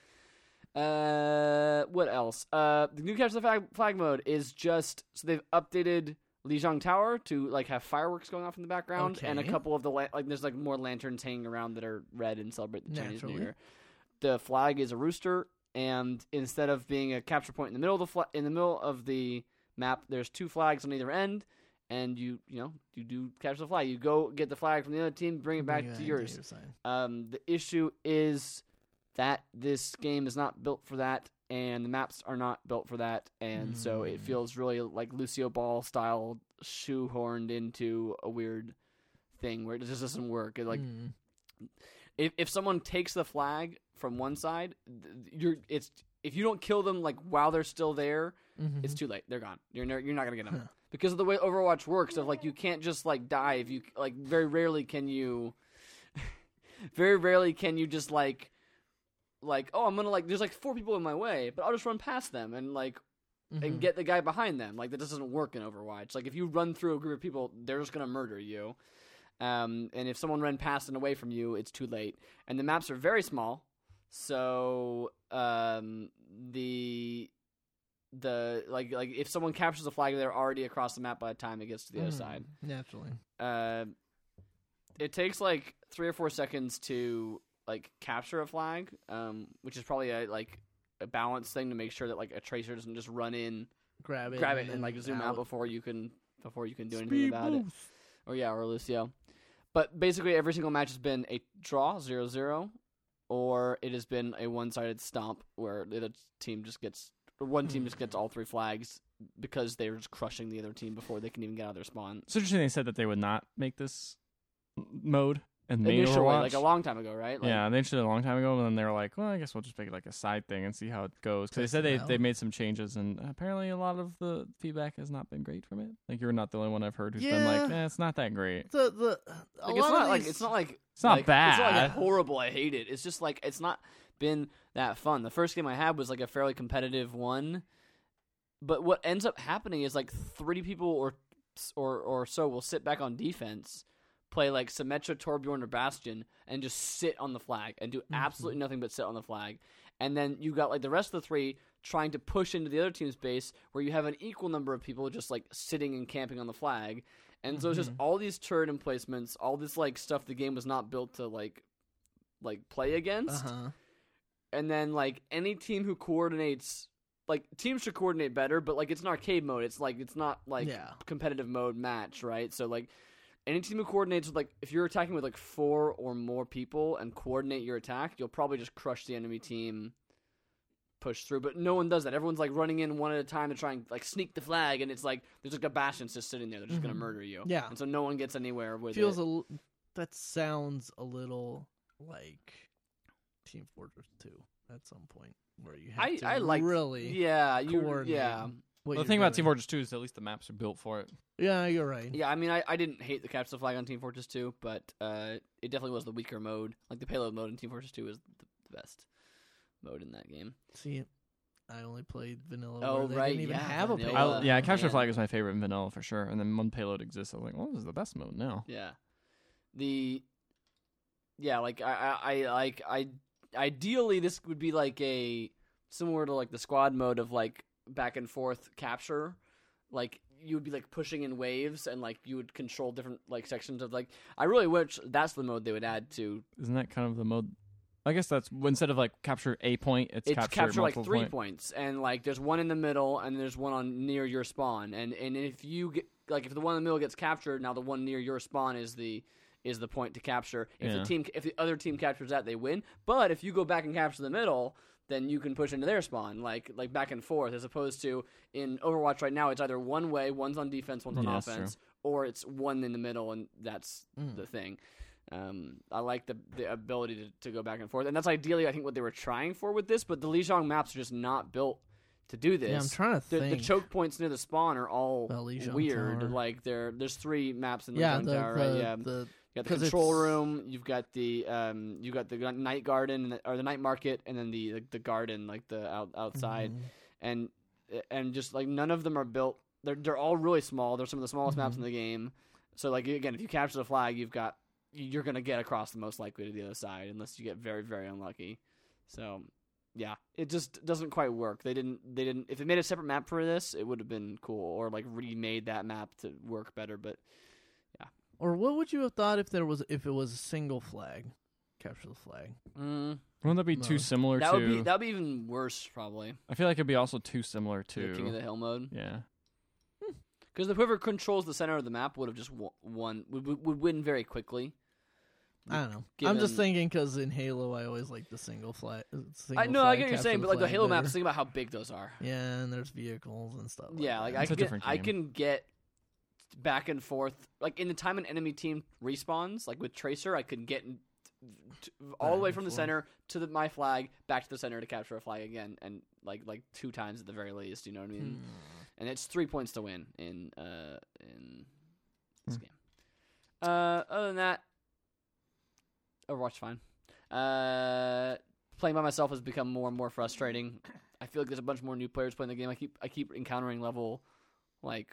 Speaker 1: Uh, what else? Uh, the new capture the flag, flag mode is just so they've updated Lijiang Tower to like have fireworks going off in the background, and a
Speaker 3: Okay.
Speaker 1: couple of the la- like there's like more lanterns hanging around that are red and celebrate the Chinese
Speaker 3: Naturally.
Speaker 1: New Year. The flag is a rooster, and instead of being a capture point in the middle of the fla- in the middle of the map, there's two flags on either end, and you you know you do capture the flag. You go get the flag from the other team, bring it back
Speaker 3: Hmm. Yeah,
Speaker 1: to yours.
Speaker 3: your side.
Speaker 1: Um, the issue is that this game is not built for that, and the maps are not built for that, and so it feels really like Lucio Ball style shoehorned into a weird thing where it just doesn't work. It, like
Speaker 3: Hmm.
Speaker 1: if if someone takes the flag from one side, th- you're it's if you don't kill them like while they're still there,
Speaker 3: Mhm.
Speaker 1: it's too late. They're gone. You're ne- you're not gonna get them because of the way Overwatch works. Of like you can't just like dive. You like very rarely can you, very rarely can you just like, like oh I'm gonna like there's like four people in my way, but I'll just run past them and like
Speaker 3: Mm-hmm.
Speaker 1: and get the guy behind them. Like that just doesn't work in Overwatch. Like if you run through a group of people, they're just gonna murder you. Um, and if someone ran past and away from you, it's too late. And the maps are very small, so um, the the like like if someone captures a flag, they're already across the map by the time it gets to the other
Speaker 3: Mhm.
Speaker 1: side.
Speaker 3: Naturally.
Speaker 1: Uh, it takes like three or four seconds to like capture a flag, um, which is probably a like a balance thing to make sure that like a tracer doesn't just run in
Speaker 3: Grab it.
Speaker 1: grab it
Speaker 3: then
Speaker 1: and like zoom out. before you can before you can do anything
Speaker 3: Speed
Speaker 1: about it.
Speaker 3: boost.
Speaker 1: Or yeah, or Lucio. But basically every single match has been a draw, zero zero, or it has been a one sided stomp where the other team just gets or one team just gets all three flags because they're just crushing the other team before they can even get out of their spawn.
Speaker 2: It's interesting they said that they would not make this mode and made
Speaker 1: initially,
Speaker 2: Overwatch.
Speaker 1: like a long time ago, right? Like,
Speaker 2: yeah, they did it a long time ago, and then they were like, "Well, I guess we'll just make it like a side thing and see how it goes." 'Cause
Speaker 3: Test
Speaker 2: they said
Speaker 3: it
Speaker 2: they
Speaker 3: out.
Speaker 2: they made some changes, and apparently a lot of the feedback has not been great from it. Like you're not the only one I've heard who's been like,
Speaker 3: Yeah.
Speaker 2: eh, "It's not that great.
Speaker 3: The the
Speaker 1: Like,
Speaker 3: a lot
Speaker 1: it's
Speaker 3: of
Speaker 1: not like
Speaker 3: these-
Speaker 1: it's not like
Speaker 2: It's not
Speaker 1: like,
Speaker 2: bad."
Speaker 1: It's not like horrible. I hate it. It's just like it's not been that fun. The first game I had was like a fairly competitive one, but what ends up happening is like three people or or or so will sit back on defense, play like Symmetra, Torbjorn, or Bastion, and just sit on the flag and do
Speaker 3: Mm-hmm.
Speaker 1: absolutely nothing but sit on the flag. And then you got like the rest of the three trying to push into the other team's base where you have an equal number of people just like sitting and camping on the flag. And so it's
Speaker 3: Mm-hmm.
Speaker 1: just all these turret emplacements, all this like stuff the game was not built to like like play against.
Speaker 3: uh-huh.
Speaker 1: And then like any team who coordinates like teams should coordinate better, but like it's an arcade mode. It's like it's not like
Speaker 3: Yeah.
Speaker 1: competitive mode match, right? So like any team who coordinates with like if you're attacking with like four or more people and coordinate your attack, you'll probably just crush the enemy team push through. But no one does that. Everyone's like running in one at a time to try and like sneak the flag and it's like there's like a bastion just sitting there, they're just gonna murder you.
Speaker 3: Mm-hmm. Yeah.
Speaker 1: And so no one gets anywhere with
Speaker 3: feels
Speaker 1: it.
Speaker 3: a l- that sounds a little like Team Fortress 2 at some point where you have
Speaker 1: I-
Speaker 3: to
Speaker 1: I liked-
Speaker 3: really
Speaker 1: yeah, you
Speaker 3: coordinate
Speaker 1: yeah.
Speaker 3: what
Speaker 2: the
Speaker 3: you're
Speaker 2: thing about Team
Speaker 3: doing.
Speaker 2: Fortress 2 is at least the maps are built for it.
Speaker 3: Yeah, you're right.
Speaker 1: Yeah, I mean, I, I didn't hate the capture the flag on Team Fortress 2, but uh, it definitely was the weaker mode. Like the payload mode in Team Fortress 2 is the, the best mode in that game.
Speaker 3: See, I only played vanilla.
Speaker 1: Oh,
Speaker 3: where they
Speaker 1: right,
Speaker 3: Didn't even
Speaker 1: yeah,
Speaker 3: have a
Speaker 1: vanilla.
Speaker 3: payload.
Speaker 1: Uh,
Speaker 2: I, yeah, Capture the
Speaker 1: man.
Speaker 2: Flag is my favorite in vanilla for sure. And then when payload exists, I was like, "Well, this is the best mode now."
Speaker 1: Yeah, the yeah, like I I, I like I ideally this would be like a similar to like the squad mode of like back and forth capture, like you would be like pushing in waves and like you would control different like sections of like I really wish that's the mode they would add to
Speaker 2: Isn't that kind of the mode? I guess that's instead of like capture a point, it's,
Speaker 1: it's
Speaker 2: capture,
Speaker 1: capture, like
Speaker 2: multiple
Speaker 1: three
Speaker 2: point.
Speaker 1: points and like there's one in the middle and there's one on near your spawn and and if you get like if the one in the middle gets captured now the one near your spawn is the is the point to capture if
Speaker 2: Yeah.
Speaker 1: the team if the other team captures that they win but if you go back and capture the middle then you can push into their spawn like like back and forth as opposed to in overwatch right now it's either one way one's on defense one's on
Speaker 2: Yeah, that's true. Hmm.
Speaker 1: offense or it's one in the middle and that's
Speaker 3: Mm.
Speaker 1: the thing um, I like the the ability to, to go back and forth, and that's ideally I think what they were trying for with this. But the Lijiang maps are just not built to do this.
Speaker 3: Yeah, I'm trying to
Speaker 1: the, the
Speaker 3: think.
Speaker 1: choke points near the spawn are all
Speaker 3: About Lijiang
Speaker 1: weird.
Speaker 3: Tower.
Speaker 1: Like there, there's three maps in
Speaker 3: yeah,
Speaker 1: Lijiang
Speaker 3: the,
Speaker 1: Tower,
Speaker 3: the,
Speaker 1: right? Yeah,
Speaker 3: the
Speaker 1: you got the
Speaker 3: 'cause
Speaker 1: control
Speaker 3: it's-
Speaker 1: room. You've got the um, you got the gu- night garden and the- or the night market, and then the the, the garden, like the out, outside,
Speaker 3: Mhm.
Speaker 1: and and just like none of them are built. They're they're all really small. They're some of the smallest maps in the game. So like again, if you capture the flag, you've got you're gonna get across the most likely to the other side, unless you get very very unlucky. So yeah, it just doesn't quite work. They didn't they didn't. If they made a separate map for this, it would have been cool, or like remade that map to work better. But
Speaker 3: Or what would you have thought if there was if it was a single flag? Capture the flag.
Speaker 1: mm,
Speaker 2: Wouldn't that be too
Speaker 3: No.
Speaker 2: similar
Speaker 1: that
Speaker 2: to?
Speaker 1: would be that would be even worse probably.
Speaker 2: I feel like it'd be also too similar
Speaker 1: to the King of
Speaker 2: to.
Speaker 1: the Hill mode.
Speaker 2: Yeah,
Speaker 1: Because the whoever controls the center of the map would have just wo- won, would, would would win very quickly.
Speaker 3: I don't know. I'm just
Speaker 1: Given-
Speaker 3: thinking because in Halo, I always like the single flag. uh, Single
Speaker 1: I know, I
Speaker 3: flag
Speaker 1: get what you're
Speaker 3: capture
Speaker 1: saying, but like the
Speaker 3: flag
Speaker 1: Halo
Speaker 3: better.
Speaker 1: maps, think about how big those are.
Speaker 3: Yeah, and there's vehicles and stuff.
Speaker 1: Yeah, like
Speaker 3: that.
Speaker 1: I
Speaker 2: It's a
Speaker 1: can, get,
Speaker 2: different
Speaker 1: I
Speaker 2: game.
Speaker 1: can get back and forth. Like in the time an enemy team respawns, like with Tracer, I could get in- t- all the
Speaker 3: Back
Speaker 1: way
Speaker 3: and
Speaker 1: from the
Speaker 3: forth.
Speaker 1: center to the, my flag, back to the center to capture a flag again, and like like two times at the very least. You know what
Speaker 3: Hmm.
Speaker 1: I mean? and it's three points to win in uh in this
Speaker 2: Hmm.
Speaker 1: game. Uh, other than that, Overwatch fine. Uh, playing by myself has become more and more frustrating. I feel like there's a bunch more new players playing the game. I keep I keep encountering level like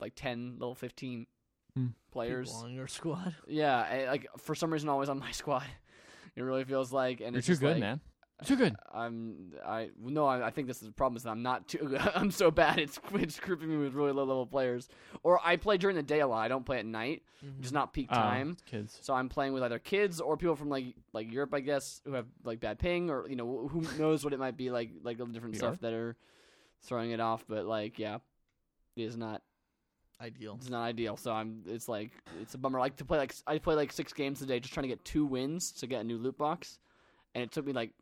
Speaker 1: like ten, level fifteen
Speaker 2: Hmm.
Speaker 1: players.
Speaker 3: People on your squad.
Speaker 1: Yeah, I, like for some reason, always on my squad. It really feels like, and
Speaker 2: you're
Speaker 1: it's
Speaker 2: too
Speaker 1: just
Speaker 2: good,
Speaker 1: like- uh,
Speaker 2: man. You're too good.
Speaker 1: I'm I no I, I think this is the problem is that I'm not too I'm so bad it's it's grouping me with really low level players or I play during the day a lot I don't play at night just not peak
Speaker 2: Uh,
Speaker 1: time
Speaker 2: kids.
Speaker 1: so I'm playing with either kids or people from like like Europe I guess who have like bad ping or you know who knows what it might be like like all the different
Speaker 2: PR?
Speaker 1: stuff that are throwing it off but like yeah it is not
Speaker 3: Mm-hmm. Ideal.
Speaker 1: it's not ideal so I'm it's like it's a bummer like to play like I play like six games a day just trying to get two wins to get a new loot box and it took me like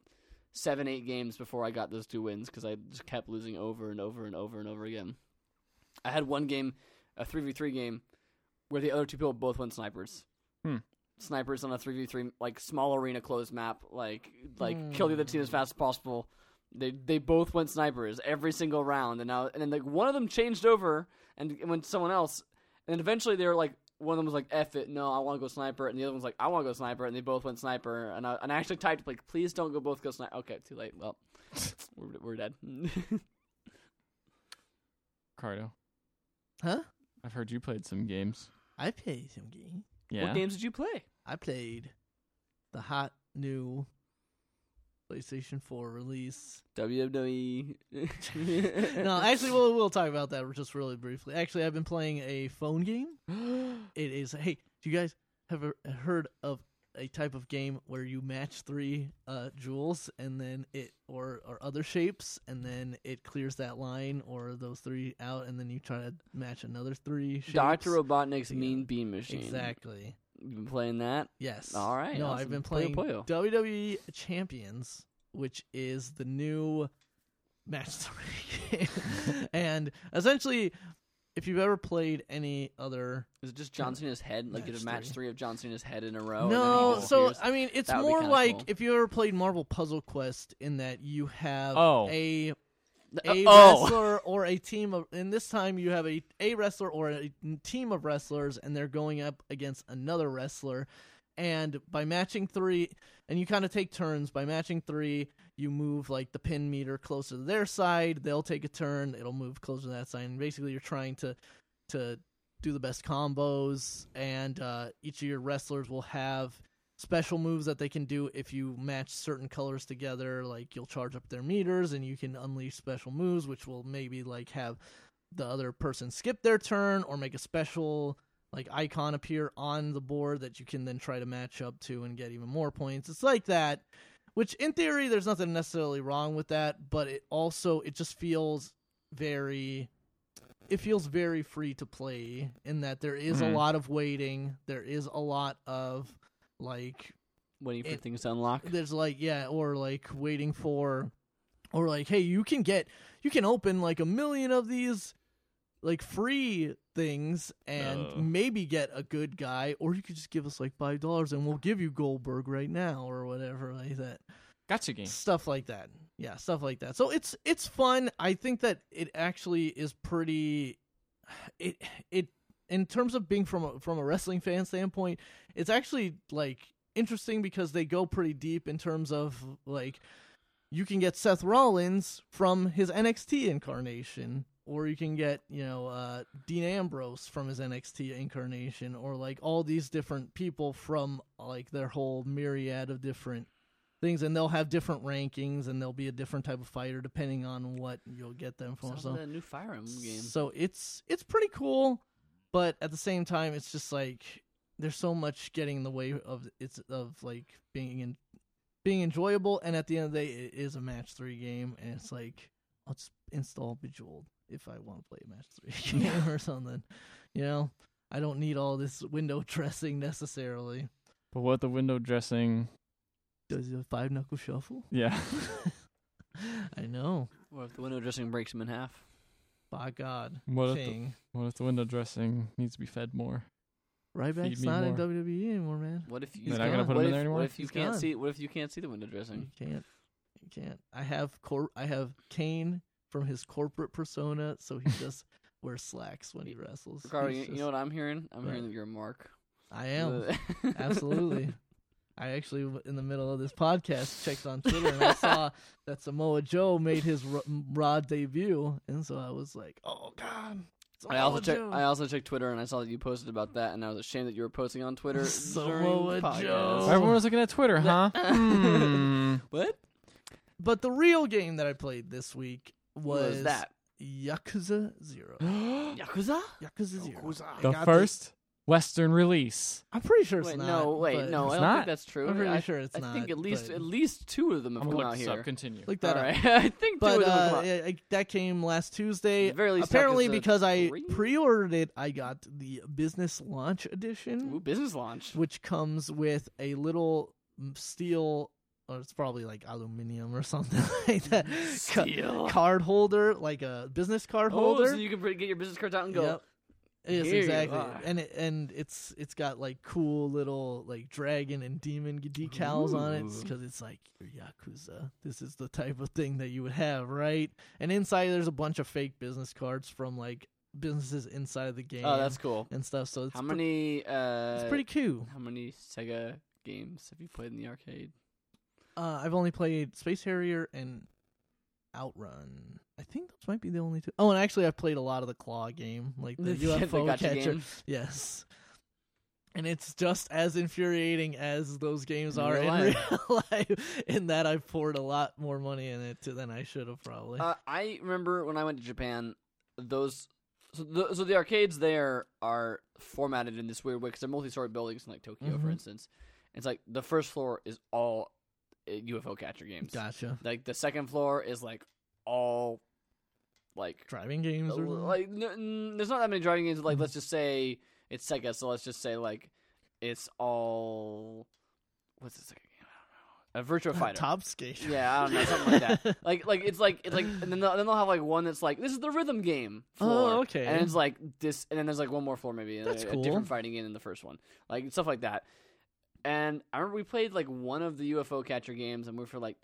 Speaker 1: seven eight games before I got those two wins because I just kept losing over and over and over and over again. I had one game, a three v three game, where the other two people both went snipers.
Speaker 2: Hmm.
Speaker 1: snipers on a three v three like small arena closed map, like like
Speaker 3: Hmm.
Speaker 1: kill the other team as fast as possible. They they both went snipers every single round, and now and then like one of them changed over and went to someone else, and eventually they were like one of them was like F it, no, I want to go sniper, and the other one's like I want to go sniper, and they both went sniper, and I, and I actually typed like please don't go both go sniper. Okay, too late. Well, we're we're dead.
Speaker 2: Cardo,
Speaker 3: Huh?
Speaker 2: I've heard you played some games.
Speaker 3: I played some game.
Speaker 2: Yeah.
Speaker 1: What games did you play?
Speaker 3: I played the hot new PlayStation 4 release.
Speaker 2: E.
Speaker 1: WWE.
Speaker 3: no, actually, we'll we'll talk about that just really briefly. Actually, I've been playing a phone game. It is hey, do you guys have a- heard of a type of game where you match three uh, jewels and then it or or other shapes and then it clears that line or those three out and then you try to match another three shapes?
Speaker 1: Doctor Robotnik's
Speaker 3: Yeah.
Speaker 1: Mean Bean Machine.
Speaker 3: Exactly.
Speaker 1: You've been playing that.
Speaker 3: Yes.
Speaker 1: All right,
Speaker 3: No,
Speaker 1: awesome.
Speaker 3: I've been
Speaker 1: Puyo
Speaker 3: playing
Speaker 1: Puyo.
Speaker 3: WWE Champions, which is the new match three game. and essentially, if you've ever played any other,
Speaker 1: Is it just John Cena's head? Like did
Speaker 3: Match
Speaker 1: a match
Speaker 3: three.
Speaker 1: Mm. three of John Cena's head in a row? Oh, and then he
Speaker 3: no,
Speaker 1: disappears?
Speaker 3: so I mean, it's
Speaker 1: That would be
Speaker 3: more
Speaker 1: kinda
Speaker 3: like
Speaker 1: cool.
Speaker 3: if you ever played Marvel Puzzle Quest, in that you have
Speaker 2: Oh.
Speaker 3: a
Speaker 1: Uh,
Speaker 3: a
Speaker 1: oh.
Speaker 3: wrestler or a team of and this time you have a a wrestler or a team of wrestlers and they're going up against another wrestler and by matching three and you kind of take turns by matching three you move like the pin meter closer to their side they'll take a turn it'll move closer to that side and basically you're trying to to do the best combos and uh, each of your wrestlers will have special moves that they can do if you match certain colors together like you'll charge up their meters and you can unleash special moves which will maybe like have the other person skip their turn or make a special like icon appear on the board that you can then try to match up to and get even more points it's like that which in theory there's nothing necessarily wrong with that but it also it just feels very it feels very free to play in that there is
Speaker 2: Mhm.
Speaker 3: a lot of waiting there is a lot of like
Speaker 1: waiting for
Speaker 3: it-
Speaker 1: things to unlock.
Speaker 3: there's like yeah or like waiting for or like hey you can get you can open like a million of these like free things and
Speaker 2: Uh.
Speaker 3: maybe get a good guy or you could just give us like five dollars and we'll give you goldberg right now or whatever like that
Speaker 2: Gotcha game.
Speaker 3: stuff like that yeah stuff like that so it's it's fun i think that it actually is pretty it it in terms of being from a, from a wrestling fan standpoint it's actually like interesting because they go pretty deep in terms of like you can get Seth Rollins from his NXT incarnation or you can get you know uh, Dean Ambrose from his NXT incarnation or like all these different people from like their whole myriad of different things and they'll have different rankings and they'll be a different type of fighter depending on what you'll get them for
Speaker 1: Sounds
Speaker 3: so
Speaker 1: like that new Fire Emblem game.
Speaker 3: so it's it's pretty cool, but at the same time, it's just like there's so much getting in the way of it's of like being in, being enjoyable. And at the end of the day, it is a match three game, and it's like I'll just install Bejeweled if I want to play a match three game or something. You know, I don't need all this window dressing necessarily.
Speaker 2: But what the window dressing?
Speaker 3: Does a five knuckle shuffle?
Speaker 2: Yeah.
Speaker 3: I know,
Speaker 1: Or if the window dressing breaks him in half.
Speaker 3: by God,
Speaker 2: What if the,
Speaker 3: King.
Speaker 2: what if the window dressing needs to be fed more?
Speaker 3: Ryback's
Speaker 2: me
Speaker 3: not in
Speaker 2: more.
Speaker 3: WWE E anymore, man.
Speaker 1: What if you?
Speaker 2: They're
Speaker 3: not gonna
Speaker 2: put
Speaker 1: what
Speaker 2: him in
Speaker 1: if,
Speaker 2: there anymore?
Speaker 1: What if you
Speaker 3: He's
Speaker 1: can't
Speaker 3: gone.
Speaker 1: see? What if you can't see the window
Speaker 3: You
Speaker 1: dressing?
Speaker 3: can't. You can't. I have cor- I have Kane from his corporate persona, so he just wears slacks when he wrestles.
Speaker 1: Ricardo,
Speaker 3: He's
Speaker 1: you, you
Speaker 3: just-
Speaker 1: know what I'm hearing? I'm
Speaker 3: Right.
Speaker 1: hearing that you're a mark.
Speaker 3: I am absolutely. I actually, w- in the middle of this podcast, checked on Twitter and I saw that Samoa Joe made his Ra- Raw debut, and so I was like, "Oh God!"
Speaker 1: I also
Speaker 3: Samoa
Speaker 1: checked.
Speaker 3: Joe.
Speaker 1: I also checked Twitter, and I saw that you posted about that, and I was ashamed that you were posting on Twitter. during
Speaker 3: Samoa
Speaker 1: podcasts.
Speaker 3: Joe. Oh.
Speaker 2: Everyone was looking at Twitter, huh? Hmm.
Speaker 1: What
Speaker 3: But the real game that I played this week
Speaker 1: was,
Speaker 3: was,
Speaker 1: that?
Speaker 3: Yakuza Zero.
Speaker 1: Yakuza?
Speaker 3: Yakuza Zero.
Speaker 4: I
Speaker 2: the
Speaker 4: got
Speaker 2: first Western release.
Speaker 3: I'm pretty sure it's
Speaker 1: wait,
Speaker 3: not.
Speaker 1: no, wait,
Speaker 3: but-
Speaker 1: no, I
Speaker 2: It's
Speaker 1: don't
Speaker 2: not?
Speaker 1: think that's true.
Speaker 3: I'm pretty
Speaker 1: I,
Speaker 3: sure it's
Speaker 1: I
Speaker 3: not.
Speaker 1: think at least
Speaker 3: but-
Speaker 1: at least two of them have
Speaker 2: I'm
Speaker 1: come
Speaker 2: gonna
Speaker 1: out
Speaker 2: look this up.
Speaker 1: here.
Speaker 2: Continue.
Speaker 3: look
Speaker 1: All
Speaker 3: that up.
Speaker 1: right, I think two
Speaker 3: But
Speaker 1: of them have
Speaker 3: uh,
Speaker 1: come out.
Speaker 3: I- I- that came last Tuesday.
Speaker 1: At very least
Speaker 3: Apparently,
Speaker 1: Yakuza
Speaker 3: because I
Speaker 1: three?
Speaker 3: pre-ordered it, I got the business launch edition,
Speaker 1: Ooh, business launch.
Speaker 3: which comes with a little m- steel, or it's probably like aluminum or something like that. ca-
Speaker 1: Mm, Steel.
Speaker 3: card holder, like a business card
Speaker 1: Oh,
Speaker 3: holder.
Speaker 1: so you can pr- get your business cards out and go.
Speaker 3: Yep. Yes,
Speaker 1: Here you
Speaker 3: exactly.
Speaker 1: are.
Speaker 3: And it, and it's it's got like cool little like dragon and demon g- decals on it
Speaker 1: Ooh.
Speaker 3: because it's like you're yakuza. This is the type of thing that you would have, right? And inside there's a bunch of fake business cards from like businesses inside of the game
Speaker 1: Oh, that's cool.
Speaker 3: and stuff. So it's
Speaker 1: How
Speaker 3: pre-
Speaker 1: many? Uh,
Speaker 3: it's pretty cool.
Speaker 1: How many Sega games have you played in the arcade?
Speaker 3: Uh, I've only played Space Harrier and Outrun. I think those might be the only two. Oh, and actually, I've played a lot of the Claw game, like the UFO
Speaker 1: gotcha
Speaker 3: catcher.
Speaker 1: game?
Speaker 3: Yes. And it's just as infuriating as those games
Speaker 1: In
Speaker 3: are
Speaker 1: real
Speaker 3: in real life. In that I poured a lot more money in it than I should have probably.
Speaker 1: Uh, I remember when I went to Japan, those. So the, so the arcades there are formatted in this weird way because they're multi-story buildings in like Tokyo, for
Speaker 3: Mhm.
Speaker 1: instance. It's like the first floor is all uh, UFO catcher games.
Speaker 3: gotcha.
Speaker 1: Like the second floor is like all like
Speaker 3: Driving games
Speaker 1: Uh,
Speaker 3: or something? Mm-hmm.
Speaker 1: like n- n- there's not that many driving games. Like let's just say it's Sega, so let's just say like it's all what's the second game? I don't know. A Virtua Fighter.
Speaker 3: Top Skate.
Speaker 1: Yeah, I don't know, something like that. Like like it's like it's like and then they'll, then they'll have like one that's like this is the rhythm game floor.
Speaker 3: Oh, okay.
Speaker 1: And it's like this, and then there's like one more floor maybe. and
Speaker 3: That's
Speaker 1: a,
Speaker 3: cool.
Speaker 1: A different fighting game than the first one, like stuff like that. And I remember we played like one of the UFO catcher games, and we were like.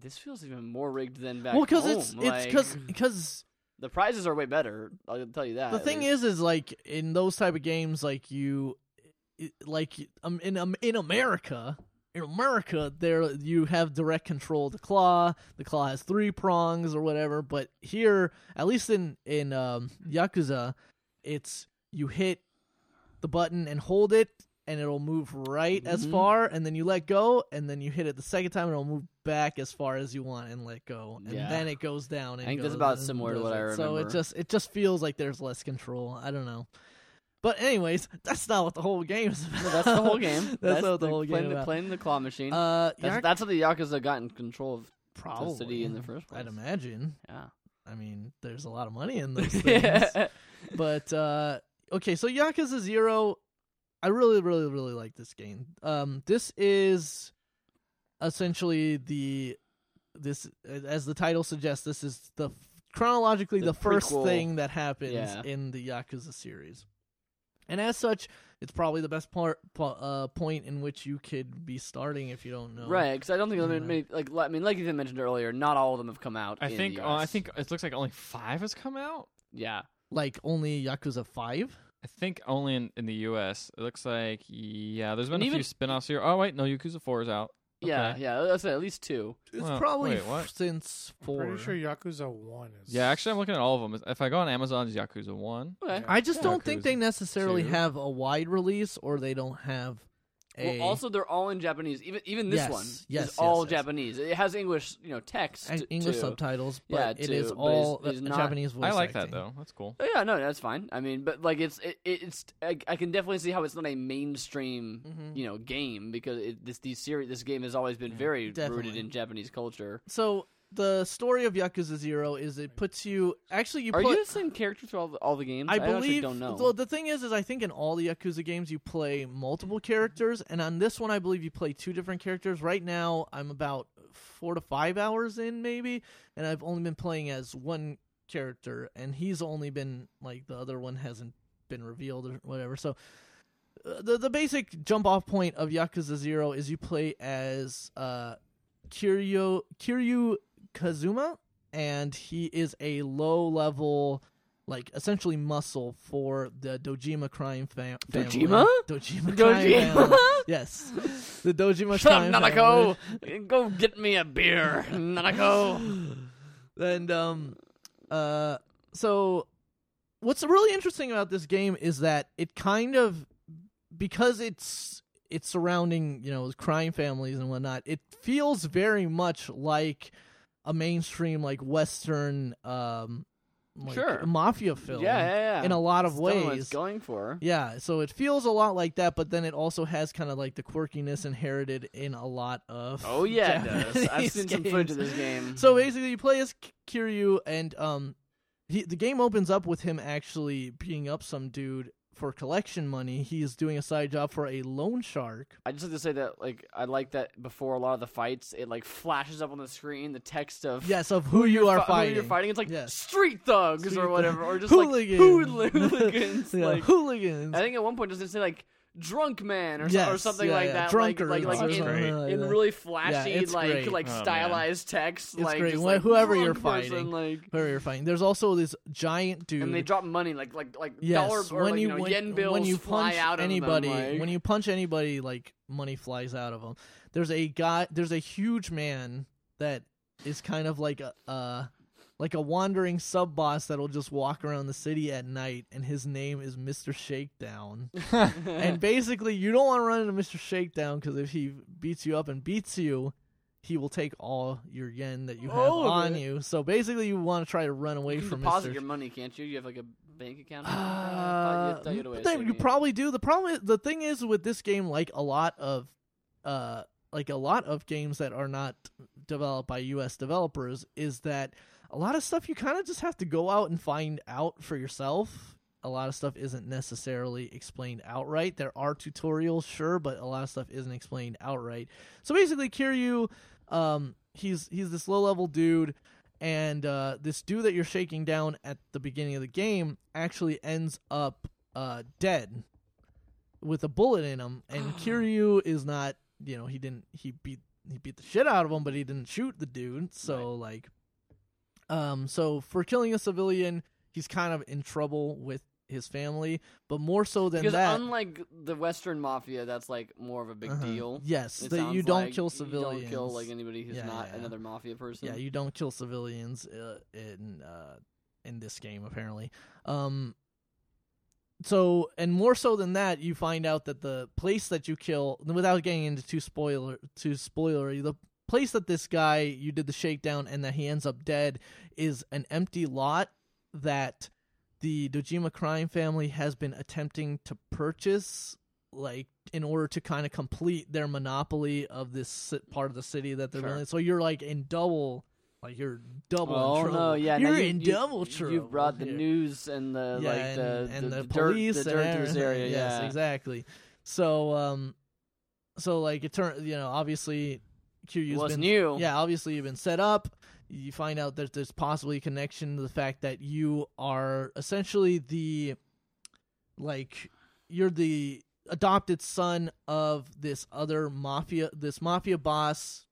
Speaker 1: This feels even more rigged than back
Speaker 3: well, because
Speaker 1: home.
Speaker 3: it's it's
Speaker 1: oh, Like-
Speaker 3: because because
Speaker 1: the prizes are way better. I'll tell you that.
Speaker 3: the thing is is like in those type of games like you it- like um, in um, in America in America there you have direct control of the claw the claw has three prongs or whatever but here at least in in um, Yakuza it's you hit the button and hold it and it'll move right as
Speaker 1: Mhm.
Speaker 3: far and then you let go and then you hit it the second time and it'll move back as far as you want and let go and
Speaker 1: Yeah.
Speaker 3: then it goes down and
Speaker 1: I think that's
Speaker 3: goes
Speaker 1: about
Speaker 3: and
Speaker 1: similar to
Speaker 3: does
Speaker 1: what I
Speaker 3: it. so it
Speaker 1: remember.
Speaker 3: just it just feels like there's less control i don't know but anyways, that's not what the whole game is about.
Speaker 1: that's the whole game.
Speaker 3: that's, not the whole
Speaker 1: playing
Speaker 3: game.
Speaker 1: The,
Speaker 3: about.
Speaker 1: playing the claw machine.
Speaker 3: uh,
Speaker 1: that's,
Speaker 3: Yark-
Speaker 1: that's how the Yakuza got in control of
Speaker 3: probably
Speaker 1: the city in the first place.
Speaker 3: I'd imagine.
Speaker 1: Yeah.
Speaker 3: I mean, there's a lot of money in those things.
Speaker 1: yeah.
Speaker 3: but uh, okay, so Yakuza Zero, I really, really, really like this game. Um, this is essentially the this as the title suggests. This is the chronologically the,
Speaker 1: The
Speaker 3: first
Speaker 1: prequel.
Speaker 3: thing that happens
Speaker 1: Yeah.
Speaker 3: in the Yakuza series, and as such, it's probably the best part po- uh, point in which you could be starting if you don't know.
Speaker 1: Right, because I don't think
Speaker 3: I don't
Speaker 1: many,
Speaker 3: know.
Speaker 1: many- like I mean, like Ethan mentioned earlier, not all of them have come out.
Speaker 2: I
Speaker 1: in
Speaker 2: think
Speaker 1: the
Speaker 3: oh,
Speaker 2: uh, I
Speaker 1: US.
Speaker 2: think it looks like only five has come out.
Speaker 1: yeah,
Speaker 3: like only Yakuza Five.
Speaker 2: I think only in, in the U.S. It looks like yeah. There's been
Speaker 1: And
Speaker 2: a
Speaker 1: even-
Speaker 2: few spin-offs here. Oh wait, no, Yakuza Four is out.
Speaker 1: yeah,
Speaker 2: Okay.
Speaker 1: yeah. That's at least two.
Speaker 3: It's
Speaker 2: Well,
Speaker 3: probably
Speaker 2: wait, what?
Speaker 3: f- since four.
Speaker 4: Pretty sure Yakuza One is.
Speaker 2: Yeah, actually, I'm looking at all of them. If I go on Amazon, it's Yakuza One.
Speaker 1: Okay.
Speaker 3: I just don't think
Speaker 2: Yakuza
Speaker 3: they necessarily
Speaker 2: 2.
Speaker 3: have a wide release or they don't have a
Speaker 1: Well, also they're all in Japanese. Even even this
Speaker 3: Eh. Yes,
Speaker 1: one
Speaker 3: yes,
Speaker 1: is all
Speaker 3: yes, yes.
Speaker 1: Japanese. It has English, you know, text,
Speaker 3: an
Speaker 1: t-
Speaker 3: English
Speaker 1: too.
Speaker 3: subtitles, but
Speaker 1: Yeah,
Speaker 3: it is
Speaker 1: too, but
Speaker 3: all
Speaker 1: it's- it's
Speaker 3: a
Speaker 1: not-
Speaker 3: Japanese voice
Speaker 2: I like
Speaker 3: acting.
Speaker 2: that though. That's cool.
Speaker 1: Oh, Yeah, no, that's fine. I mean, but like it's it, it- it's I, I can definitely see how it's not a mainstream
Speaker 3: Mhm.
Speaker 1: you know game because it, this these series this game has always been very rooted
Speaker 3: definitely.
Speaker 1: in Japanese culture.
Speaker 3: So the story of Yakuza Zero is it puts you actually you
Speaker 1: Are
Speaker 3: put
Speaker 1: you the same character through all the, all the games?
Speaker 3: I
Speaker 1: actually
Speaker 3: believe
Speaker 1: don't know.
Speaker 3: Well, the thing is, is I think in all the Yakuza games you play multiple characters, and on this one I believe you play two different characters. Right now I'm about four to five hours in, maybe, and I've only been playing as one character, and he's only been like the other one hasn't been revealed or whatever. So uh, the the basic jump off point of Yakuza Zero is you play as uh Kiryu Kiryu Kazuma, and he is a low level, like essentially muscle for the Dojima crime fam- family.
Speaker 1: Dojima?
Speaker 3: Dojima.
Speaker 1: Dojima?
Speaker 3: Crime family. Yes, the Dojima.
Speaker 1: Shut up,
Speaker 3: crime
Speaker 1: Nanako! Go get me a beer, Nanako.
Speaker 3: family. and um, uh, so what's really interesting about this game is that it kind of because it's it's surrounding you know crime families and whatnot it feels very much like a mainstream like western um like
Speaker 1: Sure.
Speaker 3: mafia
Speaker 1: yeah,
Speaker 3: film
Speaker 1: yeah, yeah.
Speaker 3: in a lot of
Speaker 1: It's telling what
Speaker 3: ways
Speaker 1: it's going for.
Speaker 3: yeah so it feels a lot like that but then it also has kind of like the quirkiness inherited in a lot of
Speaker 1: Oh yeah, it does. I've
Speaker 3: Japanese
Speaker 1: seen some
Speaker 3: games.
Speaker 1: footage of this game.
Speaker 3: So basically, you play as K- Kiryu, and um, he, the game opens up with him actually beating up some dude for collection money, he is doing a side job for a loan shark.
Speaker 1: I just like to say that like I like that before a lot of the fights, it like flashes up on the screen the text of
Speaker 3: Yes, of who, you are
Speaker 1: fi-
Speaker 3: fighting.
Speaker 1: who you're fighting. It's like
Speaker 3: Yes.
Speaker 1: street thugs
Speaker 3: Street
Speaker 1: or
Speaker 3: thug-
Speaker 1: whatever, or just
Speaker 3: hooligans.
Speaker 1: like hooligans.
Speaker 3: yeah,
Speaker 1: like,
Speaker 3: hooligans.
Speaker 1: I think at one point does it say like drunk man or, so- or
Speaker 3: Yes,
Speaker 1: something
Speaker 3: yeah,
Speaker 1: like
Speaker 3: yeah.
Speaker 1: that,
Speaker 3: Drunkards
Speaker 1: like like,
Speaker 2: or
Speaker 1: like in,
Speaker 2: something
Speaker 3: like
Speaker 1: in
Speaker 3: that.
Speaker 1: really flashy
Speaker 3: Yeah, it's
Speaker 1: like
Speaker 3: great.
Speaker 1: like
Speaker 2: Oh, man.
Speaker 1: stylized text,
Speaker 3: It's
Speaker 1: like
Speaker 3: great.
Speaker 1: just,
Speaker 3: Wh-
Speaker 1: like,
Speaker 3: whoever
Speaker 1: drunk
Speaker 3: you're
Speaker 1: person,
Speaker 3: fighting.
Speaker 1: like.
Speaker 3: Where you're fighting. There's also this giant dude.
Speaker 1: And they drop money, like like like
Speaker 3: yes,
Speaker 1: dollar or
Speaker 3: when
Speaker 1: like,
Speaker 3: you,
Speaker 1: you, know,
Speaker 3: when,
Speaker 1: yen bills
Speaker 3: when you
Speaker 1: fly
Speaker 3: punch
Speaker 1: out of them,
Speaker 3: anybody,
Speaker 1: like-
Speaker 3: when you punch anybody, like money flies out of them. There's a guy. There's a huge man that is kind of like a. Uh, like a wandering sub boss that'll just walk around the city at night, and his name is Mr. Shakedown. and basically, you don't want to run into Mr. Shakedown because if he beats you up and beats you, he will take all your yen that you have
Speaker 1: All of
Speaker 3: on
Speaker 1: it.
Speaker 3: you. So basically, you want to try to run away
Speaker 1: Oh, you can
Speaker 3: from
Speaker 1: deposit
Speaker 3: Mr.
Speaker 1: your money, can't you? You have like a bank account. or something like that? I
Speaker 3: Uh,
Speaker 1: thought you, I thought you had a way of
Speaker 3: they-
Speaker 1: saving
Speaker 3: Ah, you
Speaker 1: it.
Speaker 3: probably do. The problem is the thing is with this game, like a lot of, uh, like a lot of games that are not developed by U.S. developers, is that a lot of stuff you kind of just have to go out and find out for yourself. A lot of stuff isn't necessarily explained outright. There are tutorials, sure, but a lot of stuff isn't explained outright. So basically, Kiryu, um, he's he's this low level dude and uh, this dude that you're shaking down at the beginning of the game actually ends up uh, dead with a bullet in him, and Kiryu is not, you know, he didn't he beat he beat the shit out of him, but he didn't shoot the dude, so like, um, so for killing a civilian, he's kind of in trouble with his family, but more so than
Speaker 1: because
Speaker 3: that.
Speaker 1: unlike the Western mafia, that's like more of a big
Speaker 3: Uh-huh.
Speaker 1: deal.
Speaker 3: Yes,
Speaker 1: It
Speaker 3: that you
Speaker 1: sounds
Speaker 3: don't
Speaker 1: like
Speaker 3: kill
Speaker 1: You
Speaker 3: civilians.
Speaker 1: don't kill like anybody who's
Speaker 3: Yeah,
Speaker 1: not
Speaker 3: yeah.
Speaker 1: another mafia person.
Speaker 3: Yeah, you don't kill civilians uh, in uh, in this game apparently. Um, so and more so than that, you find out that the place that you kill, without getting into too spoiler too spoilery, the place that this guy you did the shakedown and that he ends up dead is an empty lot that the Dojima crime family has been attempting to purchase like in order to kind of complete their monopoly of this ci- part of the city that they're
Speaker 1: Sure.
Speaker 3: in. So you're like in double, like you're double. in
Speaker 1: Oh
Speaker 3: trouble.
Speaker 1: no! Yeah, now
Speaker 3: you're
Speaker 1: you-
Speaker 3: in
Speaker 1: you-
Speaker 3: double trouble.
Speaker 1: You've brought the
Speaker 3: here.
Speaker 1: news and the
Speaker 3: yeah,
Speaker 1: like
Speaker 3: and,
Speaker 1: the
Speaker 3: and
Speaker 1: the,
Speaker 3: the,
Speaker 1: dirt-
Speaker 3: police
Speaker 1: the
Speaker 3: and
Speaker 1: dirt through this
Speaker 3: everything.
Speaker 1: area.
Speaker 3: Yes,
Speaker 1: yeah,
Speaker 3: exactly. So um, so like it turned. You know, obviously, Q
Speaker 1: Well, it's
Speaker 3: been
Speaker 1: new.
Speaker 3: yeah, obviously you've been set up. You find out that there's possibly a connection to the fact that you are essentially the like you're the adopted son of this other mafia this mafia boss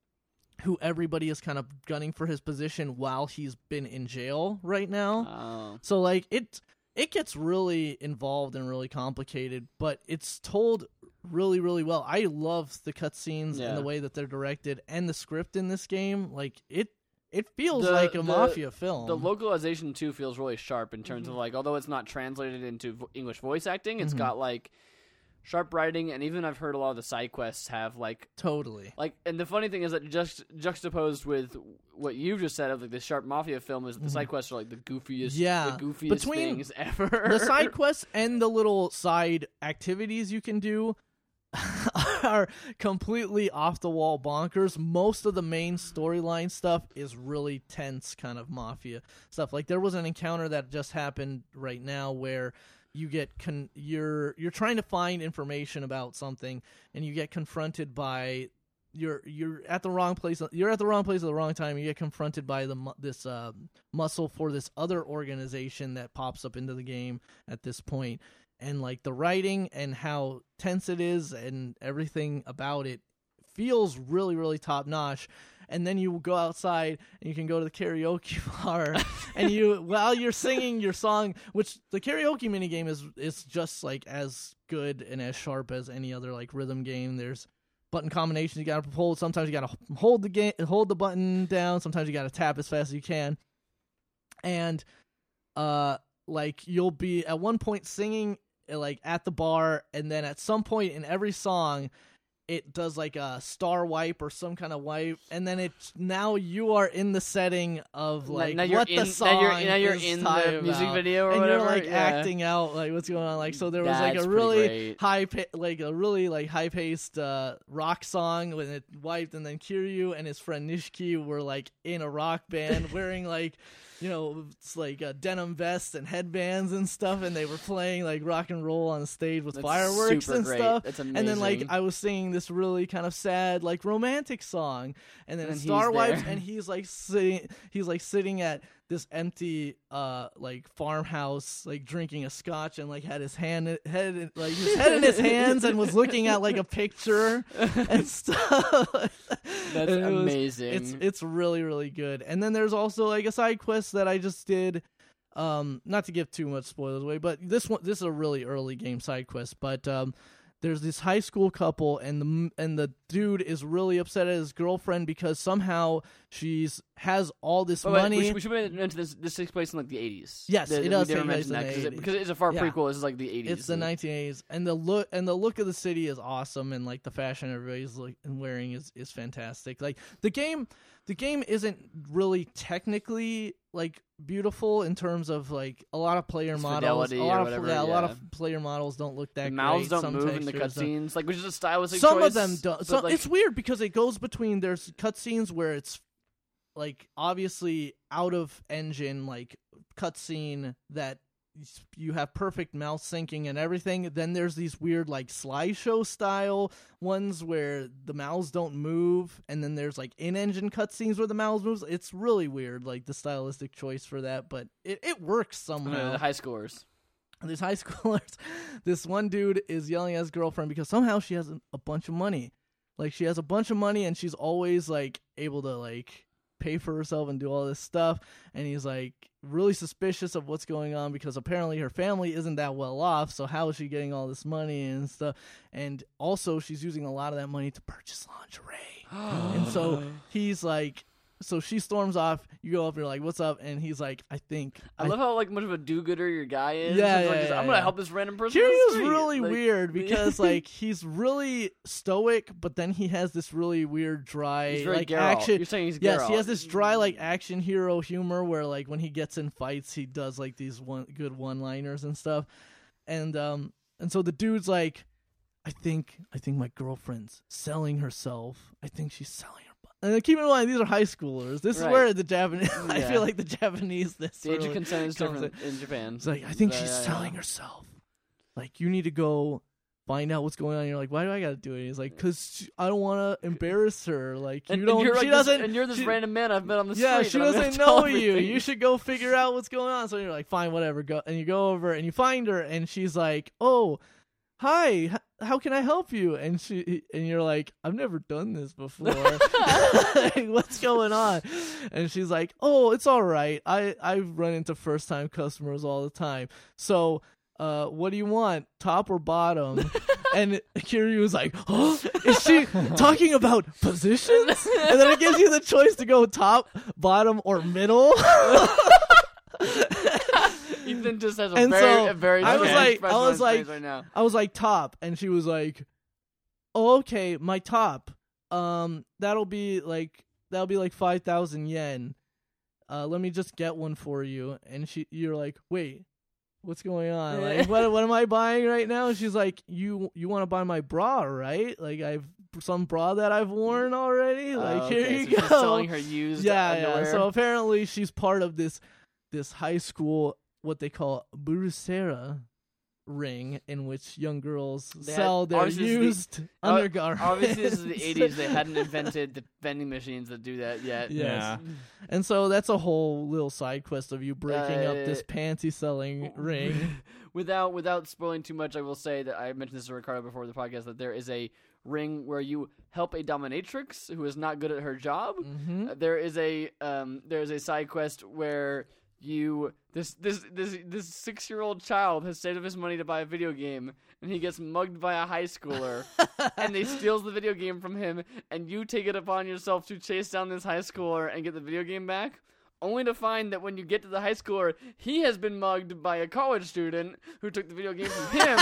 Speaker 3: who everybody is kind of gunning for his position while he's been in jail right now.
Speaker 1: Oh.
Speaker 3: So like it it gets really involved and really complicated, but it's told really really well. I love the cutscenes
Speaker 1: Yeah.
Speaker 3: and the way that they're directed and the script in this game. Like it it feels
Speaker 1: The-
Speaker 3: like a
Speaker 1: the-
Speaker 3: mafia film.
Speaker 1: The localization too feels really sharp in terms
Speaker 3: Mm-hmm.
Speaker 1: of like, although it's not translated into vo- English voice acting, it's
Speaker 3: Mhm.
Speaker 1: got like sharp writing, and even I've heard a lot of the side quests have like
Speaker 3: totally.
Speaker 1: like. And the funny thing is that just juxtaposed with what you just said of like the sharp mafia film is that the side quests are like the goofiest,
Speaker 3: Mm-hmm. Yeah.
Speaker 1: the goofiest
Speaker 3: Between
Speaker 1: things ever.
Speaker 3: The side quests and the little side activities you can do are completely off the wall bonkers. Most of the main storyline stuff is really tense kind of mafia stuff. Like there was an encounter that just happened right now where you get con- you're you're trying to find information about something and you get confronted by you're you're at the wrong place you're at the wrong place at the wrong time you get confronted by the mu- this uh, muscle for this other organization that pops up into the game at this point and like the writing and how tense it is and everything about it feels really really top notch and then you go outside and you can go to the karaoke bar and you while you're singing your song which the karaoke minigame is is just like as good and as sharp as any other like rhythm game there's button combinations you gotta hold sometimes you gotta hold the game hold the button down sometimes you gotta tap as fast as you can and uh like you'll be eh, at one point singing uh, like at the bar and then at some point in every song it does like a star wipe or some kind of wipe, and then it's now you are in the setting of
Speaker 1: Now-
Speaker 3: like
Speaker 1: now you're
Speaker 3: what
Speaker 1: in-
Speaker 3: the
Speaker 1: now
Speaker 3: song
Speaker 1: you're- now you're
Speaker 3: is
Speaker 1: in the
Speaker 3: talking
Speaker 1: music
Speaker 3: about.
Speaker 1: video or
Speaker 3: and
Speaker 1: whatever,
Speaker 3: you're like
Speaker 1: yeah.
Speaker 3: acting out like what's going on. Like so, there was like
Speaker 1: That's
Speaker 3: a
Speaker 1: pretty
Speaker 3: really
Speaker 1: great.
Speaker 3: high, pa- like a really like high paced uh, rock song when it wiped, and then Kiryu and his friend Nishiki were like in a rock band wearing like you know, it's like uh, denim vests and headbands and stuff, and they were playing like rock and roll on stage with
Speaker 1: That's
Speaker 3: fireworks
Speaker 1: super
Speaker 3: and
Speaker 1: great.
Speaker 3: stuff.
Speaker 1: That's
Speaker 3: And then like
Speaker 1: amazing.
Speaker 3: I was singing this really kind of sad like romantic song, and then
Speaker 1: And he's
Speaker 3: Star Wipes,
Speaker 1: there.
Speaker 3: and he's like sitting, he's like sitting at this empty uh like farmhouse, like drinking a scotch, and like had his hand head in- like his head in his hands, and was looking at like a picture and stuff.
Speaker 1: That's
Speaker 3: And it was-
Speaker 1: amazing.
Speaker 3: it's it's really really good. And then there's also like a side quest that I just did. Um, not to give too much spoilers away, but this one this is a really early game side quest. But um, there's this high school couple, and the m- and the dude is really upset at his girlfriend because somehow she's has all this
Speaker 1: But Oh, wait,
Speaker 3: money.
Speaker 1: We should, we should mention this. This takes place in like the eighties.
Speaker 3: Yes, it does take place in the
Speaker 1: because
Speaker 3: 80s.
Speaker 1: it, because it's a far
Speaker 3: Yeah.
Speaker 1: prequel. This is like the eighties.
Speaker 3: it's the 1980s, and the look and the look of the city is awesome, and like the fashion everybody's like wearing is is fantastic. Like the game, the game isn't really technically like beautiful in terms of like a lot of player
Speaker 1: Its
Speaker 3: models. A
Speaker 1: fidelity
Speaker 3: lot
Speaker 1: or
Speaker 3: of
Speaker 1: whatever,
Speaker 3: yeah, a lot
Speaker 1: yeah.
Speaker 3: of player models don't look that
Speaker 1: The mouths don't
Speaker 3: great. Some
Speaker 1: move in the
Speaker 3: textures don't-
Speaker 1: cutscenes, like which is a stylistic
Speaker 3: some
Speaker 1: choice,
Speaker 3: of them don't.
Speaker 1: but,
Speaker 3: Some,
Speaker 1: like,
Speaker 3: it's weird because it goes between there's cutscenes where it's like obviously out of engine, like cutscene that you have perfect mouth syncing and everything. Then there's these weird like slideshow style ones where the mouths don't move, and then there's like in engine cutscenes where the mouths moves. It's really weird, like the stylistic choice for that, but it, it works
Speaker 1: I mean,
Speaker 3: somehow
Speaker 1: the high scores.
Speaker 3: these high schoolers this one dude is yelling at his girlfriend because somehow she has a bunch of money like she has a bunch of money and she's always like able to like pay for herself and do all this stuff and he's like really suspicious of what's going on because apparently her family isn't that well off so how is she getting all this money and stuff and also she's using a lot of that money to purchase lingerie and so he's like so she storms off you go up you're like what's up and he's like i think
Speaker 1: I, love how like much of a do-gooder your guy is.
Speaker 3: Yeah,
Speaker 1: He's like,
Speaker 3: yeah,
Speaker 1: just,
Speaker 3: yeah,
Speaker 1: I'm gonna
Speaker 3: yeah.
Speaker 1: help this random person. on the
Speaker 3: Kiryu's
Speaker 1: street."
Speaker 3: really
Speaker 1: Like,
Speaker 3: weird because like he's really stoic, but then he has this really weird dry
Speaker 1: He's very
Speaker 3: like
Speaker 1: Geralt.
Speaker 3: action.
Speaker 1: You're saying he's
Speaker 3: yes, he
Speaker 1: Geralt.
Speaker 3: has this dry like action hero humor where like when he gets in fights, he does like these one good one liners and stuff, and um and so the dude's like, I think I think my girlfriend's selling herself. I think she's selling her. bu-" And keep in mind these are high schoolers. This is
Speaker 1: Right.
Speaker 3: where the Japanese. I
Speaker 1: Yeah.
Speaker 3: feel like the Japanese this
Speaker 1: The age
Speaker 3: really-
Speaker 1: of consent is
Speaker 3: comes
Speaker 1: different in Japan.
Speaker 3: it's like, I think
Speaker 1: Yeah,
Speaker 3: she's
Speaker 1: yeah, yeah.
Speaker 3: selling herself. Like, you need to go find out what's going on. You're like, why do I got to do it? He's like, because I don't want to embarrass her. Like, you
Speaker 1: And,
Speaker 3: don't.
Speaker 1: and you're
Speaker 3: she
Speaker 1: like this,
Speaker 3: doesn't.
Speaker 1: and you're this
Speaker 3: she-
Speaker 1: random man I've met on the
Speaker 3: yeah,
Speaker 1: street.
Speaker 3: she
Speaker 1: and I'm gonna
Speaker 3: doesn't
Speaker 1: tell
Speaker 3: know you.
Speaker 1: everything.
Speaker 3: You should go figure out what's going on. So you're like, fine, whatever. Go and you go over and you find her, and she's like, oh, hi, h- how can I help you? And she and you're like, I've never done this before. Like, what's going on? And she's like, oh, it's all right. I I run into first time customers all the time. So. Uh, what do you want, top or bottom? and Kiryu was like, "Huh? Is she talking about positions?" And then it gives you the choice to go top, bottom, or middle.
Speaker 1: Ethan just has a
Speaker 3: And
Speaker 1: very,
Speaker 3: so,
Speaker 1: a very.
Speaker 3: I was
Speaker 1: strange
Speaker 3: like-
Speaker 1: expression
Speaker 3: I
Speaker 1: on
Speaker 3: was
Speaker 1: his
Speaker 3: like-
Speaker 1: face right now.
Speaker 3: I was like top, and she was like, oh, "Okay, my top. Um, that'll be like that'll be like five thousand yen. Uh, let me just get one for you." And she, you're like, "Wait, what's going on? Like, what what am I buying right now?" And she's like, "You you want to buy my bra, right? Like I've some bra that I've worn already. Like
Speaker 1: Oh,
Speaker 3: here
Speaker 1: okay,
Speaker 3: you
Speaker 1: so
Speaker 3: go."
Speaker 1: She's selling her used
Speaker 3: yeah,
Speaker 1: underwear.
Speaker 3: yeah. So apparently she's part of this this high school what they call Burusera ring in which young girls
Speaker 1: They had-
Speaker 3: sell their
Speaker 1: obviously this is
Speaker 3: used undergarments.
Speaker 1: Obviously, this is the '80s. They hadn't invented the vending machines that do that yet.
Speaker 3: Yes.
Speaker 2: Yeah.
Speaker 3: And so that's a whole little side quest of you breaking up this
Speaker 1: Uh,
Speaker 3: panty selling ring.
Speaker 1: Without without spoiling too much, I will say that I mentioned this to Ricardo before the podcast that there is a ring where you help a dominatrix who is not good at her job.
Speaker 3: Mhm.
Speaker 1: Uh, There is a um, there is a side quest where you this this this this six year old child has saved up his money to buy a video game and he gets mugged by a high schooler and they steals the video game from him and you take it upon yourself to chase down this high schooler and get the video game back only to find that when you get to the high schooler, he has been mugged by a college student who took the video game from him.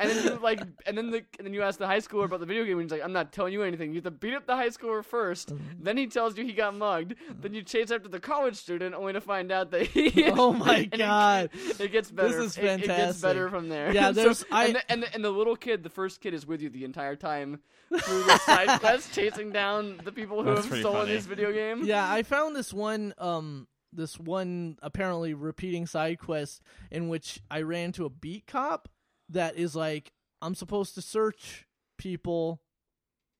Speaker 1: and then you like, and then the and then you ask the high schooler about the video game, and he's like, "I'm not telling you anything. You have to beat up the high schooler first.
Speaker 3: Mm-hmm.
Speaker 1: Then he tells you he got mugged. Then you chase after the college student, only to find out that he.
Speaker 3: Oh my
Speaker 1: and it-
Speaker 3: God.
Speaker 1: It gets better.
Speaker 3: is
Speaker 1: It- It, gets
Speaker 3: fantastic.
Speaker 1: better from there.
Speaker 3: Yeah,
Speaker 1: So-
Speaker 3: there's- I-
Speaker 1: and, the, and, the, and the little kid, the first kid, is with you the entire time through the side quest, chasing down the people who
Speaker 2: That's
Speaker 1: have
Speaker 2: pretty
Speaker 1: stolen
Speaker 2: funny.
Speaker 1: his video game.
Speaker 3: yeah, I found this one um this one apparently repeating side quest in which I ran to a beat cop that is like I'm supposed to search people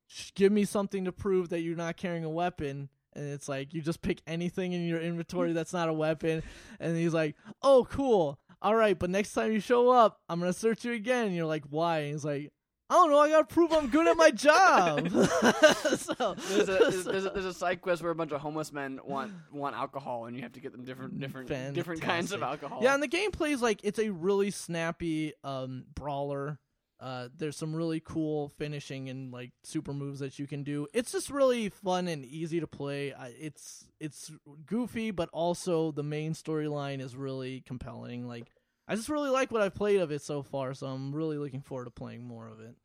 Speaker 3: Sh- give me something to prove that you're not carrying a weapon and it's like you just pick anything in your inventory that's not a weapon and he's like oh cool all right but next time you show up i'm gonna search you again and you're like why and he's like i don't know i gotta prove i'm good at my job so
Speaker 1: there's a, there's, there's a there's a side quest where a bunch of homeless men want want alcohol and you have to get them different different different kinds of
Speaker 3: Fantastic.
Speaker 1: alcohol.
Speaker 3: Yeah, and the gameplay is like it's a really snappy um, brawler. Uh, there's some really cool finishing and like super moves that you can do. It's just really fun and easy to play. I, it's it's goofy, but also the main storyline is really compelling. Like I just really like what I've played of it so far, so I'm really looking forward to playing more of it.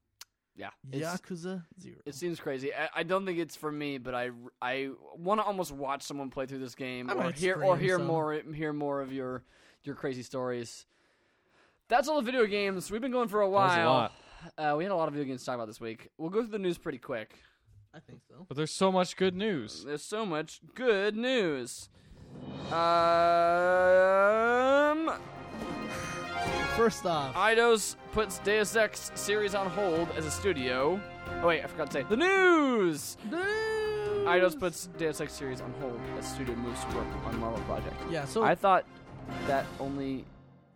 Speaker 1: yeah. It's-
Speaker 3: Yakuza Zero.
Speaker 1: It seems crazy. I, I don't think it's for me, but I, I want to almost watch someone play through this game
Speaker 3: I
Speaker 1: or
Speaker 3: might
Speaker 1: hear or
Speaker 3: stream
Speaker 1: hear
Speaker 3: some.
Speaker 1: more hear more of your your crazy stories. That's all the video games we've been going for a
Speaker 2: was a
Speaker 1: while.
Speaker 2: lot.
Speaker 1: Uh, we had a lot of video games to talk about this week. We'll go through the news pretty quick.
Speaker 3: I think so.
Speaker 2: But there's so much good news.
Speaker 1: There's so much good news. Um,
Speaker 3: First off,
Speaker 1: Eidos puts Deus Ex series on hold as a studio. Oh wait, I forgot to say the news. Eidos puts Deus Ex series on hold as studio moves to work on Marvel project.
Speaker 3: yeah. So
Speaker 1: I thought that only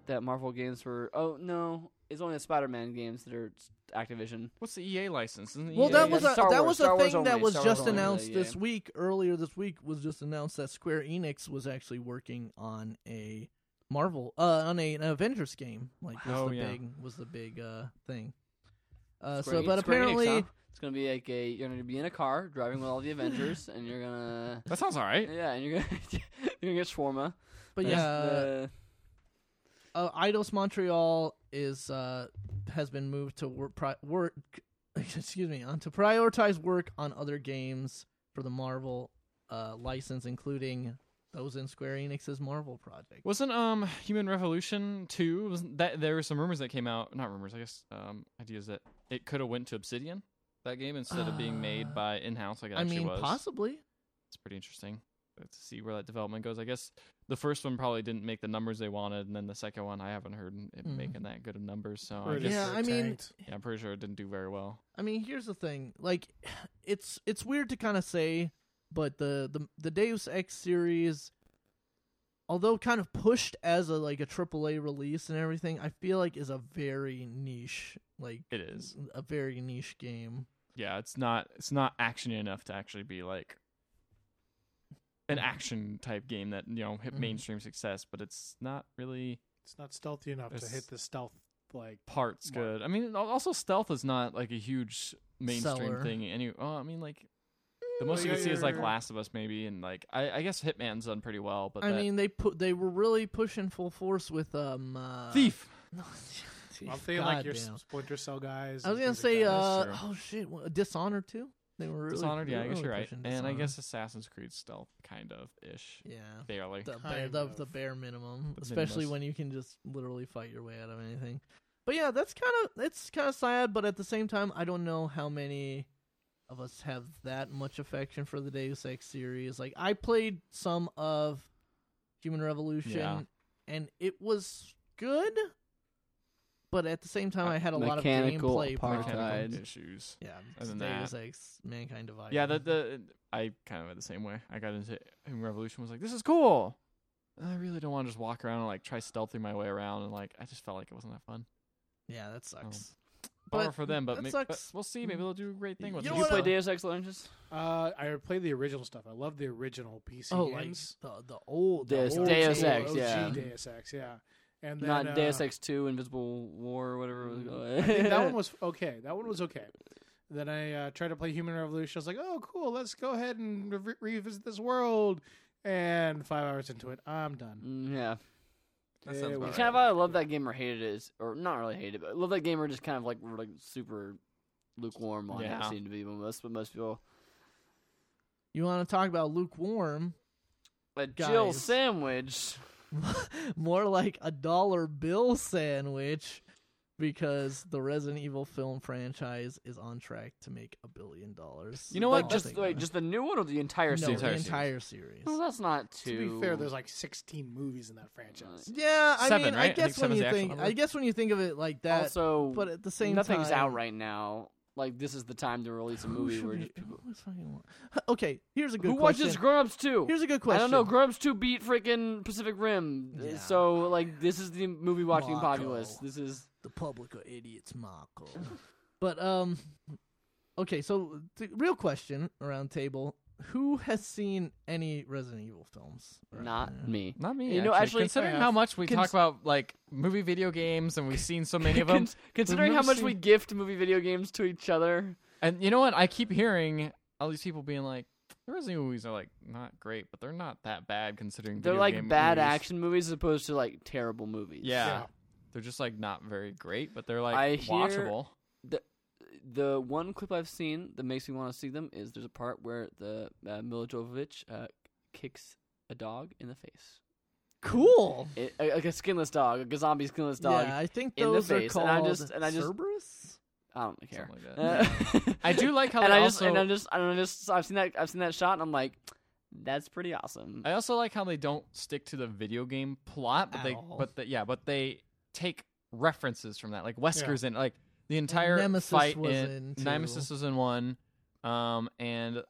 Speaker 1: that Marvel games were. Oh no, it's only the Spider-Man games that are Activision.
Speaker 2: What's the EA license? Isn't
Speaker 3: Well,
Speaker 2: EA
Speaker 3: that
Speaker 1: yeah,
Speaker 3: was
Speaker 1: yeah.
Speaker 3: a,
Speaker 1: Star
Speaker 3: that
Speaker 1: Wars,
Speaker 3: was a
Speaker 1: Star Wars
Speaker 3: thing that
Speaker 1: only,
Speaker 3: was
Speaker 1: Star Wars
Speaker 3: just
Speaker 1: only,
Speaker 3: announced
Speaker 1: yeah.
Speaker 3: this week. Earlier this week was just announced that Square Enix was actually working on a Marvel uh on a, an Avengers game. Like was
Speaker 2: Oh,
Speaker 3: the
Speaker 2: yeah.
Speaker 3: big was the big uh thing. Uh,
Speaker 1: Square
Speaker 3: so
Speaker 1: Enix-
Speaker 3: but
Speaker 1: Square Enix,
Speaker 3: apparently
Speaker 1: huh? it's gonna be like a you're gonna be in a car driving with all the Avengers, and you're gonna
Speaker 2: That sounds all right.
Speaker 1: yeah, and you're gonna you're gonna get shawarma.
Speaker 3: but
Speaker 1: That's
Speaker 3: yeah,
Speaker 1: the-
Speaker 3: uh, Idos Montreal is uh, has been moved to work, pri- work excuse me on to prioritize work on other games for the Marvel uh, license, including those in Square Enix's Marvel project.
Speaker 2: Wasn't um Human Revolution two? Wasn't that there were some rumors that came out? Not rumors, I guess. Um, ideas that it could have went to Obsidian that game instead of being made
Speaker 3: Uh,
Speaker 2: by in house. Like it
Speaker 3: I
Speaker 2: actually
Speaker 3: mean,
Speaker 2: was.
Speaker 3: possibly.
Speaker 2: It's pretty interesting uh, to see where that development goes. I guess the first one probably didn't make the numbers they wanted, and then the second one I haven't heard it
Speaker 3: Mm.
Speaker 2: making that good of numbers. So
Speaker 4: Or
Speaker 2: I
Speaker 4: it
Speaker 2: guess
Speaker 4: is
Speaker 3: Yeah,
Speaker 4: sort
Speaker 3: I
Speaker 4: of
Speaker 3: mean-
Speaker 4: tanked.
Speaker 2: yeah, I'm pretty sure it didn't do very well.
Speaker 3: I mean, here's the thing. Like, it's it's weird to kind of say, but the, the the Deus Ex series, although kind of pushed as a like a AAA release and everything, I feel like is a very niche, like
Speaker 2: It is.
Speaker 3: a very niche game.
Speaker 2: Yeah, it's not it's not action enough to actually be like an action type game that you know hit
Speaker 3: Mhm.
Speaker 2: mainstream success, but it's not really
Speaker 4: It's not stealthy enough to
Speaker 2: It's-
Speaker 4: hit the stealth like
Speaker 2: parts
Speaker 4: More.
Speaker 2: good. I mean, al- also stealth is not like a huge mainstream
Speaker 3: Seller.
Speaker 2: thing. Any, oh, I mean, like the most you
Speaker 4: yeah,
Speaker 2: can see
Speaker 4: yeah,
Speaker 2: is like
Speaker 4: yeah.
Speaker 2: Last of Us, maybe, and like I, I guess Hitman's done pretty well, but
Speaker 3: I
Speaker 2: that-
Speaker 3: mean, they put they were really pushing full force with um uh,
Speaker 2: Thief.
Speaker 3: No, Thief,
Speaker 4: I'm feeling like your
Speaker 3: goddamn.
Speaker 4: Splinter Cell guys.
Speaker 3: I was gonna
Speaker 4: and things like
Speaker 3: say,
Speaker 4: that.
Speaker 3: uh,
Speaker 2: That's true.
Speaker 3: oh shit, what, Dishonored too. They were really
Speaker 2: Dishonored,
Speaker 3: they
Speaker 2: yeah,
Speaker 3: were
Speaker 2: I guess
Speaker 3: really
Speaker 2: you're right,
Speaker 3: pushing
Speaker 2: and I guess
Speaker 3: Dishonored.
Speaker 2: Assassin's Creed stealth, kind of ish,
Speaker 3: yeah.
Speaker 2: barely.
Speaker 3: the bare,
Speaker 4: Kind
Speaker 3: the,
Speaker 4: of.
Speaker 3: the bare minimum,
Speaker 2: The
Speaker 3: especially
Speaker 2: minimus.
Speaker 3: when you can just literally fight your way out of anything. But yeah, that's kind of it's kind of sad, but at the same time, I don't know how many of us have that much affection for the Deus Ex series. Like I played some of Human Revolution,
Speaker 2: Yeah.
Speaker 3: and it was good, but at the same time, I had a lot of
Speaker 1: Mechanical
Speaker 3: gameplay
Speaker 1: apartheid.
Speaker 3: problems.
Speaker 2: Mechanical
Speaker 1: Died.
Speaker 2: issues.
Speaker 3: Yeah,
Speaker 2: Other than
Speaker 3: Deus
Speaker 2: that-
Speaker 3: Ex, Mankind Divided.
Speaker 2: Yeah, the the I kind of went the same way. I got into Human Revolution, was like, this is cool. and I really don't want to just walk around and like try stealthing my way around, and like I just felt like it wasn't that fun.
Speaker 3: yeah, that sucks.
Speaker 2: Bummer
Speaker 3: But
Speaker 2: for them, but,
Speaker 3: that
Speaker 2: ma- but
Speaker 3: sucks.
Speaker 2: we'll see. Maybe they'll do a great thing with
Speaker 3: You
Speaker 1: Did
Speaker 2: it.
Speaker 1: you
Speaker 3: know what,
Speaker 1: play
Speaker 3: uh,
Speaker 1: Deus Ex Legends?
Speaker 4: Uh, I played the original stuff. I love the original PC
Speaker 3: Oh, like
Speaker 4: games.
Speaker 3: the the old the
Speaker 1: Deus-
Speaker 3: old
Speaker 1: Deus
Speaker 3: days.
Speaker 1: Ex,
Speaker 4: OG
Speaker 1: yeah.
Speaker 4: Deus Ex, yeah. And then,
Speaker 1: Not
Speaker 4: uh,
Speaker 1: Deus Ex Two, Invisible War, or whatever. It was
Speaker 4: I think that one was okay. That one was okay. Then I uh, tried to play Human Revolution. I was like, oh, cool. Let's go ahead and re- revisit this world. And five hours into it, I'm done.
Speaker 1: Mm, yeah.
Speaker 2: That sounds
Speaker 4: Yeah,
Speaker 2: about
Speaker 4: we-
Speaker 2: right.
Speaker 1: Kind of how I love that game or hated it is, or not really hated, it, but I love that game or just kind of like we're like super lukewarm on
Speaker 2: Yeah.
Speaker 1: it. Seem to be most, but most people.
Speaker 3: You want to talk about lukewarm?
Speaker 1: A Jill
Speaker 3: Guys.
Speaker 1: sandwich.
Speaker 3: More like a dollar bill sandwich, because the Resident Evil film franchise is on track to make a billion dollars.
Speaker 2: You know
Speaker 1: Like
Speaker 2: what?
Speaker 1: just wait, just the new one or the entire
Speaker 3: no, the
Speaker 1: series?
Speaker 3: entire,
Speaker 2: series.
Speaker 3: series.
Speaker 1: Well, that's not
Speaker 4: To
Speaker 1: too.
Speaker 4: be fair, there's like 16 movies in that franchise.
Speaker 3: Yeah, I
Speaker 2: Seven,
Speaker 3: mean,
Speaker 2: right? I
Speaker 3: I
Speaker 2: think
Speaker 3: guess when
Speaker 2: seven's the
Speaker 3: you
Speaker 2: actual
Speaker 3: think,
Speaker 2: number.
Speaker 3: I guess when you think of it like that,
Speaker 1: also,
Speaker 3: but at the same
Speaker 1: nothing's
Speaker 3: time,
Speaker 1: out right now. Like this is the time to release a
Speaker 3: who
Speaker 1: movie
Speaker 3: should
Speaker 1: where
Speaker 3: we-
Speaker 1: just people.
Speaker 3: who is fucking wa- Okay, here's a good
Speaker 1: Who
Speaker 3: question.
Speaker 1: watches Grown Ups Two?
Speaker 3: here's a good
Speaker 1: I
Speaker 3: question.
Speaker 1: don't know. Grown Ups Two beat freaking Pacific Rim. Uh,
Speaker 3: Yeah.
Speaker 1: So like this is the movie watching
Speaker 3: Marco.
Speaker 1: populace. This is
Speaker 3: the public are idiots, Marco. but um, okay. So the real question around table: Who has seen any Resident Evil films? Right
Speaker 1: not
Speaker 3: now?
Speaker 1: me.
Speaker 2: Not me.
Speaker 1: You know,
Speaker 2: actually.
Speaker 1: actually,
Speaker 2: considering
Speaker 1: I
Speaker 2: how much we
Speaker 1: cons-
Speaker 2: talk about like movie video games and we've seen so many of
Speaker 1: Con-
Speaker 2: them,
Speaker 1: considering how
Speaker 2: never
Speaker 1: much
Speaker 2: seen-
Speaker 1: we gift movie video games to each other,
Speaker 2: and you know what? I keep hearing all these people being like, "The Resident Evil movies are like not great, but they're not that bad considering
Speaker 1: they're
Speaker 2: video
Speaker 1: like
Speaker 2: game
Speaker 1: bad
Speaker 2: movies."
Speaker 1: action movies as opposed to like terrible movies.
Speaker 2: Yeah.
Speaker 4: Yeah.
Speaker 2: they're just like not very great, but they're like
Speaker 1: I hear-
Speaker 2: watchable.
Speaker 1: The one clip I've seen that makes me want to see them is there's a part where the uh, Mila Jovovich uh, kicks a dog in the face,
Speaker 3: Cool.
Speaker 1: It- a- like a skinless dog, like a zombie skinless dog.
Speaker 3: Yeah, I think
Speaker 1: in the
Speaker 3: those are
Speaker 1: face,
Speaker 3: called
Speaker 1: and I just- and I just-
Speaker 3: Cerberus.
Speaker 1: I don't care.
Speaker 2: Something like that.
Speaker 1: Uh,
Speaker 2: I do like how
Speaker 1: and
Speaker 2: they
Speaker 1: I
Speaker 2: also.
Speaker 1: just and I just I don't know, just I've seen that I've seen that shot and I'm like, that's pretty awesome.
Speaker 2: I also like how they don't stick to the video game plot, but they,
Speaker 3: At all.
Speaker 2: but the, yeah, but they take references from that. Like Wesker's in, like the entire
Speaker 3: Nemesis
Speaker 2: fight
Speaker 3: was
Speaker 2: in,
Speaker 3: in,
Speaker 2: Nemesis was in one, um, and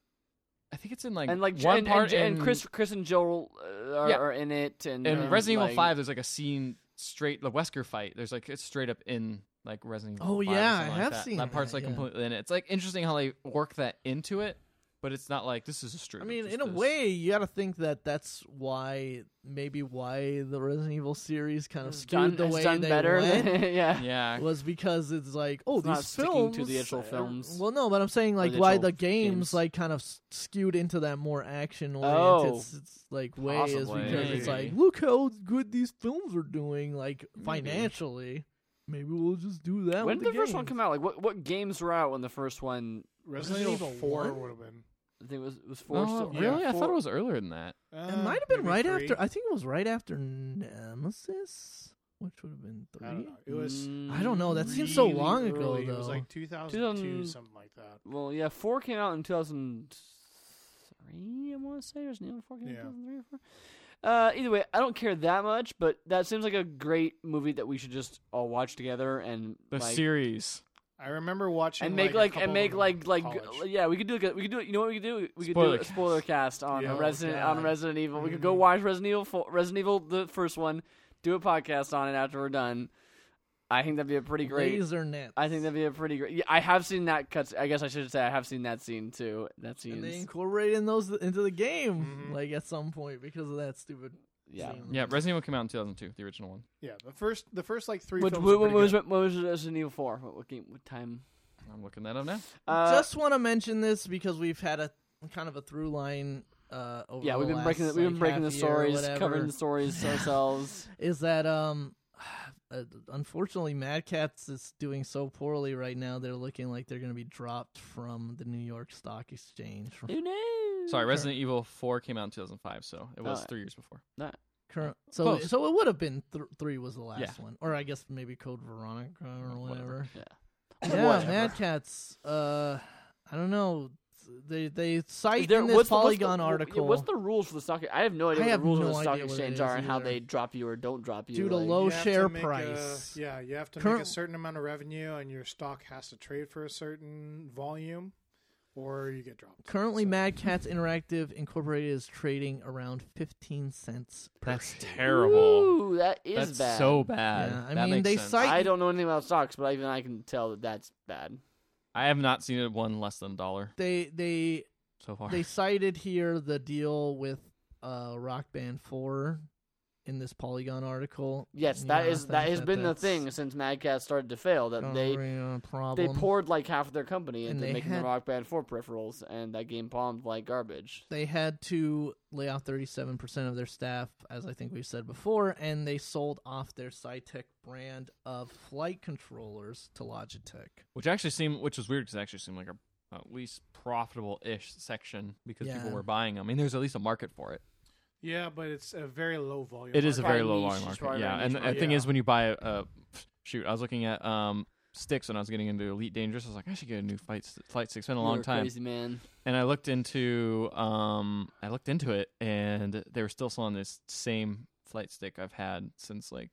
Speaker 2: I think it's in like
Speaker 1: and like
Speaker 2: one
Speaker 1: and, and,
Speaker 2: part in-
Speaker 1: and Chris Chris and Joel uh, are,
Speaker 2: Yeah.
Speaker 1: are in it and
Speaker 2: in
Speaker 1: um,
Speaker 2: Resident Evil
Speaker 1: like-
Speaker 2: Five. There's like a scene straight the Wesker fight. There's like it's straight up in like Resident Evil.
Speaker 3: Oh,
Speaker 2: 5 or
Speaker 3: yeah,
Speaker 2: something
Speaker 3: I
Speaker 2: like
Speaker 3: have
Speaker 2: that.
Speaker 3: seen
Speaker 2: that part's
Speaker 3: that,
Speaker 2: like
Speaker 3: yeah.
Speaker 2: completely in it. It's like interesting how they work that into it, but it's not like this is a straight.
Speaker 3: I
Speaker 2: up
Speaker 3: mean,
Speaker 2: just
Speaker 3: in a
Speaker 2: this.
Speaker 3: way, you got to think that that's why maybe why the Resident Evil series kind of
Speaker 1: It's
Speaker 3: skewed
Speaker 1: done,
Speaker 3: the
Speaker 1: it's
Speaker 3: way
Speaker 1: done
Speaker 3: they
Speaker 1: better.
Speaker 3: went.
Speaker 1: Than, yeah.
Speaker 2: yeah,
Speaker 3: was because it's like, oh,
Speaker 1: It's
Speaker 3: these
Speaker 1: not sticking
Speaker 3: films
Speaker 1: to the actual
Speaker 3: uh,
Speaker 1: films.
Speaker 3: Well, no, but I'm saying like
Speaker 1: the
Speaker 3: why
Speaker 1: actual
Speaker 3: the games,
Speaker 1: games.
Speaker 3: like kind of s- skewed into that more action
Speaker 1: Oh.
Speaker 3: oriented s s- like way is
Speaker 1: Possibly.
Speaker 3: because it's like
Speaker 2: Maybe.
Speaker 3: look how good these films are doing like financially. Maybe we'll just do that.
Speaker 1: When
Speaker 3: with
Speaker 1: did the, first one
Speaker 3: games.
Speaker 1: come out? Like what what games were out when the first one?
Speaker 4: Resident
Speaker 3: Resident
Speaker 4: Evil
Speaker 3: Evil
Speaker 4: 4
Speaker 3: one?
Speaker 4: would have been.
Speaker 1: I think it was it was four.
Speaker 2: No,
Speaker 1: still-
Speaker 4: yeah,
Speaker 2: Oh, really? I thought
Speaker 4: four-
Speaker 2: it was earlier than that.
Speaker 4: Uh,
Speaker 3: It might have been
Speaker 4: maybe
Speaker 3: right
Speaker 4: three.
Speaker 3: after. I think it was right after Nemesis, which would have been
Speaker 4: I don't
Speaker 3: three.
Speaker 4: know. It was.
Speaker 1: Mm,
Speaker 3: I don't know, Oh, that seems so
Speaker 4: really
Speaker 3: long ago,
Speaker 4: early. It was
Speaker 3: though.
Speaker 4: like 2002,
Speaker 1: 2000
Speaker 4: something like that.
Speaker 1: Well, yeah, four came out in two thousand three. I want to say or Neil four came out
Speaker 4: Yeah.
Speaker 1: in two thousand three or four. Uh, either way, I don't care that much, but that seems like a great movie that we should just all watch together and
Speaker 2: The
Speaker 1: like,
Speaker 2: series.
Speaker 4: I remember watching
Speaker 1: and make
Speaker 4: a
Speaker 1: like,
Speaker 4: couple
Speaker 1: and make
Speaker 4: in
Speaker 1: like like uh,
Speaker 4: college.
Speaker 1: yeah, we could do like a, we could do you know what we could do we could
Speaker 2: Spoiler
Speaker 1: do a
Speaker 2: cast.
Speaker 1: spoiler cast on
Speaker 4: Yeah.
Speaker 1: a Resident
Speaker 3: Oh,
Speaker 1: on
Speaker 3: God.
Speaker 1: Resident Evil. We could go
Speaker 4: Mhm.
Speaker 1: watch Resident Evil fo- Resident Evil the first one, do a podcast on it after we're done. I think that'd be a pretty great.
Speaker 3: Laser nets.
Speaker 1: I think that'd be a pretty great. Yeah, I have seen that cut. I guess I should say I have seen that scene too. That
Speaker 3: and they
Speaker 1: scene,
Speaker 3: incorporated in those into the game
Speaker 4: Mhm.
Speaker 3: like at some point because of that stupid.
Speaker 1: yeah.
Speaker 3: scene.
Speaker 2: Yeah, Resident Evil came out in 2002, the original one.
Speaker 4: yeah, the first the first like three
Speaker 1: What,
Speaker 4: films.
Speaker 1: what,
Speaker 4: were
Speaker 1: what
Speaker 4: pretty
Speaker 1: was
Speaker 4: good.
Speaker 1: what was Resident Evil Four? What, what game? What time?
Speaker 2: I'm looking that up now.
Speaker 1: Uh,
Speaker 3: just want to mention this because we've had a kind of a through line. Uh, over
Speaker 1: yeah,
Speaker 3: the
Speaker 1: we've been breaking the,
Speaker 3: last,
Speaker 1: we've been
Speaker 3: like,
Speaker 1: breaking the
Speaker 3: half year or
Speaker 1: stories,
Speaker 3: whatever,
Speaker 1: covering the stories ourselves.
Speaker 3: Is that um, uh, unfortunately, Mad Cats is doing so poorly right now. They're looking like they're going to be dropped from the New York Stock Exchange.
Speaker 1: Who knows?
Speaker 2: Sorry, Resident Evil 4 came out in 2005, so it was
Speaker 3: Uh,
Speaker 1: Alright.
Speaker 2: three years before.
Speaker 3: Current, so
Speaker 2: Close.
Speaker 3: so it would have been th- three was the last
Speaker 2: Yeah.
Speaker 3: one, or I guess maybe Code Veronica or whatever.
Speaker 2: Whatever.
Speaker 1: Yeah.
Speaker 3: Yeah,
Speaker 1: Whatever.
Speaker 3: Mad Cats. Uh, I don't know. They they cite
Speaker 1: Is there-
Speaker 3: in this
Speaker 1: what's the- what's the-
Speaker 3: Polygon
Speaker 1: yeah,
Speaker 3: article
Speaker 1: What's the rules for the stock? I have no idea
Speaker 3: I
Speaker 1: what
Speaker 3: have
Speaker 1: the rules
Speaker 3: no
Speaker 1: of the stock
Speaker 3: idea what it
Speaker 1: exchange
Speaker 3: is
Speaker 1: are and how
Speaker 3: either.
Speaker 1: they drop you or don't drop you.
Speaker 3: due to
Speaker 1: like-
Speaker 3: low
Speaker 4: You have to
Speaker 3: share
Speaker 4: make a-
Speaker 3: price.
Speaker 4: yeah, you have to make a
Speaker 3: Current-
Speaker 4: certain amount of revenue, and your stock has to trade for a certain volume, or you get dropped.
Speaker 3: Currently,
Speaker 4: So-
Speaker 3: Mad Cats Interactive Incorporated is trading around fifteen cents per
Speaker 2: That's
Speaker 3: share.
Speaker 2: terrible.
Speaker 1: Ooh, that is
Speaker 2: that's
Speaker 1: bad.
Speaker 2: so bad.
Speaker 3: Yeah, I
Speaker 2: That
Speaker 3: mean,
Speaker 2: makes
Speaker 3: they
Speaker 2: sense.
Speaker 3: cite-
Speaker 1: I don't know anything about stocks, but even I can tell that that's bad.
Speaker 2: I have not seen it one less than a dollar
Speaker 3: They they
Speaker 2: so far.
Speaker 3: they cited here the deal with uh Rock Band Four in this Polygon article.
Speaker 1: Yes,
Speaker 3: Yeah,
Speaker 1: that
Speaker 3: I
Speaker 1: is that
Speaker 3: think
Speaker 1: has
Speaker 3: that
Speaker 1: been the
Speaker 3: that's Oh,
Speaker 1: thing since Mad Cat started to fail that
Speaker 3: gonna
Speaker 1: they
Speaker 3: be
Speaker 1: they
Speaker 3: a problem.
Speaker 1: poured like half of their company
Speaker 3: And
Speaker 1: into
Speaker 3: they
Speaker 1: making
Speaker 3: had-
Speaker 1: the Rock Band 4 peripherals and that game bombed like garbage.
Speaker 3: they had to lay off 37% of their staff, as I think we've said before, and they sold off their SciTech brand of flight controllers to Logitech.
Speaker 2: which actually seemed which was weird because actually seemed like a at least profitable ish section because people
Speaker 3: Yeah.
Speaker 2: were buying them. I mean, there's at least a market for it.
Speaker 4: Yeah, but it's a very low volume.
Speaker 2: It is a
Speaker 1: Probably
Speaker 2: very low
Speaker 1: niche,
Speaker 2: volume
Speaker 1: it's
Speaker 2: market.
Speaker 1: probably
Speaker 2: Yeah,
Speaker 1: very
Speaker 2: and
Speaker 1: niche
Speaker 2: the thing
Speaker 4: market.
Speaker 2: is, when you buy a, a shoot, I was looking at um sticks when I was getting into Elite Dangerous. I was like, I should get a new fight s- flight stick. It's been a
Speaker 1: You
Speaker 2: long
Speaker 1: were
Speaker 2: time.
Speaker 1: Crazy man.
Speaker 2: And I looked into um I looked into it, and they were still selling this same flight stick I've had since like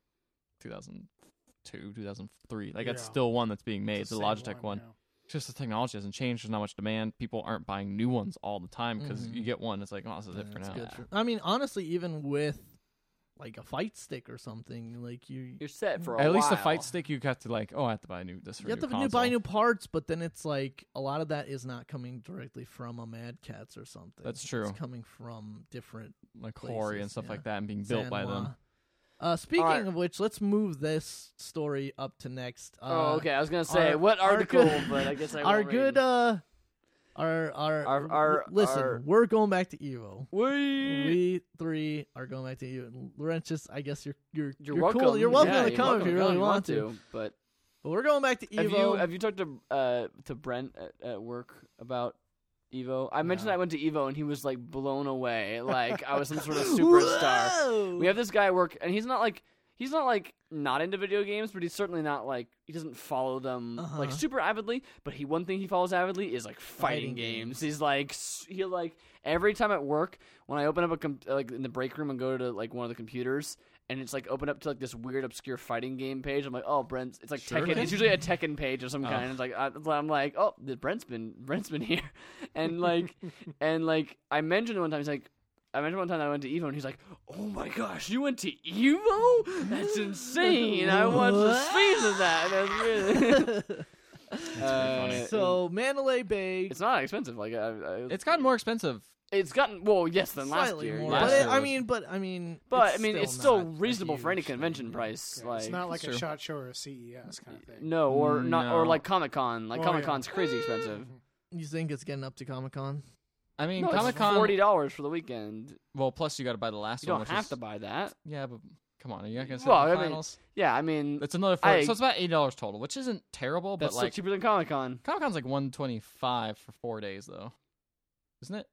Speaker 2: 2002, 2003. Like that's
Speaker 4: Yeah.
Speaker 2: still one that's being made.
Speaker 4: It's
Speaker 2: the
Speaker 4: same
Speaker 2: Logitech one.
Speaker 4: yeah.
Speaker 2: just the technology hasn't changed. There's not much demand. People aren't buying new ones all the time because
Speaker 3: Mhm.
Speaker 2: you get one, it's like, oh, this is it for
Speaker 3: That's
Speaker 2: now.
Speaker 3: good for- I mean, honestly, even with like a fight stick or something, like you,
Speaker 1: You're set for a
Speaker 2: At least the
Speaker 1: while.
Speaker 2: fight stick, you have to like, oh, I have to buy new this. For
Speaker 3: you have
Speaker 2: new
Speaker 3: to new- buy
Speaker 2: console.
Speaker 3: new parts, but then it's like a lot of that is not coming directly from a Mad Cats or something.
Speaker 2: That's true.
Speaker 3: It's coming from different
Speaker 2: like Hori and
Speaker 3: places,
Speaker 2: stuff
Speaker 3: yeah.
Speaker 2: like that, and being built by them.
Speaker 3: Sanwa. Uh, speaking
Speaker 1: Alright.
Speaker 3: of which, let's move this story up to next. Uh,
Speaker 1: oh, okay. I was gonna say
Speaker 3: our-
Speaker 1: what
Speaker 3: our
Speaker 1: article,
Speaker 3: good-
Speaker 1: but I guess I
Speaker 3: Our
Speaker 1: won't read it.
Speaker 3: good, uh, our our,
Speaker 1: Our- our-
Speaker 3: listen,
Speaker 1: our-
Speaker 3: we're going back to Evo.
Speaker 1: Wee!
Speaker 3: We three are going back to Evo. Laurentius, I guess you're you're
Speaker 1: You're,
Speaker 3: cool.
Speaker 1: welcome.
Speaker 3: You're welcome
Speaker 1: yeah,
Speaker 3: to
Speaker 1: you're
Speaker 3: come
Speaker 1: welcome
Speaker 3: if you really
Speaker 1: come
Speaker 3: want, to.
Speaker 1: But
Speaker 3: But we're going back to Evo.
Speaker 1: have you have you talked to uh to Brent at, at work about Evo? I mentioned
Speaker 4: No.
Speaker 1: I went to Evo and he was like blown away, like I was some sort of superstar.
Speaker 3: Whoa!
Speaker 1: We have this guy at work, and he's not like he's not like not into video games, but he's certainly not like he doesn't follow them like
Speaker 3: Uh-huh.
Speaker 1: super avidly. But he one thing he follows avidly is like fighting,
Speaker 3: Fighting
Speaker 1: games.
Speaker 3: games.
Speaker 1: He's like s- he like every time at work when I open up a com- like in the break room and go to like one of the computers. And it's like open up to like this weird obscure fighting game page. I'm like, oh, Brent's. It's like
Speaker 2: Sure.
Speaker 1: Tekken. It's usually a Tekken page of some
Speaker 2: Oh.
Speaker 1: kind. It's like I, I'm like, oh, the Brent's been Brent's been here, and like, and like I mentioned one time. He's like, I mentioned one time that I went to Evo, and he's like, "Oh my gosh, you went to Evo? That's insane! I watched the streams of that. That's really
Speaker 2: funny.
Speaker 1: Uh,
Speaker 3: so Mandalay Bay,
Speaker 1: it's not expensive. Like I, I,
Speaker 2: It's gotten more expensive.
Speaker 1: it's gotten well, yes, than last
Speaker 3: slightly
Speaker 1: year.
Speaker 3: more.
Speaker 1: yeah.
Speaker 3: but
Speaker 2: Last
Speaker 3: it-
Speaker 2: year
Speaker 3: I
Speaker 2: was-
Speaker 3: mean, but I mean,
Speaker 1: But I mean, it's
Speaker 3: not
Speaker 1: still
Speaker 3: a
Speaker 1: reasonable for any
Speaker 3: huge thing.
Speaker 1: convention price.
Speaker 4: Yeah,
Speaker 1: like
Speaker 4: it's not like
Speaker 2: Sure.
Speaker 4: a shot show or a CES kind of thing.
Speaker 1: no, or not, or
Speaker 2: No.
Speaker 1: like Comic Con. Like
Speaker 4: Oh,
Speaker 1: Comic
Speaker 4: yeah.
Speaker 1: Con's crazy expensive.
Speaker 4: Mm-hmm.
Speaker 3: You think it's getting up to Comic Con?
Speaker 2: I mean,
Speaker 1: No, it's
Speaker 2: Comic Con.
Speaker 1: forty dollars for the weekend.
Speaker 2: Well, plus you got to buy the last
Speaker 1: You
Speaker 2: one.
Speaker 1: don't
Speaker 2: which
Speaker 1: have
Speaker 2: is-
Speaker 1: to buy that.
Speaker 2: Yeah, but come on, are you not gonna sit
Speaker 1: Well,
Speaker 2: well, the
Speaker 1: I mean,
Speaker 2: finals?
Speaker 1: Yeah, I mean,
Speaker 2: That's another.
Speaker 1: I-
Speaker 2: 40, so it's about eight dollars total, which isn't terrible,
Speaker 1: that's
Speaker 2: but like
Speaker 1: still cheaper than Comic Con
Speaker 2: Comic Con's like one twenty five for four days though, isn't it?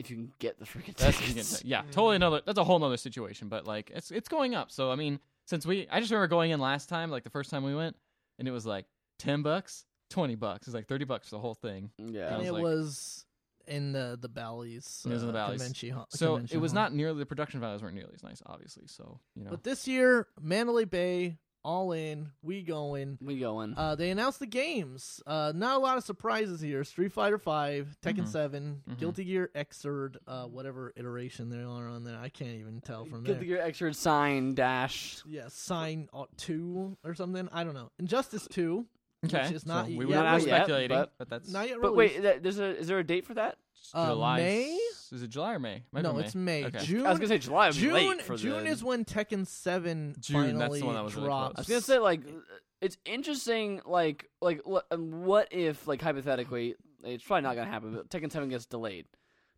Speaker 1: if you can get the freaking
Speaker 2: That's
Speaker 1: tickets.
Speaker 2: yeah, totally another. That's a whole nother situation. But like, it's it's going up. So I mean, since we, I just remember going in last time, like the first time we went, and it was like ten bucks, twenty bucks, it's like thirty bucks for the whole thing.
Speaker 1: Yeah,
Speaker 3: and
Speaker 2: was
Speaker 3: it
Speaker 2: like-
Speaker 3: was in the the valleys.
Speaker 2: It was in the valleys.
Speaker 3: Convention, hall-
Speaker 2: So it
Speaker 3: convention
Speaker 2: was
Speaker 3: hall.
Speaker 2: not nearly the production values weren't nearly as nice, obviously. So you know,
Speaker 3: But this year, Mandalay Bay, all in, we going.
Speaker 1: we going.
Speaker 3: Uh, they announced the games. Uh, not a lot of surprises here. Street Fighter Five, Tekken
Speaker 1: Mm-hmm.
Speaker 2: Mhm.
Speaker 3: 7
Speaker 2: Mhm.
Speaker 3: Guilty Gear Xrd, uh, whatever iteration they are on there. I can't even tell from
Speaker 1: Get
Speaker 3: there.
Speaker 1: your extra sign dash.
Speaker 3: yeah, Sign uh, Two or something. I don't know. Injustice Two,
Speaker 2: okay,
Speaker 3: which is not
Speaker 2: so
Speaker 3: y-
Speaker 2: we
Speaker 1: yeah,
Speaker 2: were
Speaker 1: not
Speaker 2: not
Speaker 1: yet,
Speaker 2: speculating,
Speaker 1: but-
Speaker 2: but, that's
Speaker 3: not yet.
Speaker 1: But
Speaker 3: released.
Speaker 1: wait, that, there's a is there a date for that?
Speaker 3: uh,
Speaker 2: July.
Speaker 3: May?
Speaker 2: Is it July or May? Might be
Speaker 3: no,
Speaker 2: May.
Speaker 3: it's May.
Speaker 2: Okay.
Speaker 3: June.
Speaker 1: I was gonna say July. Would be
Speaker 3: June.
Speaker 1: late for
Speaker 3: June
Speaker 1: the-
Speaker 3: is when Tekken Seven
Speaker 2: June, that's the
Speaker 3: finally
Speaker 2: one that was really
Speaker 3: drops.
Speaker 1: I was gonna say like it's interesting. Like like what, um, what if like hypothetically it's probably not gonna happen. But Tekken Seven gets delayed.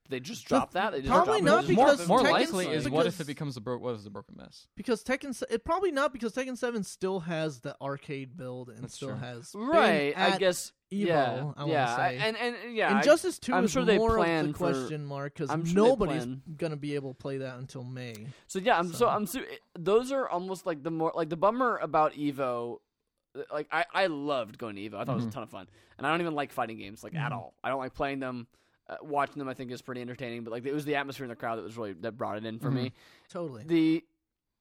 Speaker 1: Did they just drop that? They just
Speaker 3: probably
Speaker 1: drop
Speaker 3: not
Speaker 1: it?
Speaker 2: more,
Speaker 3: because
Speaker 2: more
Speaker 3: Tekken's-
Speaker 2: likely is what if
Speaker 3: because-
Speaker 2: it becomes a bro- what is the broken mess?
Speaker 3: Because Tekken, se- it probably not because Tekken Seven still has the arcade build and
Speaker 2: That's
Speaker 3: still
Speaker 2: true.
Speaker 3: has been
Speaker 1: right. I
Speaker 3: at
Speaker 1: guess
Speaker 3: Evo.
Speaker 1: yeah,
Speaker 3: I
Speaker 1: yeah,
Speaker 3: want to say.
Speaker 1: and and yeah, I-
Speaker 3: Injustice 2
Speaker 1: I'm
Speaker 3: is
Speaker 1: sure they
Speaker 3: more of
Speaker 1: plan
Speaker 3: the
Speaker 1: for-
Speaker 3: question mark because
Speaker 1: I'm sure they
Speaker 3: nobody's
Speaker 1: plan.
Speaker 3: going to be able to play that until May.
Speaker 1: So yeah, I'm so,
Speaker 3: So-
Speaker 1: I'm so those are almost like the more like the bummer about Evo. eh, Like I I loved going to Evo. I thought it was a
Speaker 3: Mm-hmm.
Speaker 2: Mhm.
Speaker 1: ton of fun, and I don't even like fighting games like at
Speaker 3: Mhm.
Speaker 1: all. I don't like playing them. Uh, watching them, I think, is pretty entertaining. But like it was the atmosphere in the crowd that was really that brought it in for me.
Speaker 3: Totally.
Speaker 1: The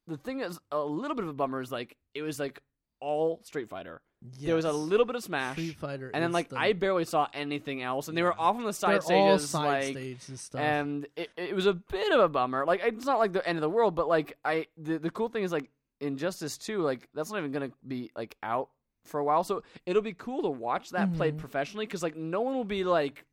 Speaker 1: the thing that's a little bit of a bummer is like it was like all Street Fighter. There was a
Speaker 3: Yes.
Speaker 1: little bit of Smash.
Speaker 3: Street Fighter,
Speaker 1: And then
Speaker 3: is
Speaker 1: like
Speaker 3: the,
Speaker 1: I barely saw anything else, and they were
Speaker 3: Yeah.
Speaker 1: off on the
Speaker 3: they're
Speaker 1: side
Speaker 3: all
Speaker 1: stages,
Speaker 3: side
Speaker 1: like
Speaker 3: stages and stuff.
Speaker 1: and it, it was a bit of a bummer. Like it's not like the end of the world, but like I the, the cool thing is like Injustice Two, like that's not even gonna be like out for a while, so it'll be cool to watch that played
Speaker 3: Mhm.
Speaker 1: professionally because like no one will be like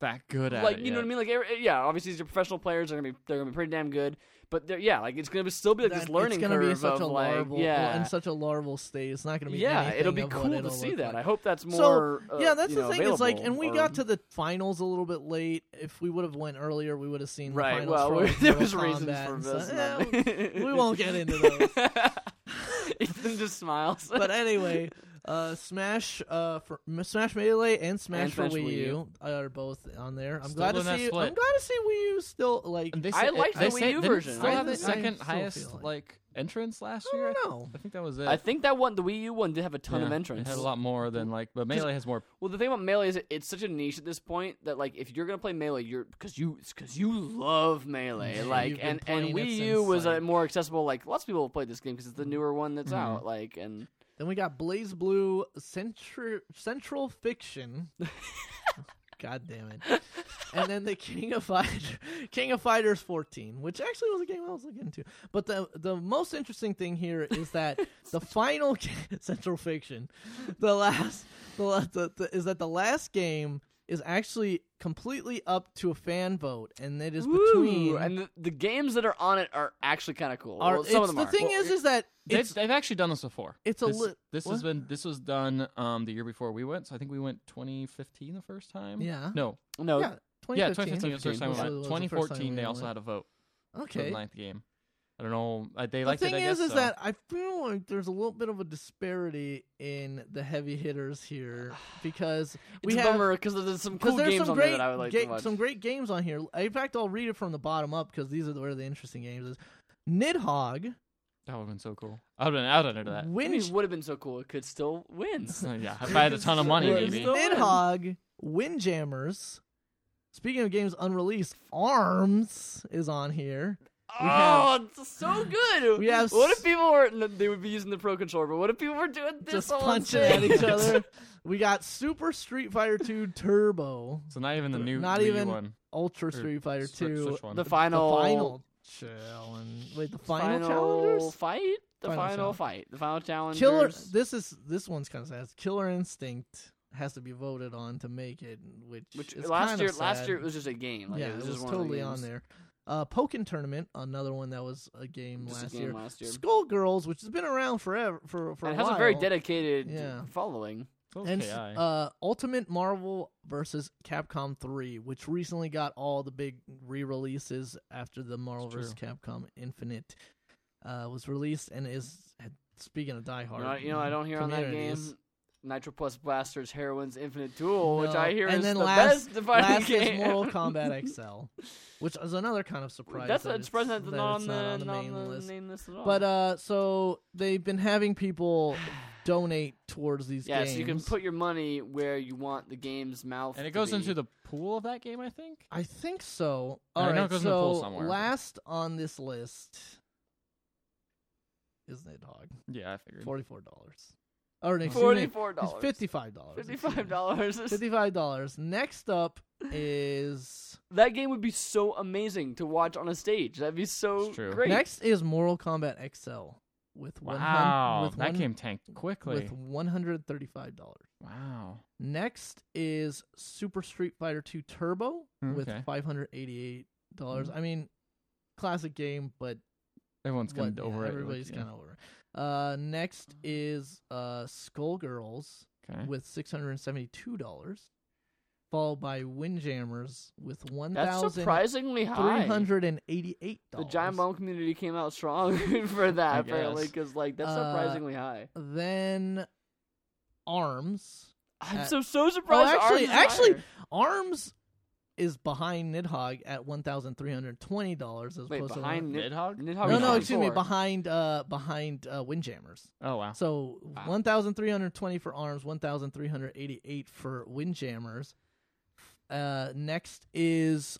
Speaker 2: that good at
Speaker 1: like
Speaker 2: it.
Speaker 1: you know
Speaker 2: yet.
Speaker 1: what I mean? Like every- yeah, obviously these are professional players. They're gonna be they're gonna be pretty damn good. But they're yeah, like it's gonna be, still be like
Speaker 3: That-
Speaker 1: this learning
Speaker 3: it's gonna
Speaker 1: curve
Speaker 3: be such
Speaker 1: of
Speaker 3: a
Speaker 1: like
Speaker 3: larval,
Speaker 1: yeah,
Speaker 3: in such a larval state. It's not going to be
Speaker 1: yeah.
Speaker 3: anything
Speaker 1: It'll be
Speaker 3: of what
Speaker 1: cool to
Speaker 3: it'll
Speaker 1: see
Speaker 3: look
Speaker 1: that.
Speaker 3: like.
Speaker 1: I hope that's
Speaker 3: So
Speaker 1: more. uh,
Speaker 3: yeah, that's
Speaker 1: you
Speaker 3: the
Speaker 1: know,
Speaker 3: thing. It's like,
Speaker 1: available,
Speaker 3: and we
Speaker 1: or-
Speaker 3: got to the finals a little bit late. If we would have went earlier, we would have seen
Speaker 1: right.
Speaker 3: The finals
Speaker 1: well,
Speaker 3: for,
Speaker 1: we-
Speaker 3: like,
Speaker 1: there
Speaker 3: Mortal
Speaker 1: was reasons
Speaker 3: Kombat
Speaker 1: for
Speaker 3: and
Speaker 1: this.
Speaker 3: stuff. Eh,
Speaker 1: and
Speaker 3: Yeah,
Speaker 1: that.
Speaker 3: we won't get into those.
Speaker 1: Ethan just smiles.
Speaker 3: but anyway, uh, Smash uh, for M- Smash Melee and Smash
Speaker 1: And
Speaker 3: for
Speaker 1: Smash
Speaker 3: Wii,
Speaker 1: Wii
Speaker 3: U are both on there. I'm
Speaker 2: Still
Speaker 3: glad to
Speaker 2: doing that
Speaker 3: see. I'm
Speaker 2: split.
Speaker 3: glad to see Wii U still like.
Speaker 2: And they
Speaker 1: I
Speaker 2: said-
Speaker 1: liked
Speaker 2: they
Speaker 1: the Wii
Speaker 2: say-
Speaker 1: U
Speaker 2: didn't it
Speaker 1: version.
Speaker 2: Still
Speaker 1: I
Speaker 2: have the
Speaker 1: think- I
Speaker 2: second
Speaker 3: still feel
Speaker 2: highest
Speaker 3: like-
Speaker 2: like entrance last
Speaker 3: I
Speaker 2: year.
Speaker 3: don't
Speaker 2: I think-
Speaker 3: know.
Speaker 2: I think that was it.
Speaker 1: I think that one, the Wii U one, did have a ton of
Speaker 2: Yeah,
Speaker 1: entrants.
Speaker 2: It had a lot more than like, but melee has more.
Speaker 1: Well, the thing about melee is it- it's such a niche at this point that like if you're gonna play melee, you're because you because you love melee,
Speaker 3: Yeah,
Speaker 1: like
Speaker 3: you've been
Speaker 1: and and
Speaker 3: playing it
Speaker 1: Wii
Speaker 3: since,
Speaker 1: U was
Speaker 3: like- Mm-hmm.
Speaker 1: a more accessible. Like lots of people have played this game because it's the newer one that's
Speaker 2: Mhm.
Speaker 1: out. Like and
Speaker 3: Then we got Blaze Blue Central Central Fiction. God damn it. And then the King of Fight King of Fighters 14, which actually was a game I was looking into. But the the most interesting thing here is that the final ga- Central Fiction, the last the, la- the, the is that the last game is actually completely up to a fan vote and it is between
Speaker 1: Woo! and the, the games that are on it are actually kind of cool.
Speaker 3: our,
Speaker 1: Well, some of them
Speaker 3: it's- the
Speaker 1: are.
Speaker 3: thing
Speaker 1: Well,
Speaker 3: is is that
Speaker 2: They've,
Speaker 3: it's
Speaker 2: they've actually done this before.
Speaker 3: It's a
Speaker 2: this,
Speaker 3: lit-
Speaker 2: This
Speaker 3: what?
Speaker 2: has been this was done um the year before we went. So I think we went 2015 the first time.
Speaker 3: Yeah.
Speaker 2: No.
Speaker 1: no,
Speaker 3: yeah,
Speaker 2: Yeah, 2015 was
Speaker 1: 2015
Speaker 2: the first time we
Speaker 1: was
Speaker 2: went.
Speaker 3: the- was the first time
Speaker 2: 2014
Speaker 3: we
Speaker 2: they
Speaker 3: went.
Speaker 2: also had a vote for the
Speaker 3: Okay.
Speaker 2: ninth game. I don't know. I, they
Speaker 3: The
Speaker 2: liked
Speaker 3: thing
Speaker 2: it. I
Speaker 3: is,
Speaker 2: guess,
Speaker 3: is
Speaker 2: so.
Speaker 3: that I feel like there's a little bit of a disparity in the heavy hitters here because we
Speaker 1: it's a
Speaker 3: have
Speaker 1: bummer because there's some
Speaker 3: 'cause
Speaker 1: cool
Speaker 3: there's
Speaker 1: games
Speaker 3: some
Speaker 1: on
Speaker 3: great
Speaker 1: there that I would like
Speaker 3: ga-
Speaker 1: to watch.
Speaker 3: some great games on here. In fact, I'll read it from the bottom up because these are where the interesting games is. Nidhogg,
Speaker 2: that would have been so cool. I would have been out under that.
Speaker 1: it
Speaker 3: Winch,
Speaker 1: would have been so cool. It could still win.
Speaker 2: So, yeah, if I had a ton of money,
Speaker 1: Well,
Speaker 3: was
Speaker 2: maybe.
Speaker 1: still-
Speaker 3: Nidhogg, Windjammers. Speaking of games unreleased, Arms is on here.
Speaker 1: oh,
Speaker 3: have-
Speaker 1: it's so good.
Speaker 3: We have
Speaker 1: what
Speaker 3: s-
Speaker 1: if people were no, they would be using the pro controller, but what if people were doing this
Speaker 3: Just
Speaker 1: all
Speaker 3: punching
Speaker 1: day?
Speaker 3: at each other. We got Super Street Fighter 2 Turbo,
Speaker 2: So not even the new
Speaker 3: Not
Speaker 2: Wii
Speaker 3: even
Speaker 2: one.
Speaker 3: Ultra
Speaker 2: or
Speaker 3: Street Fighter
Speaker 2: Switch-
Speaker 3: 2,
Speaker 2: Switch one.
Speaker 1: the final,
Speaker 3: The final challenge. Wait, the final,
Speaker 1: final
Speaker 3: challengers?
Speaker 1: fight, the
Speaker 3: Final
Speaker 1: final,
Speaker 3: challenge.
Speaker 1: fight, the final challenge.
Speaker 3: Killer. This is this one's kind of sad. Killer Instinct has to be voted on to make it, which,
Speaker 1: which
Speaker 3: is
Speaker 1: last
Speaker 3: kinda
Speaker 1: year, last
Speaker 3: sad.
Speaker 1: year it was just a game. Like,
Speaker 3: yeah,
Speaker 1: it was, just one of the
Speaker 3: totally on
Speaker 1: games.
Speaker 3: there. Uh, Pokken Tournament, another one that was a game
Speaker 1: Just a
Speaker 3: last
Speaker 1: game
Speaker 3: year.
Speaker 1: last year.
Speaker 3: Skullgirls, which has been around forever for for
Speaker 1: And
Speaker 3: a
Speaker 1: it has
Speaker 3: while.
Speaker 1: a very dedicated
Speaker 3: Yeah.
Speaker 1: following.
Speaker 2: So
Speaker 3: and
Speaker 2: KI.
Speaker 3: uh, Ultimate Marvel versus Capcom 3, which recently got all the big re-releases after the Marvel
Speaker 2: true.
Speaker 3: vs. Capcom Infinite uh, was released and is speaking of Die Hard.
Speaker 1: You know, you know what I don't hear on that
Speaker 3: communities.
Speaker 1: game. Nitro Plus Blasters, Heroin's Infinite Duel, which
Speaker 3: No.
Speaker 1: I hear
Speaker 3: And
Speaker 1: is
Speaker 3: then
Speaker 1: the
Speaker 3: last-
Speaker 1: best defining
Speaker 3: Last
Speaker 1: game.
Speaker 3: is Mortal Kombat XL, which is another kind of surprise.
Speaker 1: That's
Speaker 3: that
Speaker 1: a surprising
Speaker 3: it's-
Speaker 1: that's
Speaker 3: that
Speaker 1: not on
Speaker 3: it's
Speaker 1: the
Speaker 3: not on the
Speaker 1: not
Speaker 3: main
Speaker 1: on the
Speaker 3: list.
Speaker 1: name list at all.
Speaker 3: But uh, so they've been having people donate towards these
Speaker 1: yeah,
Speaker 3: games.
Speaker 1: so you can put your money where you want the game's mouth.
Speaker 2: and it
Speaker 1: to
Speaker 2: goes
Speaker 1: be.
Speaker 2: into the pool of that game, I think.
Speaker 3: I think so.
Speaker 2: I
Speaker 3: All right,
Speaker 2: know it goes
Speaker 3: so
Speaker 2: in the pool somewhere.
Speaker 3: last on this list is Nidhogg,
Speaker 2: Yeah, I figured.
Speaker 3: forty-four dollars. Or no, excuse me,
Speaker 1: forty-four
Speaker 3: it's
Speaker 1: dollars,
Speaker 3: fifty-five dollars.
Speaker 1: fifty-five dollars.
Speaker 3: Fifty-five dollars. Next up is
Speaker 1: That game would be so amazing to watch on a stage. That'd be so
Speaker 2: It's true.
Speaker 1: great.
Speaker 3: next is Mortal Kombat XL with one hun-
Speaker 2: Wow,
Speaker 3: with
Speaker 2: that
Speaker 3: one,
Speaker 2: game tanked quickly.
Speaker 3: with one hundred thirty-five dollars.
Speaker 2: wow,
Speaker 3: Next is Super Street Fighter 2 Turbo
Speaker 2: Mm,
Speaker 3: with
Speaker 2: okay. Mm.
Speaker 3: five hundred eighty-eight dollars. I mean, classic game, but
Speaker 2: everyone's kind
Speaker 3: what-
Speaker 2: of over
Speaker 3: yeah,
Speaker 2: it.
Speaker 3: everybody's kind of over. it. Uh, next is uh, Skullgirls
Speaker 1: Hmm?
Speaker 2: okay.
Speaker 3: with six hundred and seventy-two dollars, followed by Windjammers with one
Speaker 1: That's
Speaker 3: thousand
Speaker 1: surprisingly
Speaker 3: three
Speaker 1: high.
Speaker 3: hundred and eighty-eight
Speaker 1: The
Speaker 3: dollars.
Speaker 1: Giant Bomb community came out strong for that
Speaker 2: I
Speaker 1: apparently
Speaker 2: guess.
Speaker 1: because like that's
Speaker 3: Uh,
Speaker 1: surprisingly high.
Speaker 3: Then Arms.
Speaker 1: I'm
Speaker 3: uh,
Speaker 1: so so surprised.
Speaker 3: oh, actually,
Speaker 1: ours is
Speaker 3: actually,
Speaker 1: higher.
Speaker 3: Arms is behind Nidhogg at one thousand three hundred twenty dollars as
Speaker 1: wait
Speaker 3: opposed
Speaker 1: behind
Speaker 3: to.
Speaker 1: Nid-
Speaker 2: Nidhogg?
Speaker 1: Nidhogg
Speaker 3: No,
Speaker 1: was
Speaker 3: no,
Speaker 1: on
Speaker 3: excuse me.
Speaker 1: four.
Speaker 3: Behind, uh, behind uh, Windjammers.
Speaker 2: Oh wow.
Speaker 3: So
Speaker 1: Wow.
Speaker 3: 1,320 for arms, 1,388 for windjammers. Uh, next is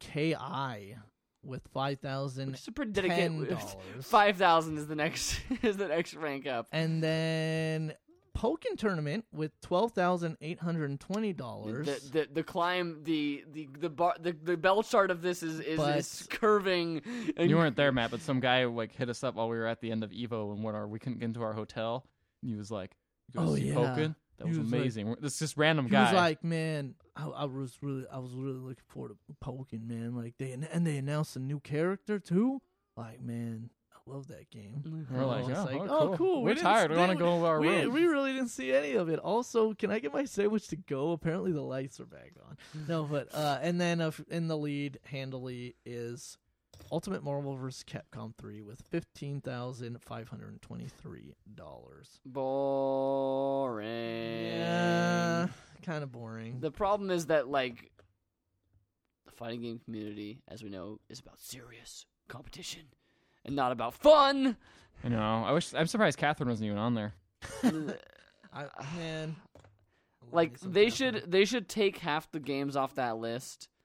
Speaker 3: KI with five thousand
Speaker 1: Which is a pretty
Speaker 3: ten
Speaker 1: dedicated.
Speaker 3: dollars,
Speaker 1: Five thousand is the next is the next rank up.
Speaker 3: and then Pokken tournament with twelve thousand eight hundred and twenty dollars.
Speaker 1: The, the the climb the the the bar the, the bell chart of this is is,
Speaker 3: But-
Speaker 1: is curving. And
Speaker 2: You weren't there, Matt, but some guy like hit us up while we were at the end of Evo and what our we couldn't get into our hotel. And he was like, "You guys
Speaker 3: Oh,
Speaker 2: see
Speaker 3: yeah.
Speaker 2: Pokken? That was
Speaker 3: He was like-
Speaker 2: amazing. We're- This just random
Speaker 3: He
Speaker 2: guy.
Speaker 3: was like, man, I, I was really, I was really looking forward to Pokken, man. Like they and they announced a new character too. Like, man, I love that game.
Speaker 2: And we're like,
Speaker 3: I was
Speaker 2: oh,
Speaker 3: like,
Speaker 2: oh,
Speaker 3: oh,
Speaker 2: cool.
Speaker 3: cool. We
Speaker 2: We're
Speaker 3: didn't
Speaker 2: tired. We want to
Speaker 3: stay-
Speaker 2: go to our
Speaker 3: We,
Speaker 2: room.
Speaker 3: we really didn't see any of it. Also, can I get my sandwich to go? Apparently, the lights are back on. No, but uh, and then uh, in the lead handily is Ultimate Marvel vs. Capcom 3 with fifteen thousand five hundred twenty-three dollars.
Speaker 1: Boring.
Speaker 3: Yeah, kind of boring.
Speaker 1: The problem is that like the fighting game community, as we know, is about serious competition and not about fun.
Speaker 2: I know. I wish. I'm surprised Catherine wasn't even on there.
Speaker 3: I, man, I love me
Speaker 1: like
Speaker 3: some
Speaker 1: they
Speaker 3: Catherine.
Speaker 1: should they should take half the games off that list.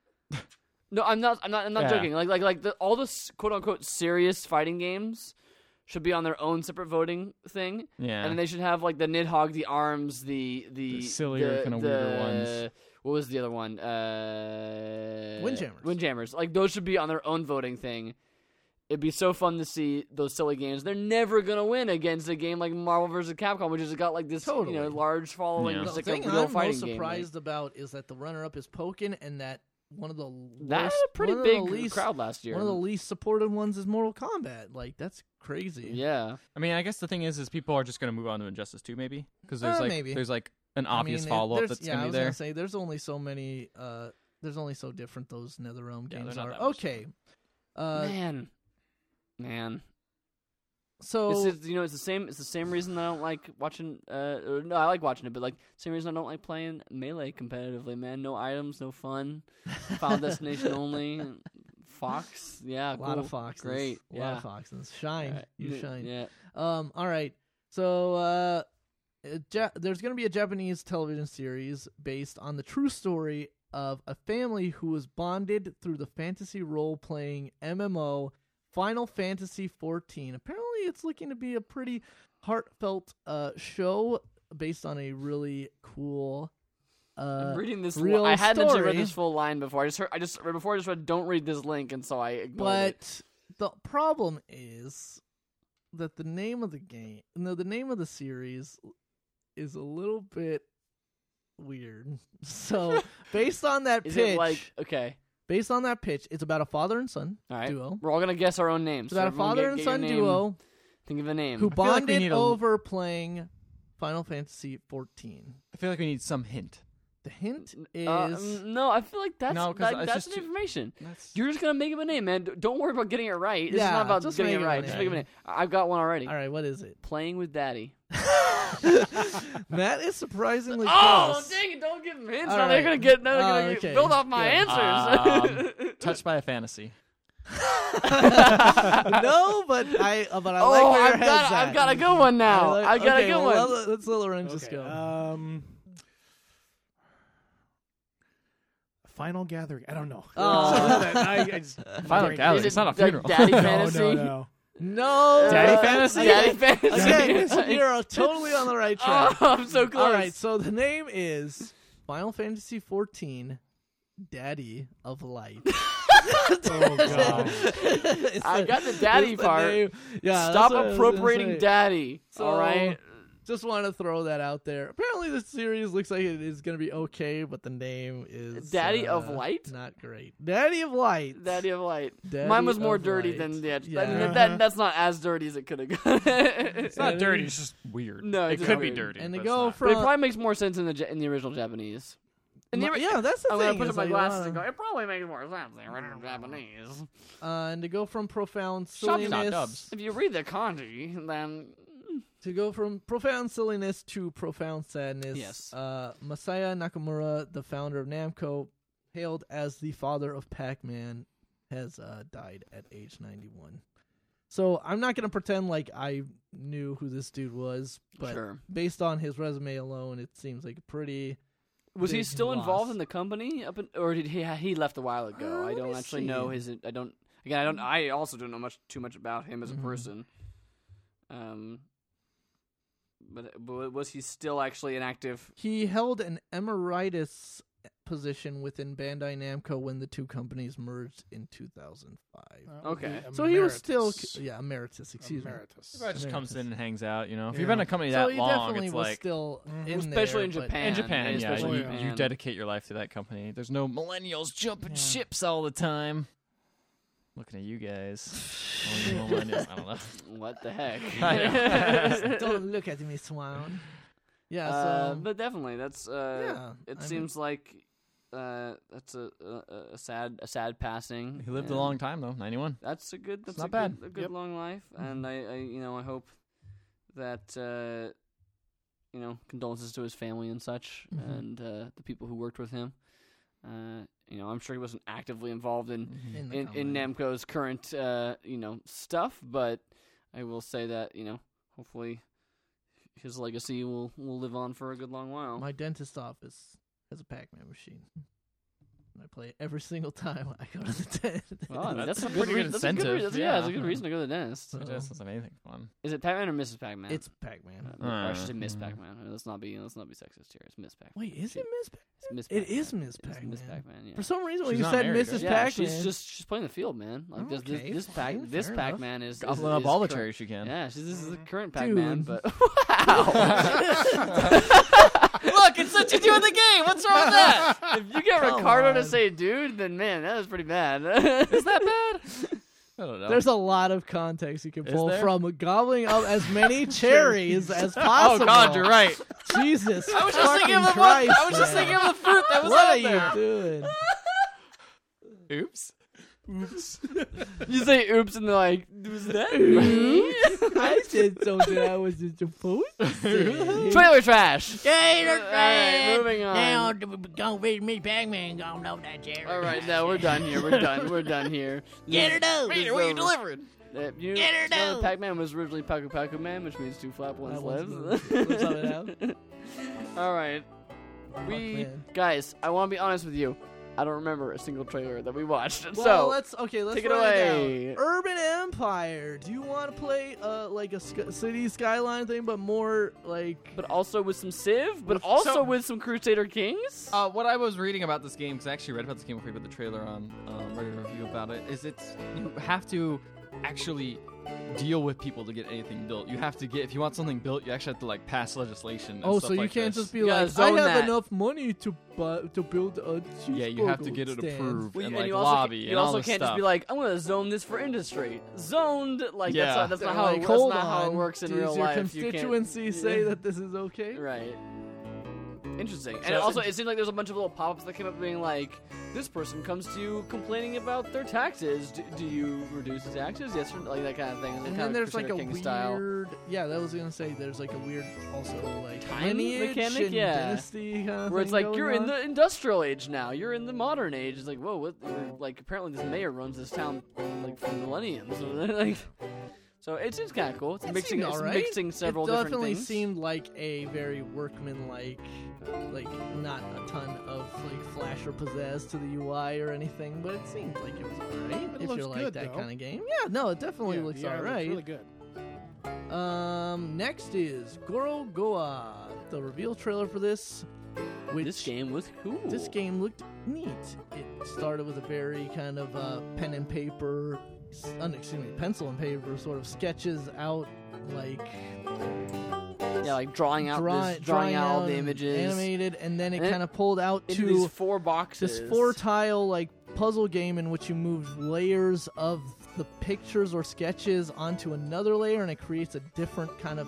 Speaker 1: No, I'm not. I'm not. I'm not
Speaker 2: Yeah.
Speaker 1: joking. Like, like, like the, all the s- quote unquote serious fighting games should be on their own separate voting thing,
Speaker 2: Yeah.
Speaker 1: and then they should have like the Nidhogg, the Arms, the the,
Speaker 2: The sillier,
Speaker 1: the-
Speaker 2: kinda weirder ones.
Speaker 1: the- What was the other one? Uh,
Speaker 3: Windjammers.
Speaker 1: Windjammers. Like those should be on their own voting thing. It'd be so fun to see those silly games. They're never gonna win against a game like Marvel vs. Capcom, which has got like this
Speaker 3: Totally.
Speaker 1: you know large following.
Speaker 2: Yeah.
Speaker 1: It's
Speaker 3: the
Speaker 1: like
Speaker 3: thing
Speaker 1: a real
Speaker 3: I'm
Speaker 1: fighting
Speaker 3: most
Speaker 1: game, like-
Speaker 3: surprised about is that the runner-up is Pokken, and that one of the
Speaker 1: That
Speaker 3: worst,
Speaker 1: had a pretty
Speaker 3: one of the
Speaker 1: big
Speaker 3: least,
Speaker 1: crowd last year.
Speaker 3: One of the least supported ones is Mortal Kombat. Like that's crazy.
Speaker 1: yeah,
Speaker 2: I mean, I guess the thing is, is people are just gonna move on to Injustice 2 maybe because there's
Speaker 3: Uh,
Speaker 2: like
Speaker 3: maybe.
Speaker 2: there's like an
Speaker 3: I
Speaker 2: obvious
Speaker 3: mean, it-
Speaker 2: follow up
Speaker 3: there's-
Speaker 2: that's
Speaker 3: yeah, I
Speaker 2: gonna be
Speaker 3: was
Speaker 2: there.
Speaker 3: gonna say there's only so many. Uh, there's only so different those NetherRealm
Speaker 2: Yeah, they're
Speaker 3: games
Speaker 2: not
Speaker 3: are.
Speaker 2: that much
Speaker 3: Okay. Uh,
Speaker 1: man, man.
Speaker 3: so
Speaker 1: It's just, you know, it's the same. It's the same reason that I don't like watching. Uh, or no, I like watching it, but like same reason I don't like playing melee competitively. Man, no items, no fun. Final Destination only. Fox, yeah,
Speaker 3: a lot
Speaker 1: cool.
Speaker 3: of foxes.
Speaker 1: Great,
Speaker 3: A lot
Speaker 1: yeah.
Speaker 3: of foxes. Shine.
Speaker 1: Yeah,
Speaker 3: You
Speaker 1: yeah,
Speaker 3: shine.
Speaker 1: Yeah,
Speaker 3: Um. All right. So uh, a ja- there's going to be a Japanese television series based on the true story of a family who was bonded through the fantasy role playing MMO Final Fantasy 14. Apparently, it's looking to be a pretty heartfelt uh show based on a really cool. Uh,
Speaker 1: I'm reading this.
Speaker 3: real
Speaker 1: Li- I hadn't actually
Speaker 3: story.
Speaker 1: read this full line before. I just heard. I just right before I just read. Don't read this link, and so I ignored it.
Speaker 3: But the problem is that the name of the game, no, the name of the series is a little bit weird. So, based on that
Speaker 1: Is
Speaker 3: pitch,
Speaker 1: it like okay?
Speaker 3: based on that pitch, it's about a father and son
Speaker 1: All right,
Speaker 3: duo.
Speaker 1: we're all gonna guess our own names.
Speaker 3: It's about a
Speaker 1: Everyone
Speaker 3: father
Speaker 1: get-
Speaker 3: and
Speaker 1: get your
Speaker 3: son
Speaker 1: name.
Speaker 3: duo
Speaker 1: Think of a name.
Speaker 3: who
Speaker 2: feel like we
Speaker 3: bonded
Speaker 2: need a-
Speaker 3: over playing Final Fantasy 14.
Speaker 2: I feel like we need some hint.
Speaker 3: The hint is
Speaker 1: Uh, mm, no, I feel like that's
Speaker 2: No, 'cause
Speaker 1: that-
Speaker 2: it's
Speaker 1: that's
Speaker 2: just
Speaker 1: an
Speaker 2: too-
Speaker 1: information.
Speaker 2: That's
Speaker 1: You're just gonna make him a name, man. D- Don't worry about getting it right. This is
Speaker 3: Yeah,
Speaker 1: not about
Speaker 3: just
Speaker 1: getting
Speaker 3: make
Speaker 1: it
Speaker 3: him a
Speaker 1: right. Just
Speaker 3: name.
Speaker 1: make him a name. I- I've got one already.
Speaker 3: All right, what is it?
Speaker 1: Playing with Daddy.
Speaker 3: that is surprisingly
Speaker 1: Oh,
Speaker 3: close.
Speaker 1: dang it! Don't give him hints.
Speaker 3: All
Speaker 1: now they're
Speaker 3: right.
Speaker 1: gonna get. Now they're gonna
Speaker 3: Oh, okay. Um,
Speaker 1: get, build off my answers.
Speaker 2: touched by a fantasy.
Speaker 3: no, but I uh, but I like
Speaker 1: oh,
Speaker 3: where your
Speaker 1: I've
Speaker 3: head's
Speaker 1: got.
Speaker 3: at.
Speaker 1: I've got a good one now.
Speaker 3: I like-
Speaker 1: I've got
Speaker 3: okay,
Speaker 1: a good
Speaker 3: well,
Speaker 1: one.
Speaker 3: let- Let's let Loren just
Speaker 4: Okay,
Speaker 3: go.
Speaker 4: Um, Final Gathering. I don't know.
Speaker 3: Oh.
Speaker 4: That- I, I just,
Speaker 2: Final Gathering.
Speaker 1: Is
Speaker 2: It's
Speaker 1: it
Speaker 2: not a
Speaker 1: like
Speaker 2: funeral.
Speaker 1: Daddy
Speaker 4: No,
Speaker 1: fantasy.
Speaker 4: no, no.
Speaker 3: no,
Speaker 2: Daddy
Speaker 1: Uh,
Speaker 2: fantasy?
Speaker 1: Daddy fantasy.
Speaker 3: Again, you're totally on the right
Speaker 1: oh,
Speaker 3: track.
Speaker 1: I'm so close.
Speaker 3: All right, so the name is Final Fantasy XIV, Daddy of Light.
Speaker 4: Oh god.
Speaker 3: It's
Speaker 1: I
Speaker 3: the-
Speaker 1: got the daddy
Speaker 3: it's the
Speaker 1: part.
Speaker 3: name. Yeah,
Speaker 1: Stop
Speaker 3: that's what I was gonna
Speaker 1: appropriating
Speaker 3: say.
Speaker 1: Daddy.
Speaker 3: So-
Speaker 1: all right.
Speaker 3: Just want to throw that out there. Apparently, the series looks like it is going to be okay, but the name is
Speaker 1: Daddy of
Speaker 3: uh,
Speaker 1: Light?
Speaker 3: Not great. Daddy of Light.
Speaker 1: Daddy of Light.
Speaker 3: Daddy
Speaker 1: Mine was more
Speaker 3: of
Speaker 1: dirty
Speaker 3: Light.
Speaker 1: than the.
Speaker 3: Yeah.
Speaker 1: I mean, that- that, that's not as dirty as it could have gone.
Speaker 2: Uh-huh. It's not
Speaker 3: Yeah.
Speaker 2: dirty. It's just weird.
Speaker 1: No,
Speaker 2: it
Speaker 1: Mm, it's
Speaker 2: could be
Speaker 1: weird.
Speaker 2: dirty.
Speaker 3: and
Speaker 2: but
Speaker 3: to
Speaker 2: it's
Speaker 3: go
Speaker 2: not.
Speaker 1: but
Speaker 3: from
Speaker 1: it probably makes more sense in the Ja- in the original Japanese. In the,
Speaker 3: My-
Speaker 1: ori-
Speaker 3: yeah, that's the
Speaker 1: I'm
Speaker 3: thing.
Speaker 1: gonna put
Speaker 3: is
Speaker 1: up my
Speaker 3: like,
Speaker 1: glasses and
Speaker 3: uh,
Speaker 1: go. It probably makes more sense in the original Japanese.
Speaker 3: uh, and to go from profound
Speaker 2: Shop is not
Speaker 3: silliness
Speaker 2: dubs.
Speaker 1: If you read the kanji, then
Speaker 3: to go from profound silliness to profound sadness.
Speaker 1: Yes.
Speaker 3: Uh, Masaya Nakamura, the founder of Namco, hailed as the father of Pac-Man, has uh, died at age 91. So I'm not gonna pretend like I knew who this dude was, but
Speaker 1: sure.
Speaker 3: based on his resume alone, it seems like a pretty.
Speaker 1: Was he
Speaker 3: big
Speaker 1: still involved
Speaker 3: loss.
Speaker 1: in the company up in, or did he he left a while
Speaker 3: Uh,
Speaker 1: ago? I
Speaker 3: let
Speaker 1: don't
Speaker 3: me
Speaker 1: actually
Speaker 3: see.
Speaker 1: know his. I don't. Again, I don't. I also don't know much too much about him as a
Speaker 3: Mhm.
Speaker 1: person. Um. But, but was he still actually an active
Speaker 3: He held an emeritus position within Bandai Namco when the two companies merged in 2005.
Speaker 1: Uh, Okay.
Speaker 3: so he was still yeah emeritus. Excuse me.
Speaker 4: Emeritus.
Speaker 2: Everybody just comes in and hangs out. You know, if
Speaker 4: Yeah.
Speaker 2: you've been a company
Speaker 3: so
Speaker 2: that
Speaker 3: he
Speaker 2: long,
Speaker 3: definitely
Speaker 2: it's
Speaker 3: was
Speaker 2: like
Speaker 3: still in
Speaker 1: Mhm. especially in
Speaker 3: there, but-
Speaker 1: Japan.
Speaker 2: in Japan,
Speaker 1: and
Speaker 2: yeah,
Speaker 1: especially
Speaker 2: you,
Speaker 1: in
Speaker 2: you
Speaker 1: Japan.
Speaker 2: dedicate your life to that company. There's no millennials jumping ships all the time. Looking at you guys, All you millennials. I don't know.
Speaker 1: What the heck?
Speaker 2: I know.
Speaker 3: Don't look at me, Swan. Yeah. So
Speaker 1: Uh, but definitely, that's uh,
Speaker 3: yeah,
Speaker 1: it
Speaker 3: I
Speaker 1: seems like uh, that's a, a a sad a sad passing.
Speaker 2: He lived a
Speaker 1: and
Speaker 2: long time though, 91.
Speaker 1: That's a good. That's
Speaker 2: not
Speaker 1: a
Speaker 2: bad. Mm-hmm.
Speaker 1: Good, a good
Speaker 4: Yep.
Speaker 1: long life, and I, I you know I hope that uh, you know condolences to his family and such,
Speaker 3: Mhm.
Speaker 2: Mm-hmm.
Speaker 1: and uh, the people who worked with him. Uh, you know, I'm sure he wasn't actively involved in
Speaker 3: Mean, in
Speaker 1: in,
Speaker 3: the
Speaker 1: in
Speaker 3: company.
Speaker 1: Namco's current uh, you know stuff, but I will say that you know hopefully his legacy will will live on for a good long while.
Speaker 3: My dentist office has a Pac-Man machine. And I play it every single time I go to the dentist.
Speaker 1: Well, I mean,
Speaker 2: That's
Speaker 1: that's, a
Speaker 2: a
Speaker 1: pretty
Speaker 2: pretty
Speaker 1: good
Speaker 2: good
Speaker 1: that's a good re-
Speaker 2: incentive,
Speaker 1: that's- yeah, that's a
Speaker 2: yeah.
Speaker 1: good reason to go to the dentist.
Speaker 3: So,
Speaker 2: It just doesn't anything fun.
Speaker 1: Is it Pac-Man or Mrs. Pac-Man?
Speaker 3: it's
Speaker 1: Uh,
Speaker 3: Pac-Man.
Speaker 1: or I should say
Speaker 2: Mm.
Speaker 1: Miss
Speaker 2: Mm.
Speaker 1: Pac-Man. Let's not be let's not be sexist here. It's Miss Pac-Man.
Speaker 3: Wait, is it Miss Pac?
Speaker 1: It's Miss
Speaker 3: It is
Speaker 1: Pac-Man.
Speaker 3: Miss
Speaker 1: It's Miss
Speaker 3: Pac-Man.
Speaker 1: Pac-Man. Yeah.
Speaker 3: For some reason, when
Speaker 2: She's
Speaker 3: you
Speaker 2: not
Speaker 3: said
Speaker 2: married,
Speaker 3: Mrs.
Speaker 2: right?
Speaker 1: yeah,
Speaker 3: Pac-Man,
Speaker 1: she's just she's playing the field, man. Like this this
Speaker 3: Okay,
Speaker 1: this, Pac
Speaker 3: fine,
Speaker 1: this
Speaker 3: fair enough.
Speaker 1: Pac-Man is, is
Speaker 2: Gobbling
Speaker 1: is
Speaker 2: up all the
Speaker 1: current-
Speaker 2: chairs you can.
Speaker 1: Yeah, she's, this is the current Pac-Man,
Speaker 3: Mm-hmm. Dude.
Speaker 1: but wow! Look, it's such a two in the game. What's wrong with that? If you get
Speaker 3: Come
Speaker 1: Ricardo to
Speaker 3: on.
Speaker 1: say "dude," then man, that is pretty bad. is that bad?
Speaker 2: I don't know.
Speaker 3: there's a lot of context you can
Speaker 2: Is
Speaker 3: pull
Speaker 2: there?
Speaker 3: from gobbling up as many cherries as
Speaker 2: oh
Speaker 3: possible.
Speaker 2: God, you're right.
Speaker 3: Jesus, I was
Speaker 1: just thinking of the one-
Speaker 3: Christ,
Speaker 1: I was just
Speaker 3: man.
Speaker 1: thinking of the fruit that was
Speaker 3: What
Speaker 1: out
Speaker 3: are you doing?
Speaker 2: Oops.
Speaker 1: there. You say "oops" and they're like, "Was that?"
Speaker 3: I said something I wasn't supposed to say.
Speaker 1: Trailer trash.
Speaker 5: Taylor
Speaker 1: All right,
Speaker 5: Fred.
Speaker 1: moving on.
Speaker 5: Now, don't read me, Pac-Man. Gonna know that Jerry.
Speaker 1: All right, now we're done here. We're done. We're done here.
Speaker 5: Get it out.
Speaker 1: This is
Speaker 2: What are you
Speaker 1: over.
Speaker 2: delivering?
Speaker 1: Uh, you
Speaker 5: Get her
Speaker 1: know,
Speaker 5: down.
Speaker 1: Pac-Man was originally Paco Paco Man, which means two flap ones
Speaker 3: That one's
Speaker 1: lives.
Speaker 3: moved. Lives on it out.
Speaker 1: All right, we
Speaker 3: man.
Speaker 1: guys. I want to be honest with you. I don't remember a single trailer that we watched.
Speaker 3: Well,
Speaker 1: so
Speaker 3: let's okay. Let's
Speaker 1: take it
Speaker 3: run
Speaker 1: away.
Speaker 3: down. Urban Empire. Do you want to play uh like a sc- city skyline thing, but more like
Speaker 1: but also with some Civ, but
Speaker 2: With-
Speaker 1: also
Speaker 2: so-
Speaker 1: with some Crusader Kings.
Speaker 2: Uh, what I was reading about this game, because I actually read about this game before we put the trailer on, um, read a review about it, is it's you have to actually deal with people to get anything built. You have to get if you want something built, you actually have to like pass legislation. And
Speaker 3: oh,
Speaker 2: stuff
Speaker 3: so you
Speaker 2: like
Speaker 3: can't
Speaker 2: this.
Speaker 3: just be
Speaker 1: You gotta
Speaker 3: like I
Speaker 1: zone
Speaker 3: have
Speaker 1: that.
Speaker 3: enough money to buy, to build a
Speaker 2: yeah, you have to
Speaker 3: cheeseburger
Speaker 2: get it
Speaker 3: stand.
Speaker 2: approved
Speaker 1: Well,
Speaker 2: and
Speaker 1: you-
Speaker 2: like
Speaker 1: you also,
Speaker 2: lobby.
Speaker 1: can't- you
Speaker 2: and all
Speaker 1: also
Speaker 2: this
Speaker 1: can't
Speaker 2: stuff.
Speaker 1: just be like, I'm going to zone this for industry. Zoned, like
Speaker 2: Yeah.
Speaker 1: that's not, that's
Speaker 3: They're
Speaker 1: not how
Speaker 3: like,
Speaker 1: it,
Speaker 3: hold
Speaker 1: that's not how it
Speaker 3: on,
Speaker 1: works in
Speaker 3: does
Speaker 1: real
Speaker 3: your
Speaker 1: life. You can't-
Speaker 3: constituency say that this is okay?
Speaker 1: Right. Interesting. And
Speaker 2: So-
Speaker 1: also, it seems like there's a bunch of little pop-ups that came up being like, "This person comes to you complaining about their taxes. Do, do you reduce the taxes? Yes, or like that kind of thing."
Speaker 3: And
Speaker 1: kind
Speaker 3: then
Speaker 1: of
Speaker 3: there's like
Speaker 1: Crusader
Speaker 3: a
Speaker 1: King
Speaker 3: weird,
Speaker 1: style.
Speaker 3: yeah. That was gonna say there's like a weird also like
Speaker 1: Time
Speaker 3: lineage
Speaker 1: mechanic?
Speaker 3: and
Speaker 1: Yeah.
Speaker 3: dynasty kind of
Speaker 1: Where it's
Speaker 3: thing
Speaker 1: like
Speaker 3: going
Speaker 1: you're in
Speaker 3: on.
Speaker 1: the industrial age now. You're in the modern age. It's like whoa, what? you're- Like apparently this mayor runs this town like for millenniums. like, so it seems kind of cool. It's
Speaker 3: It
Speaker 1: mixing,
Speaker 3: seemed
Speaker 1: it's
Speaker 3: alright.
Speaker 1: mixing several
Speaker 3: it
Speaker 1: different
Speaker 3: definitely
Speaker 1: things.
Speaker 3: seemed like a very workman-like, like not a ton of like flash or pizzazz to the UI or anything, but it seemed like it was alright.
Speaker 4: It
Speaker 3: If
Speaker 4: looks
Speaker 3: you like
Speaker 4: good,
Speaker 3: that
Speaker 4: though.
Speaker 3: kind of game, yeah, no, it definitely
Speaker 4: Yeah,
Speaker 3: looks
Speaker 4: yeah, it
Speaker 3: alright.
Speaker 4: Really good.
Speaker 3: um, next is Goro Goa, the reveal trailer for this. Which
Speaker 1: This game was cool.
Speaker 3: this game looked neat. It started with a very kind of uh, pen and paper, s- un- excuse me, pencil and paper sort of sketches out like
Speaker 1: yeah, like drawing out,
Speaker 3: draw-
Speaker 1: this, drawing out all the
Speaker 3: and
Speaker 1: images.
Speaker 3: animated, and then it
Speaker 1: And it-
Speaker 3: kind of pulled out
Speaker 1: into these
Speaker 3: to
Speaker 1: four boxes.
Speaker 3: this four tile like puzzle game in which you move layers of the pictures or sketches onto another layer, and it creates a different kind of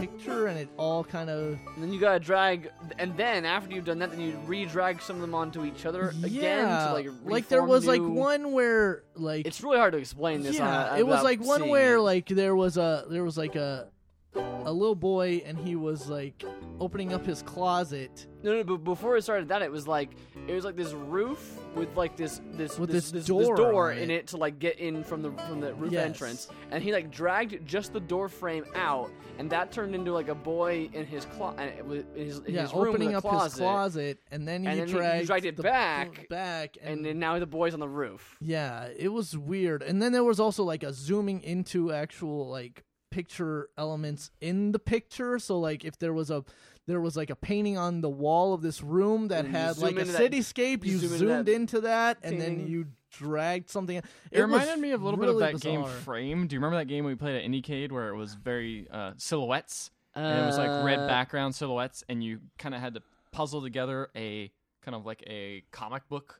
Speaker 3: picture, and it all kind of
Speaker 1: And then you gotta drag, and then after you've done that, then you re-drag some of them onto each other again
Speaker 3: yeah,
Speaker 1: to like
Speaker 3: there
Speaker 1: reform
Speaker 3: was like
Speaker 1: new-
Speaker 3: one where like
Speaker 1: It's really hard to explain this.
Speaker 3: yeah,
Speaker 1: on,
Speaker 3: it was
Speaker 1: without
Speaker 3: like one
Speaker 1: seeing
Speaker 3: where
Speaker 1: it.
Speaker 3: like there was a there was like a a little boy and he was like opening up his closet
Speaker 1: no, no. But before it started that, it was like it was like this roof with like this this
Speaker 3: With
Speaker 1: this,
Speaker 3: this
Speaker 1: door,
Speaker 3: door on
Speaker 1: in
Speaker 3: it.
Speaker 1: it to like get in from the from the roof
Speaker 3: Yes.
Speaker 1: entrance, and he like dragged just the door frame out, and that turned into like a boy in his clo- and it was- in his, in
Speaker 3: yeah
Speaker 1: his room
Speaker 3: opening
Speaker 1: with a
Speaker 3: up
Speaker 1: closet,
Speaker 3: his closet and then he
Speaker 1: And then he- he
Speaker 3: dragged,
Speaker 1: dragged it
Speaker 3: the-
Speaker 1: back,
Speaker 3: back and,
Speaker 1: and then now the boy's on the roof.
Speaker 3: yeah it was weird and then there was also like a zooming into actual like picture elements in the picture. So like if there was a there was like a painting on the wall of this room that
Speaker 1: And you
Speaker 3: had
Speaker 1: zoom
Speaker 3: like a
Speaker 1: into that-
Speaker 3: cityscape,
Speaker 1: you
Speaker 3: you,
Speaker 1: zoom into
Speaker 3: zoomed
Speaker 1: that
Speaker 3: into that, and then
Speaker 1: painting.
Speaker 3: you dragged something. It,
Speaker 2: It,
Speaker 3: was
Speaker 2: reminded me of a little
Speaker 3: really
Speaker 2: bit of that game
Speaker 3: bizarre.
Speaker 2: Frame. Do you remember that game we played at Indiecade where it was very uh, silhouettes and it was like red
Speaker 1: Uh,
Speaker 2: background silhouettes, and you kind of had to puzzle together a kind of like a comic book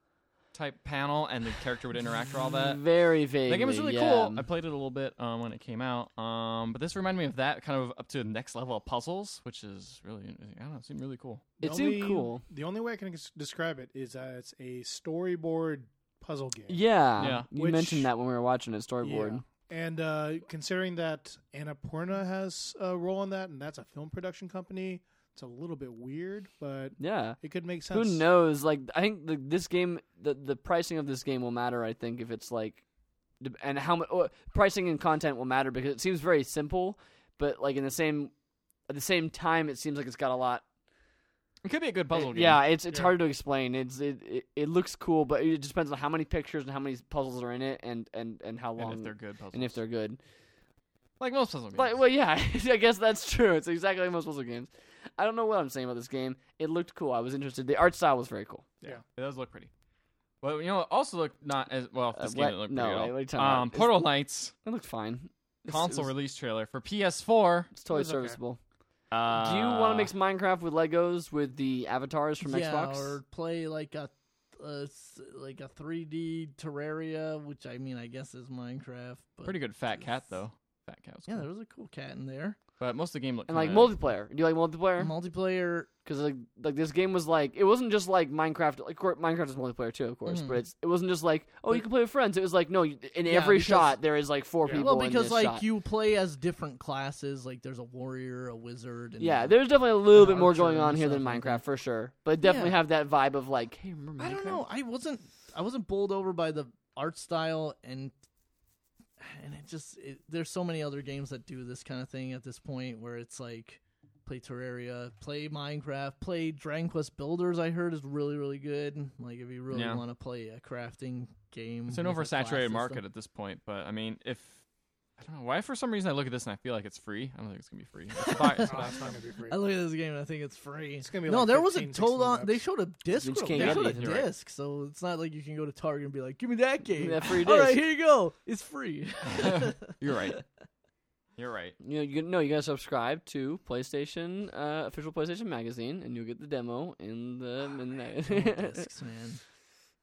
Speaker 2: type panel, and the character would interact with all that.
Speaker 1: Very vague.
Speaker 2: That game Uh, was really
Speaker 1: yeah.
Speaker 2: cool. I played it a little bit um, when it came out, um, but this reminded me of that kind of up to the next level of puzzles, which is really I don't know, it seemed really cool.
Speaker 4: The
Speaker 1: It seemed
Speaker 4: only-
Speaker 1: cool.
Speaker 4: The only way I can ex- describe it is that it's a storyboard puzzle game.
Speaker 1: Yeah.
Speaker 2: Yeah.
Speaker 1: You
Speaker 4: Which-
Speaker 1: mentioned that when we were watching it
Speaker 4: Yeah.
Speaker 1: storyboard.
Speaker 4: And uh, considering that Annapurna has a role in that, and that's a film production company, it's a little bit weird, but
Speaker 1: Yeah.
Speaker 4: it could make sense.
Speaker 1: Who knows? Like, I think the, this game, the the pricing of this game will matter. I think if it's like, dep- and how much oh, pricing and content will matter because it seems very simple, but like in the same, at the same time, it seems like it's got a lot.
Speaker 2: It could be a good puzzle
Speaker 1: it-
Speaker 2: game.
Speaker 1: Yeah, it's it's
Speaker 4: Yeah.
Speaker 1: hard to explain. It's it, it it looks cool, but it just depends on how many pictures and how many puzzles are in it, and and and how long
Speaker 2: and if they're good puzzles,
Speaker 1: and if they're good.
Speaker 2: like most puzzle games,
Speaker 1: Like, well, yeah, I guess that's true. It's exactly like most puzzle games. I don't know what I'm saying about this game. It looked cool. I was interested. The art style was very cool.
Speaker 2: Yeah, it does look pretty. Well, you know, what also looked not as well.
Speaker 1: Uh,
Speaker 2: This
Speaker 1: what?
Speaker 2: game didn't look
Speaker 1: No,
Speaker 2: pretty at all.
Speaker 1: wait, what are you talking about?
Speaker 2: um,
Speaker 1: It's-
Speaker 2: Portal Knights
Speaker 1: It looked fine. It's- it
Speaker 2: console
Speaker 1: was-
Speaker 2: release trailer for PS4.
Speaker 1: It's totally
Speaker 4: It was okay.
Speaker 1: serviceable.
Speaker 2: Uh,
Speaker 1: Do you want to mix Minecraft with Legos with the avatars from
Speaker 3: yeah,
Speaker 1: Xbox?
Speaker 3: or play like a, a s- like a 3D Terraria, which I mean I guess is Minecraft. But
Speaker 2: Uh, pretty good Fat Cat though? Fat Cat was
Speaker 3: Yeah,
Speaker 2: cool.
Speaker 3: there was a cool cat in there.
Speaker 2: but most of the game looked
Speaker 1: and like
Speaker 2: kinda-
Speaker 1: multiplayer. Do you like multiplayer?
Speaker 3: Multiplayer.
Speaker 1: Because like, like this game was like it wasn't just like Minecraft. Like cour- Minecraft is multiplayer too, of course,
Speaker 3: Mhm.
Speaker 1: but it's it wasn't just like oh you
Speaker 3: But-
Speaker 1: can play with friends. It was like no, you- in
Speaker 3: Yeah,
Speaker 1: every
Speaker 3: because-
Speaker 1: shot there is like four
Speaker 4: Yeah.
Speaker 1: people.
Speaker 3: Well,
Speaker 1: in
Speaker 3: because
Speaker 1: this
Speaker 3: like
Speaker 1: shot.
Speaker 3: you play as different classes. Like there's a warrior, a wizard. And
Speaker 1: Yeah, there's definitely a little bit more
Speaker 3: Archer
Speaker 1: going
Speaker 3: and
Speaker 1: on here
Speaker 3: stuff
Speaker 1: than
Speaker 3: like
Speaker 1: Minecraft
Speaker 3: that.
Speaker 1: for sure. But definitely
Speaker 3: Yeah.
Speaker 1: have that vibe of like, hey, remember Minecraft?
Speaker 3: I don't know. I wasn't. I wasn't bowled over by the art style and and it just it, there's so many other games that do this kind of thing at this point where it's like play Terraria, play Minecraft, play Dragon Quest Builders. I heard is really really good. Like if you really
Speaker 2: Yeah.
Speaker 3: want to play a crafting game,
Speaker 2: It's an
Speaker 3: with a class
Speaker 2: oversaturated
Speaker 3: system.
Speaker 2: market at this point, but I mean, if I don't know why, for some reason, I look at this and I feel like it's free. I don't think it's gonna be free. It's a buy- it's a
Speaker 4: Oh,
Speaker 2: buy-
Speaker 4: it's not gonna be free.
Speaker 3: I look at this game and I think it's free.
Speaker 4: It's gonna be
Speaker 3: no,
Speaker 4: like
Speaker 3: there was a
Speaker 4: 15,
Speaker 3: total.
Speaker 4: 16
Speaker 3: On, they
Speaker 4: bucks.
Speaker 3: showed a disc.
Speaker 1: You just
Speaker 3: they
Speaker 1: can't
Speaker 2: get
Speaker 3: showed a
Speaker 2: anything, right?
Speaker 3: disc, so it's not like you can go to Target and be like, "Give me that game."
Speaker 1: that free
Speaker 3: All right,
Speaker 1: disc."
Speaker 3: here you go. It's free.
Speaker 2: You're right. You're right.
Speaker 1: You know, you no, you gotta subscribe to PlayStation uh, official PlayStation magazine, and you'll get the demo in the in the
Speaker 3: discs, man.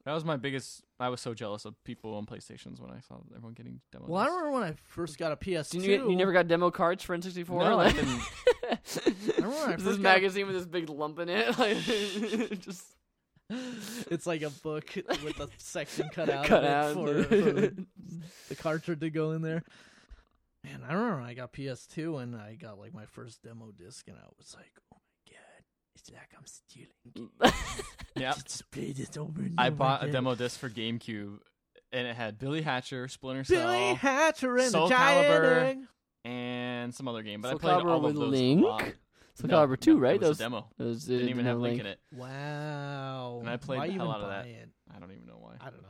Speaker 2: That was my biggest. I was so jealous of people on PlayStations when I saw everyone getting demo.
Speaker 3: Well, I
Speaker 2: discs.
Speaker 3: remember when I first got a PS2.
Speaker 1: Didn't you, get, you never got demo cards for N64?
Speaker 2: No, I
Speaker 1: Like-
Speaker 2: didn't.
Speaker 3: I remember when I
Speaker 1: Is this
Speaker 3: first got a-
Speaker 1: magazine with this big lump in it? Like, just
Speaker 3: It's like a book with a section cut out
Speaker 1: cut
Speaker 3: of it
Speaker 1: out.
Speaker 3: for, for the, the cartridge to go in there. Man, I remember when I got PS2 and I got like my first demo disc, and I was like, "Oh my god, it's like I'm stealing."
Speaker 2: yeah,
Speaker 3: Just play this over and
Speaker 2: I
Speaker 3: over
Speaker 2: bought a
Speaker 3: again.
Speaker 2: demo disc for GameCube, and it had Billy Hatcher, Splinter Cell,
Speaker 3: Billy Hatcher and
Speaker 2: Soul
Speaker 3: the Giant
Speaker 2: Calibur.
Speaker 3: Egg.
Speaker 2: and some other game. But
Speaker 1: Soul
Speaker 2: I played
Speaker 1: Calibur
Speaker 2: all
Speaker 1: with
Speaker 2: of those.
Speaker 1: Link?
Speaker 2: A lot.
Speaker 1: Soul
Speaker 2: No,
Speaker 1: Calibur 2,
Speaker 2: no,
Speaker 1: right?
Speaker 2: It was
Speaker 1: Those,
Speaker 2: a demo.
Speaker 1: those it
Speaker 2: Didn't even have Link in it.
Speaker 3: Wow.
Speaker 2: And I played
Speaker 3: Why
Speaker 2: the
Speaker 3: even
Speaker 2: hell out of
Speaker 3: buy
Speaker 2: that.
Speaker 3: It?
Speaker 2: I don't even know why.
Speaker 3: I don't know.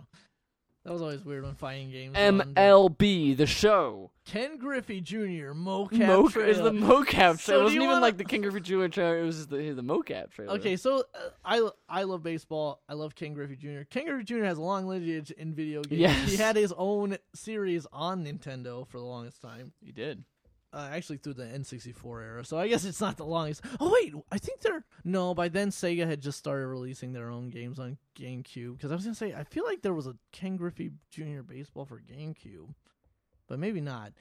Speaker 3: That was always weird when fighting games. were on there.
Speaker 1: MLB the show.
Speaker 3: Ken Griffey Jr. mocap
Speaker 1: Moc-
Speaker 3: trailer.
Speaker 1: is the mocap trailer.
Speaker 3: So do
Speaker 1: it wasn't
Speaker 3: you
Speaker 1: even
Speaker 3: wanna-
Speaker 1: like the King Griffey Jr. trailer. It was just the, the mocap trailer.
Speaker 3: Okay, so uh, I I love baseball. I love Ken Griffey Jr. Ken Griffey Jr. has a long lineage in video games.
Speaker 1: Yes.
Speaker 3: He had his own series on Nintendo for the longest time,
Speaker 2: You did.
Speaker 3: uh, actually through the N64 era. So I guess it's not the longest. Oh wait, I think they're no. By then, Sega had just started releasing their own games on GameCube. Because I was gonna say, I feel like there was a Ken Griffey Jr. baseball for GameCube, but maybe not.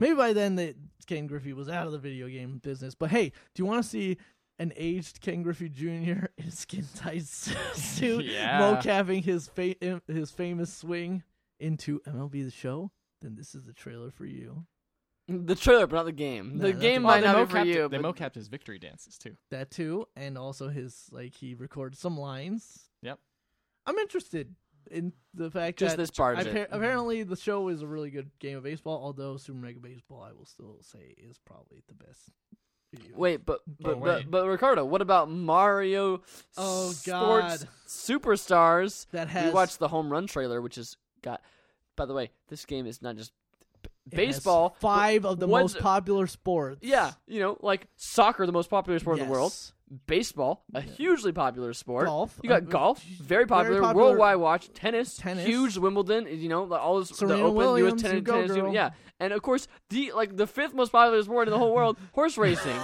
Speaker 3: Maybe by then that Ken Griffey was out of the video game business. But hey, do you want to see an aged Ken Griffey Jr. in a skin tight suit,
Speaker 2: Yeah.
Speaker 3: mocapping his fa- his famous swing into MLB The Show? Then this is the trailer for you.
Speaker 1: The trailer, but not the game.
Speaker 3: No,
Speaker 1: the
Speaker 3: not
Speaker 1: game
Speaker 3: the-
Speaker 1: might
Speaker 2: they
Speaker 1: not be for
Speaker 2: mocapped-
Speaker 1: you.
Speaker 2: They
Speaker 1: but-
Speaker 2: mocapped his victory dances too.
Speaker 3: That too, and also his like he records some lines.
Speaker 2: Yep.
Speaker 3: I'm interested in the fact
Speaker 1: Just
Speaker 3: that
Speaker 1: this part of
Speaker 3: appa-
Speaker 1: it.
Speaker 3: apparently the show is a really good game of baseball. Although Super Mega Baseball, I will still say is probably the best. video
Speaker 1: Wait, but but,
Speaker 2: wait.
Speaker 1: but but Ricardo, what about Mario?
Speaker 3: Oh,
Speaker 1: Sports
Speaker 3: God.
Speaker 1: Superstars.
Speaker 3: that has
Speaker 1: We watched the home run trailer, which has got. By the way, this game is not just
Speaker 3: It has
Speaker 1: baseball, but
Speaker 3: five of the
Speaker 1: what's-
Speaker 3: most popular sports.
Speaker 1: Yeah, you know, like soccer, the most popular sport in the world.
Speaker 3: Yes.
Speaker 1: Baseball, a hugely popular sport.
Speaker 3: Golf,
Speaker 1: You got
Speaker 3: uh,
Speaker 1: golf, very popular,
Speaker 3: popular.
Speaker 1: worldwide watch. Tennis,
Speaker 3: Tennis.
Speaker 1: huge Wimbledon. You know, like all this, the
Speaker 3: Serena
Speaker 1: Open, U.S.
Speaker 3: Williams, you
Speaker 1: Tennis,
Speaker 3: go,
Speaker 1: tennis
Speaker 3: girl.
Speaker 1: yeah, and of course the like the fifth most popular sport in the whole world, horse racing.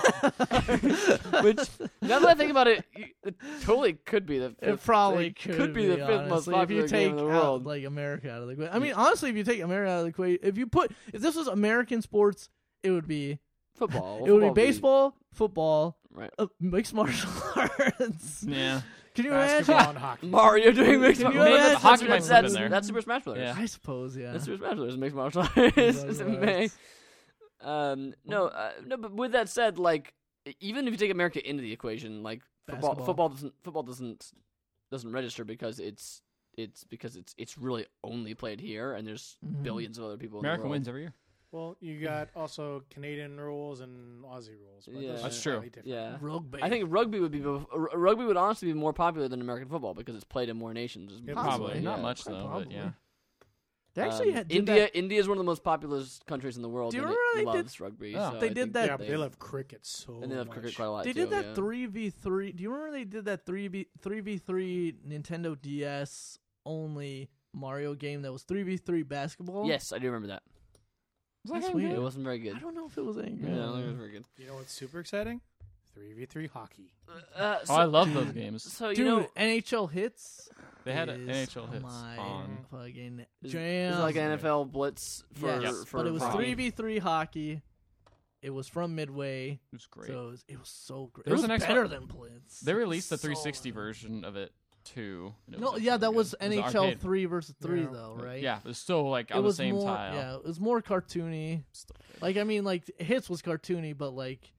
Speaker 1: Which now that I think about it, you- it totally could be the fifth.
Speaker 3: It probably
Speaker 1: it
Speaker 3: could,
Speaker 1: be the fifth most
Speaker 3: honestly, if
Speaker 1: popular
Speaker 3: you take
Speaker 1: game in the
Speaker 3: out,
Speaker 1: world.
Speaker 3: like America out of the equation. I mean, honestly, if you take America out of the equation, if you put if this was American sports, it would be
Speaker 1: football.
Speaker 3: it would
Speaker 1: football
Speaker 3: be baseball, football,
Speaker 1: Right.
Speaker 3: uh, mixed martial arts.
Speaker 2: Yeah.
Speaker 3: Can you
Speaker 4: Basketball
Speaker 3: imagine?
Speaker 4: and hockey.
Speaker 1: Mario doing mixed
Speaker 3: Can
Speaker 1: martial
Speaker 3: you
Speaker 1: arts.
Speaker 3: imagine?
Speaker 1: That's-
Speaker 3: Hockey might
Speaker 1: That's,
Speaker 3: slip
Speaker 1: that's,
Speaker 2: in there.
Speaker 1: that's Super Smash Brothers.
Speaker 2: Yeah.
Speaker 3: I suppose, yeah.
Speaker 1: That's Super Smash Brothers. Mixed martial arts. it's
Speaker 3: Martial
Speaker 1: amazing.
Speaker 3: arts.
Speaker 1: Um, no, uh, no. But with that said, like e, even if you take America into the equation, like football,
Speaker 3: Basketball.
Speaker 1: football doesn't football doesn't doesn't register because it's it's because it's it's really only played here, and there's
Speaker 3: Mhm.
Speaker 1: billions of other people.
Speaker 2: America
Speaker 1: in the world.
Speaker 2: wins every year.
Speaker 4: Well, you got also Canadian rules and Aussie rules. But
Speaker 1: Yeah.
Speaker 4: those are
Speaker 2: That's true.
Speaker 4: slightly different.
Speaker 1: Yeah.
Speaker 3: Rugby.
Speaker 1: I think rugby would be bef- r- rugby would honestly be more popular than American football because it's played in more nations.
Speaker 4: Yeah,
Speaker 2: Probably.
Speaker 4: Possibly,
Speaker 2: Not
Speaker 1: yeah.
Speaker 2: much, though. But
Speaker 3: Probably.
Speaker 2: yeah.
Speaker 3: they actually
Speaker 1: Um,
Speaker 3: had did
Speaker 1: India.
Speaker 3: that-
Speaker 1: India is one of the most populous countries in the world.
Speaker 3: Do you
Speaker 1: and
Speaker 3: remember
Speaker 1: it
Speaker 3: they did-
Speaker 1: loves rugby. so
Speaker 2: Oh.
Speaker 3: They
Speaker 1: I
Speaker 3: did
Speaker 1: think
Speaker 3: that-
Speaker 4: Yeah, but they love cricket so
Speaker 1: and they love
Speaker 4: much.
Speaker 1: cricket quite a lot.
Speaker 3: They
Speaker 1: too,
Speaker 3: did that
Speaker 1: yeah.
Speaker 3: three v three. Do you remember they did that three v three v three Nintendo DS only Mario game that was three v three basketball?
Speaker 1: Yes, I do remember that.
Speaker 2: Oh,
Speaker 3: that's
Speaker 1: It
Speaker 3: weird.
Speaker 1: wasn't very good.
Speaker 3: I don't know if it was angry.
Speaker 1: Yeah, I don't think it was very good.
Speaker 4: You know what's super exciting? 3v3 hockey.
Speaker 1: Uh, so,
Speaker 2: Oh, I love those games.
Speaker 1: so you
Speaker 3: Dude,
Speaker 1: know,
Speaker 3: NHL hits.
Speaker 2: They had
Speaker 3: is
Speaker 2: NHL hits
Speaker 3: Oh my
Speaker 2: on.
Speaker 3: fucking
Speaker 1: it's
Speaker 3: jam.
Speaker 1: like an NFL blitz for
Speaker 3: Yes,
Speaker 1: for
Speaker 3: but it was
Speaker 1: hockey.
Speaker 3: three v three hockey. It was from Midway,
Speaker 2: It was great.
Speaker 3: so it was, it was so great.
Speaker 2: There
Speaker 3: it
Speaker 2: was
Speaker 3: was,
Speaker 2: an Xbox-
Speaker 3: better than Blitz.
Speaker 2: They released the
Speaker 3: So-
Speaker 2: 360 version of it too. and it
Speaker 3: No,
Speaker 2: actually
Speaker 3: yeah,
Speaker 2: really
Speaker 3: that
Speaker 2: good.
Speaker 3: was
Speaker 2: It an
Speaker 3: NHL
Speaker 2: arcade.
Speaker 3: three versus three
Speaker 4: Yeah.
Speaker 3: though, right?
Speaker 2: Yeah, it was still like on
Speaker 3: it
Speaker 2: the
Speaker 3: was
Speaker 2: same
Speaker 3: more,
Speaker 2: tile.
Speaker 3: Yeah, it was more cartoony. Like I mean, like hits was cartoony, but like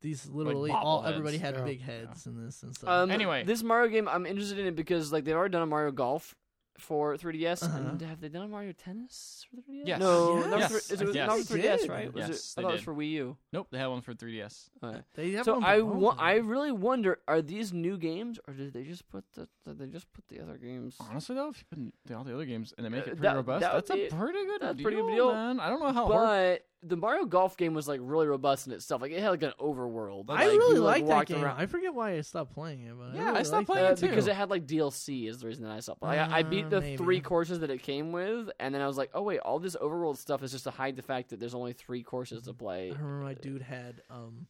Speaker 3: these literally all
Speaker 2: bobbleheads.
Speaker 3: everybody had
Speaker 4: Yeah.
Speaker 3: big heads and this and stuff.
Speaker 1: Um,
Speaker 2: Anyway.
Speaker 1: this Mario game, I'm interested in it because like they've already done a Mario Golf for 3DS, and have they done a Mario Tennis for 3DS?
Speaker 2: Yes.
Speaker 1: No,
Speaker 3: Uh-huh. Yes.
Speaker 1: that was for-
Speaker 2: Yes.
Speaker 1: it was
Speaker 2: Yes.
Speaker 1: not
Speaker 3: They
Speaker 1: for 3DS,
Speaker 3: did.
Speaker 1: right? Was
Speaker 2: Yes,
Speaker 1: it, I
Speaker 2: they
Speaker 1: thought it was
Speaker 2: did.
Speaker 1: for Wii U.
Speaker 2: Nope, they had one for 3DS.
Speaker 1: Alright.
Speaker 3: they have
Speaker 1: So
Speaker 3: one
Speaker 1: I,
Speaker 3: for both
Speaker 1: wa-
Speaker 3: of them.
Speaker 1: I really wonder: Are these new games, or did they just put the did they just put the other games?
Speaker 2: Honestly, though, if you put in all the other games and they make
Speaker 1: Uh,
Speaker 2: it pretty
Speaker 1: that-
Speaker 2: robust,
Speaker 1: that would
Speaker 2: that's a
Speaker 1: be-
Speaker 2: pretty good
Speaker 1: that's
Speaker 2: deal,
Speaker 1: pretty good deal.
Speaker 2: Man. I don't know how hard.
Speaker 1: But the Mario Golf game was like really robust in itself. Like it had like an overworld.
Speaker 3: I
Speaker 1: Like,
Speaker 3: really
Speaker 1: you, like,
Speaker 3: liked that
Speaker 1: walked
Speaker 3: game.
Speaker 1: around.
Speaker 3: I forget why I stopped playing it, but
Speaker 2: Yeah,
Speaker 3: I, really
Speaker 2: I stopped
Speaker 3: liked
Speaker 2: playing
Speaker 1: Uh,
Speaker 2: it too.
Speaker 1: because it had like DLC is the reason that I stopped. Like, I, I beat
Speaker 3: Uh,
Speaker 1: the
Speaker 3: maybe.
Speaker 1: three courses that it came with, and then I was like, oh wait, all this overworld stuff is just to hide the fact that there's only three courses to play.
Speaker 3: I remember my dude had um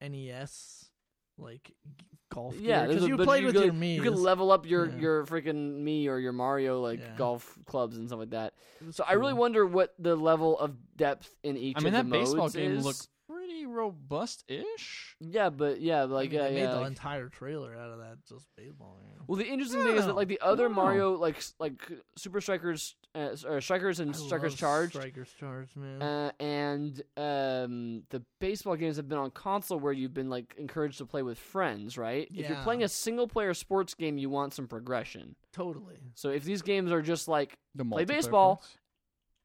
Speaker 3: NES like g- golf
Speaker 1: Yeah,
Speaker 3: gear
Speaker 1: there's a-
Speaker 3: you
Speaker 1: but
Speaker 3: played
Speaker 1: you
Speaker 3: with
Speaker 1: could-
Speaker 3: your
Speaker 1: You
Speaker 3: Mii's.
Speaker 1: can level up your
Speaker 3: Yeah.
Speaker 1: your freaking me or your Mario like
Speaker 3: Yeah.
Speaker 1: golf clubs and stuff like that.
Speaker 3: It was
Speaker 1: So I really
Speaker 3: cool.
Speaker 1: wonder what the level of depth in each.
Speaker 2: I mean,
Speaker 1: of
Speaker 2: that
Speaker 1: the
Speaker 2: baseball
Speaker 1: modes
Speaker 2: game
Speaker 1: is.
Speaker 2: looked pretty robust-ish.
Speaker 1: Yeah, but yeah, but,
Speaker 3: I
Speaker 1: like
Speaker 3: mean,
Speaker 1: yeah,
Speaker 3: they made
Speaker 1: yeah,
Speaker 3: the
Speaker 1: like-
Speaker 3: entire trailer out of that just baseball. Game.
Speaker 1: Well, the interesting
Speaker 3: I
Speaker 1: thing
Speaker 3: don't
Speaker 1: is that
Speaker 3: know.
Speaker 1: like the other
Speaker 2: don't
Speaker 1: Mario, like s- like Super Strikers, uh, s- or Strikers and
Speaker 3: I
Speaker 1: Strikers
Speaker 3: love
Speaker 1: Charged,
Speaker 3: Strikers Charged, man.
Speaker 1: uh, and um, the baseball games have been on console where you've been like encouraged to play with friends, right? If you're
Speaker 3: Yeah.
Speaker 1: playing a single player sports game, you want some progression.
Speaker 3: totally.
Speaker 1: So if these games are just like
Speaker 2: The
Speaker 1: Play
Speaker 2: multiplayer
Speaker 1: baseball.
Speaker 2: parts.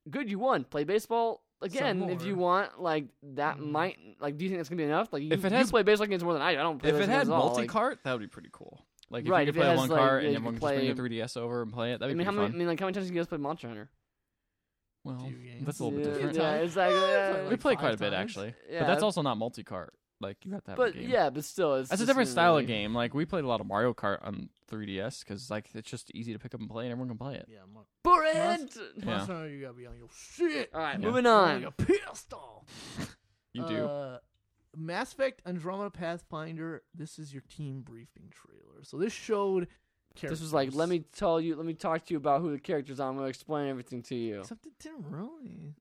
Speaker 1: good, you won. Play baseball again if
Speaker 3: more.
Speaker 1: you want. Like that might like. Do you think that's gonna be enough? Like you,
Speaker 2: Mm-hmm. If it
Speaker 1: you
Speaker 2: has-
Speaker 1: play baseball games more than I do. I don't. Play
Speaker 2: If
Speaker 1: those
Speaker 2: it
Speaker 1: games
Speaker 2: had
Speaker 1: at all. like-
Speaker 2: multi-cart, that would be pretty cool. Like
Speaker 1: Right,
Speaker 2: if you
Speaker 1: if it
Speaker 2: could play
Speaker 1: has,
Speaker 2: one
Speaker 1: like,
Speaker 2: cart
Speaker 1: yeah,
Speaker 2: and
Speaker 1: you
Speaker 2: everyone
Speaker 1: could
Speaker 2: could just bring
Speaker 1: play-
Speaker 2: a 3DS over and play it,
Speaker 1: I
Speaker 2: that'd
Speaker 1: mean,
Speaker 2: be
Speaker 1: how
Speaker 2: pretty
Speaker 1: many? I
Speaker 2: fun.
Speaker 1: mean, like how many times do you guys play Monster Hunter?
Speaker 2: Well,
Speaker 3: Few games.
Speaker 2: that's a little
Speaker 1: yeah,
Speaker 2: bit different.
Speaker 1: Yeah, it's like,
Speaker 3: Yeah,
Speaker 1: uh,
Speaker 2: We
Speaker 3: like
Speaker 2: played
Speaker 3: five
Speaker 2: quite a bit
Speaker 3: times.
Speaker 2: actually,
Speaker 1: Yeah,
Speaker 2: but that's also not multi-cart. Like you have to have a
Speaker 1: But
Speaker 2: game.
Speaker 1: yeah, but still, it's
Speaker 2: That's a
Speaker 1: just
Speaker 2: different
Speaker 1: in
Speaker 2: style
Speaker 1: the-
Speaker 2: of game. Like we played a lot of Mario Kart on 3DS because like it's just easy to pick up and play, and everyone can play it.
Speaker 3: Yeah, Mon-
Speaker 1: Brent!
Speaker 2: Yeah.
Speaker 3: Monster Hunter, you gotta be on your shit.
Speaker 1: All right,
Speaker 2: Yeah.
Speaker 1: moving
Speaker 3: Or
Speaker 1: on.
Speaker 3: You're pissed off.
Speaker 2: You do.
Speaker 3: Uh, Mass Effect Andromeda Pathfinder. This is your team briefing trailer. So this showed. Characters.
Speaker 1: This was like, let me tell you, let me talk to you about who the characters are. I'm gonna explain everything to you.
Speaker 3: Except it didn't really.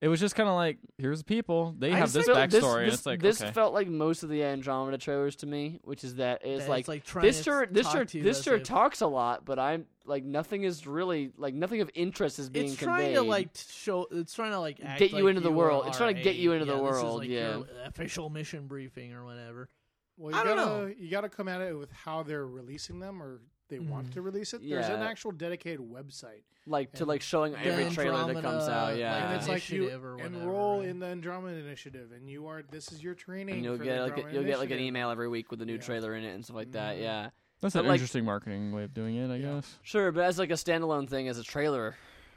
Speaker 2: it was just kind of like here's the people. They
Speaker 3: I
Speaker 2: have
Speaker 3: just
Speaker 2: this
Speaker 1: So
Speaker 2: backstory,
Speaker 3: think
Speaker 1: this,
Speaker 2: and
Speaker 1: this-
Speaker 2: it's like
Speaker 1: this
Speaker 2: okay.
Speaker 1: felt like most of the Andromeda trailers to me, which is that it's
Speaker 3: That
Speaker 1: like,
Speaker 3: it's like trying
Speaker 1: this
Speaker 3: to
Speaker 1: sure this
Speaker 3: talk
Speaker 1: sure
Speaker 3: to you
Speaker 1: this
Speaker 3: as
Speaker 1: sure
Speaker 3: if-
Speaker 1: talks a lot, but I'm like nothing is really like nothing of interest is being
Speaker 3: It's
Speaker 1: conveyed.
Speaker 3: trying to like t- show. It's trying to like act
Speaker 1: Get you
Speaker 3: like
Speaker 1: into the
Speaker 3: you
Speaker 1: world.
Speaker 3: are
Speaker 1: It's trying to get you
Speaker 3: a-
Speaker 1: into the
Speaker 3: yeah, this is,
Speaker 1: world,
Speaker 3: like,
Speaker 1: yeah.
Speaker 3: your official mission briefing or whatever.
Speaker 4: Well, you
Speaker 3: I don't
Speaker 4: gotta
Speaker 3: know.
Speaker 4: you gotta come at it with how they're releasing them or they want
Speaker 3: Mhm.
Speaker 4: to release it. There's an
Speaker 1: Yeah.
Speaker 4: actual dedicated website,
Speaker 1: like to
Speaker 4: and-
Speaker 1: like showing
Speaker 4: The
Speaker 1: every trailer that comes
Speaker 3: Andromeda,
Speaker 1: out.
Speaker 3: like,
Speaker 1: Oh, Yeah,
Speaker 4: and it's like you
Speaker 3: Initiative or whatever,
Speaker 4: enroll
Speaker 3: right?
Speaker 4: in the Andromeda Initiative, and you are this is your training.
Speaker 1: and you'll
Speaker 4: for
Speaker 1: get
Speaker 4: the
Speaker 1: like a,
Speaker 4: Andromeda
Speaker 1: you'll get like an
Speaker 4: Initiative.
Speaker 1: email every week with a new
Speaker 4: Yeah.
Speaker 1: trailer in it and stuff like that.
Speaker 3: Mm-hmm.
Speaker 4: Mhm.
Speaker 1: Yeah,
Speaker 2: that's
Speaker 1: but,
Speaker 2: an
Speaker 1: like-
Speaker 2: interesting marketing way of doing it, I guess.
Speaker 1: sure, but as like a standalone thing as a trailer,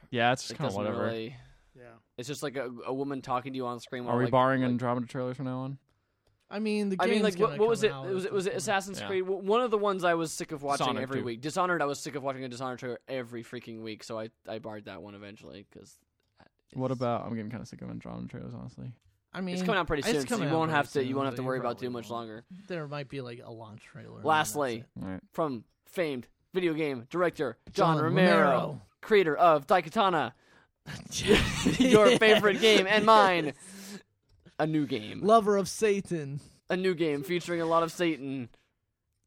Speaker 2: Yeah, it's
Speaker 1: it
Speaker 2: kind of
Speaker 1: doesn't
Speaker 2: whatever.
Speaker 1: really.
Speaker 4: Yeah.
Speaker 1: It's just like a, a woman talking to you on screen.
Speaker 2: Are
Speaker 1: while,
Speaker 2: we
Speaker 1: like,
Speaker 2: barring
Speaker 1: like-
Speaker 2: Andromeda trailers from now on?
Speaker 3: I mean, the
Speaker 1: I
Speaker 3: game's
Speaker 1: mean, like,
Speaker 3: gonna
Speaker 1: what, what was
Speaker 3: come
Speaker 1: it?
Speaker 3: out
Speaker 1: It was
Speaker 3: at
Speaker 1: it was
Speaker 3: some point.
Speaker 1: Assassin's
Speaker 2: Yeah.
Speaker 1: Creed. W- One of the ones I was sick of watching
Speaker 2: Dishonored,
Speaker 1: every
Speaker 2: too.
Speaker 1: week. Dishonored. I was sick of watching a Dishonored trailer every freaking week, so I I barred that one eventually because.
Speaker 2: What about? I'm getting kind of sick of Andromeda trailers, honestly.
Speaker 3: I mean,
Speaker 1: It's coming out pretty
Speaker 3: it's
Speaker 1: soon, so
Speaker 3: coming
Speaker 1: you
Speaker 3: out
Speaker 1: won't
Speaker 3: pretty
Speaker 1: have to. You
Speaker 3: soon,
Speaker 1: won't have
Speaker 3: so
Speaker 1: to
Speaker 3: you
Speaker 1: worry about
Speaker 3: probably
Speaker 1: too much
Speaker 3: won't.
Speaker 1: longer.
Speaker 3: There might be like a launch trailer. and
Speaker 1: Lastly,
Speaker 3: that's it.
Speaker 2: All right.
Speaker 1: From famed video game director John,
Speaker 3: John
Speaker 1: Romero,
Speaker 3: Romero.
Speaker 1: creator of Daikatana, your favorite game and mine, a new game,
Speaker 3: lover of Satan.
Speaker 1: a new game featuring a lot of Satan,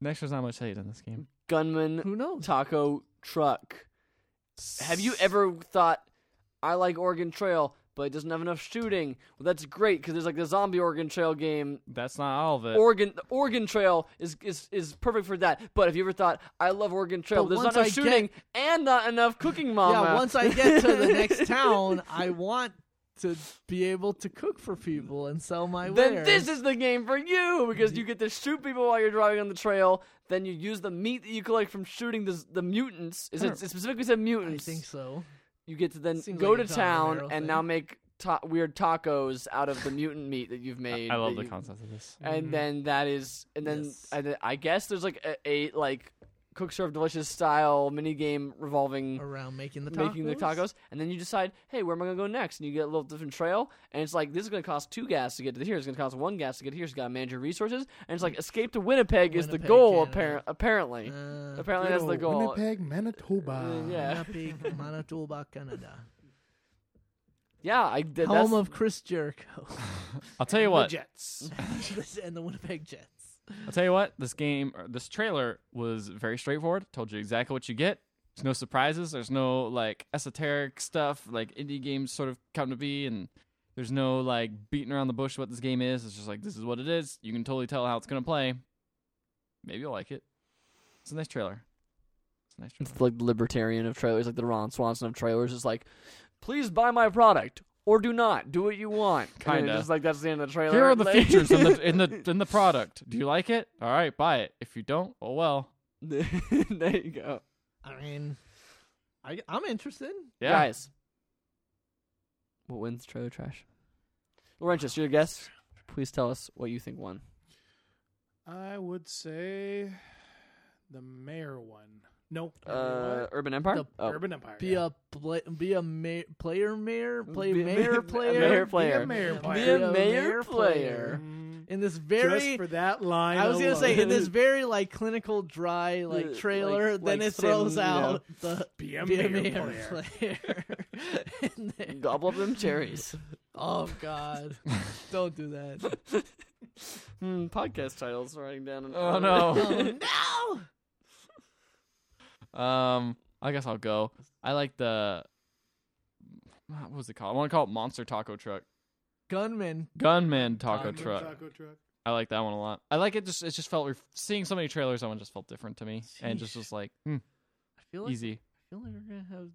Speaker 2: Next, there's not much hate in this game.
Speaker 1: gunman,
Speaker 3: Who knows?
Speaker 1: taco truck. Have you ever thought I like Oregon Trail, but it doesn't have enough shooting? Well, that's great because there's like the zombie Oregon Trail game.
Speaker 2: That's not all of it.
Speaker 1: Oregon the Oregon Trail is, is is perfect for that. But have you ever thought I love Oregon Trail?
Speaker 3: But
Speaker 1: there's not
Speaker 3: once
Speaker 1: enough
Speaker 3: I
Speaker 1: shooting and not enough cooking, mama.
Speaker 3: Yeah, once I get to the next town, I want to be able to cook for people and sell my
Speaker 1: then
Speaker 3: wares.
Speaker 1: this is the game for you
Speaker 3: Mm-hmm.
Speaker 1: because you get to shoot people while you're driving on the trail. Then you use the meat that you collect from shooting the the mutants. Is it, it specifically said
Speaker 3: I
Speaker 1: mutants?
Speaker 3: think so.
Speaker 1: you get to then
Speaker 3: Seems
Speaker 1: go
Speaker 3: like a
Speaker 1: to
Speaker 3: John
Speaker 1: town
Speaker 3: Romero
Speaker 1: and
Speaker 3: thing.
Speaker 1: now make ta- weird tacos out of the mutant meat that you've made.
Speaker 2: I love
Speaker 1: that
Speaker 2: the
Speaker 1: you-
Speaker 2: concept of this.
Speaker 1: And then that is, and then
Speaker 3: Mm-hmm. Yes.
Speaker 1: and then I guess there's like a, a like cook serve delicious style mini game revolving
Speaker 3: Around making the tacos.
Speaker 1: making the tacos, and then you decide, hey, where am I gonna go next? And you get a little different trail, and it's like this is gonna cost two gas to get to here. It's gonna cost one gas to get here. So you gotta manage your resources, and it's like escape to Winnipeg, is the
Speaker 3: Winnipeg,
Speaker 1: goal.
Speaker 3: Canada.
Speaker 1: Apparent, apparently,
Speaker 3: Uh,
Speaker 1: apparently that's the
Speaker 4: Good
Speaker 1: goal.
Speaker 4: old Winnipeg, Manitoba.
Speaker 1: Uh, yeah.
Speaker 3: Winnipeg, Manitoba, Canada.
Speaker 1: Yeah, I did. that's-
Speaker 3: Home of Chris Jericho
Speaker 2: I'll tell you
Speaker 4: The
Speaker 2: what.
Speaker 4: Jets.
Speaker 3: and the Winnipeg Jets.
Speaker 2: I'll tell you what. This game, or this trailer was very straightforward. Told you exactly what you get. There's no surprises. There's no like esoteric stuff like indie games sort of come to be, and there's no like beating around the bush what this game is. It's just like this is what it is. You can totally tell how it's gonna play. Maybe you'll like it. It's a nice trailer. It's a nice trailer.
Speaker 1: It's like the libertarian of trailers, like the Ron Swanson of trailers. It's like, please buy my product or do not. Do what you want. And
Speaker 2: Kinda.
Speaker 1: Just like that's the end of the trailer.
Speaker 2: Here are the
Speaker 1: Like-
Speaker 2: features in the in the in the product. Do you like it? All right, buy it. If you don't, oh well.
Speaker 1: there you go.
Speaker 3: I mean, I, I'm interested.
Speaker 2: Yeah.
Speaker 1: Guys, what wins trailer trash? Laurentius, your guess. Please tell us what you think won.
Speaker 4: I would say the mayor one. Nope.
Speaker 1: Uh, Urban Empire.
Speaker 3: The
Speaker 1: oh.
Speaker 4: Urban Empire.
Speaker 3: Be a pla be a ma- player mayor play
Speaker 1: Oh. Be-
Speaker 3: mayor
Speaker 1: be-
Speaker 3: player
Speaker 1: mayor
Speaker 4: Be a
Speaker 1: player.
Speaker 3: Be
Speaker 4: mayor
Speaker 1: Be
Speaker 4: player.
Speaker 1: a mayor
Speaker 3: mayor
Speaker 1: player.
Speaker 4: Mm,
Speaker 3: in this
Speaker 4: Just
Speaker 3: very
Speaker 4: for that line.
Speaker 3: I was gonna say
Speaker 1: alone.
Speaker 3: in this very like clinical dry
Speaker 1: Uh,
Speaker 3: like
Speaker 1: like-
Speaker 3: trailer then
Speaker 1: like
Speaker 3: it throws
Speaker 1: sim, you know.
Speaker 3: out the
Speaker 4: Be a
Speaker 3: be a
Speaker 4: mayor
Speaker 3: mayor
Speaker 4: player.
Speaker 3: player. in there.
Speaker 1: Gobble up them cherries.
Speaker 3: Oh God! Don't do that.
Speaker 1: Hmm, podcast titles writing down. an
Speaker 2: Oh
Speaker 1: hour.
Speaker 2: no.
Speaker 3: Oh
Speaker 2: um, I guess I'll go. I like the what was it called? I want to call it Monster Taco Truck,
Speaker 3: no, gunman.
Speaker 2: Gunman Taco
Speaker 4: Taco
Speaker 2: Truck.
Speaker 4: Taco truck.
Speaker 2: I like that one a lot. I like it. Just it just felt ref- seeing so many trailers. That one just felt different to me, and just
Speaker 3: Sheesh.
Speaker 2: was like hmm,
Speaker 3: I feel like
Speaker 2: easy.
Speaker 3: I feel like we're gonna have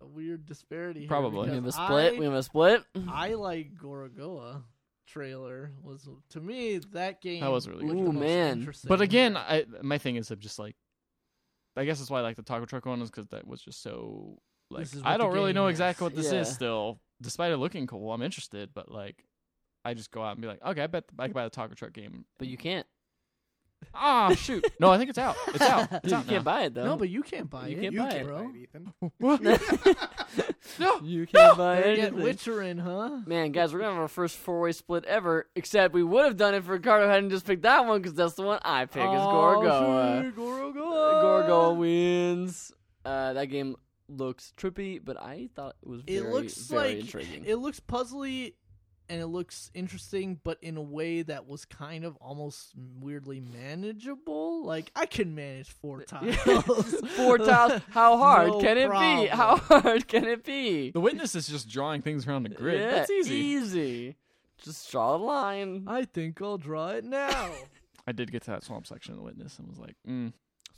Speaker 3: a weird disparity. here
Speaker 2: Probably.
Speaker 1: We
Speaker 3: because
Speaker 1: have a split.
Speaker 3: I,
Speaker 1: We have a split.
Speaker 3: I like Gorogoa trailer was to me that game
Speaker 2: was really
Speaker 3: looked
Speaker 1: good.
Speaker 3: the
Speaker 1: Ooh,
Speaker 3: most
Speaker 1: man.
Speaker 3: interesting.
Speaker 2: But again, I my thing is I'm just like, I guess that's why I like the Taco Truck one is because that was just so like
Speaker 3: This is what
Speaker 2: I
Speaker 3: the
Speaker 2: don't really
Speaker 3: game
Speaker 2: know
Speaker 3: is.
Speaker 2: exactly what this
Speaker 1: Yeah.
Speaker 2: is still, despite it looking cool. I'm interested, but like, I just go out and be like, okay, I bet I can buy the Taco Truck game.
Speaker 1: But you can't.
Speaker 2: Ah, shoot. No, I think it's out. It's out. It's
Speaker 1: You
Speaker 2: out
Speaker 1: can't
Speaker 2: now.
Speaker 1: buy it though.
Speaker 3: no, but you can't buy
Speaker 1: You
Speaker 3: it.
Speaker 1: can't
Speaker 4: You
Speaker 1: buy it,
Speaker 4: can't
Speaker 3: bro.
Speaker 4: buy it, Ethan.
Speaker 2: No.
Speaker 1: You can't buy
Speaker 3: Better get
Speaker 1: anything.
Speaker 3: Witcher in, huh?
Speaker 1: Man, guys, we're gonna have our first four-way split ever. Except we would have done it if Ricardo hadn't just picked that one because that's the one I pick. Is Uh, Gorgoa. Gorgoa wins. Uh, that game looks trippy, but I thought it was
Speaker 3: It
Speaker 1: very,
Speaker 3: looks
Speaker 1: very
Speaker 3: like
Speaker 1: intriguing.
Speaker 3: it looks puzzly and it looks interesting, but in a way that was kind of almost weirdly manageable. Like I can manage four tiles.
Speaker 1: Four tiles. How hard
Speaker 3: No
Speaker 1: can it be?
Speaker 3: problem.
Speaker 1: How hard can it be?
Speaker 2: The witness is just drawing things around a grid.
Speaker 1: Yeah,
Speaker 2: That's easy.
Speaker 1: Easy. Just draw a line.
Speaker 3: I think I'll draw it now.
Speaker 2: I did get to that swamp section of the witness and was like, mm,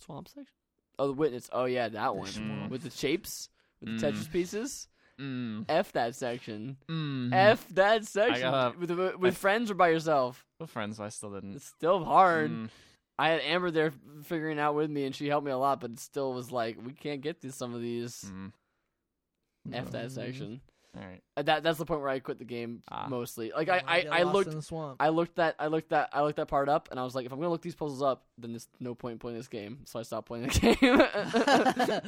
Speaker 1: Swamp section. Oh, the witness. Oh yeah, that one
Speaker 2: swamp.
Speaker 1: with the shapes, with the
Speaker 2: Mm.
Speaker 1: Tetris pieces.
Speaker 2: mm,
Speaker 1: F that section.
Speaker 2: mm.
Speaker 1: F that section
Speaker 2: gotta-
Speaker 1: with with
Speaker 2: I-
Speaker 1: friends or by yourself.
Speaker 2: We're friends, but I still didn't.
Speaker 1: It's still hard.
Speaker 2: Mm.
Speaker 1: I had Amber there figuring out with me, and she helped me a lot, but it still was like we can't get through some of these.
Speaker 2: Mm.
Speaker 1: F that
Speaker 3: Mm.
Speaker 1: section.
Speaker 2: All right.
Speaker 1: Uh, That that's the point where I quit the game
Speaker 2: Ah.
Speaker 1: mostly. Like I, I,
Speaker 3: get
Speaker 1: I
Speaker 3: lost
Speaker 1: looked
Speaker 3: in the swamp.
Speaker 1: I looked that I looked that I looked that part up, and I was like, if I'm gonna look these puzzles up, then there's no point in playing this game. So I stopped playing the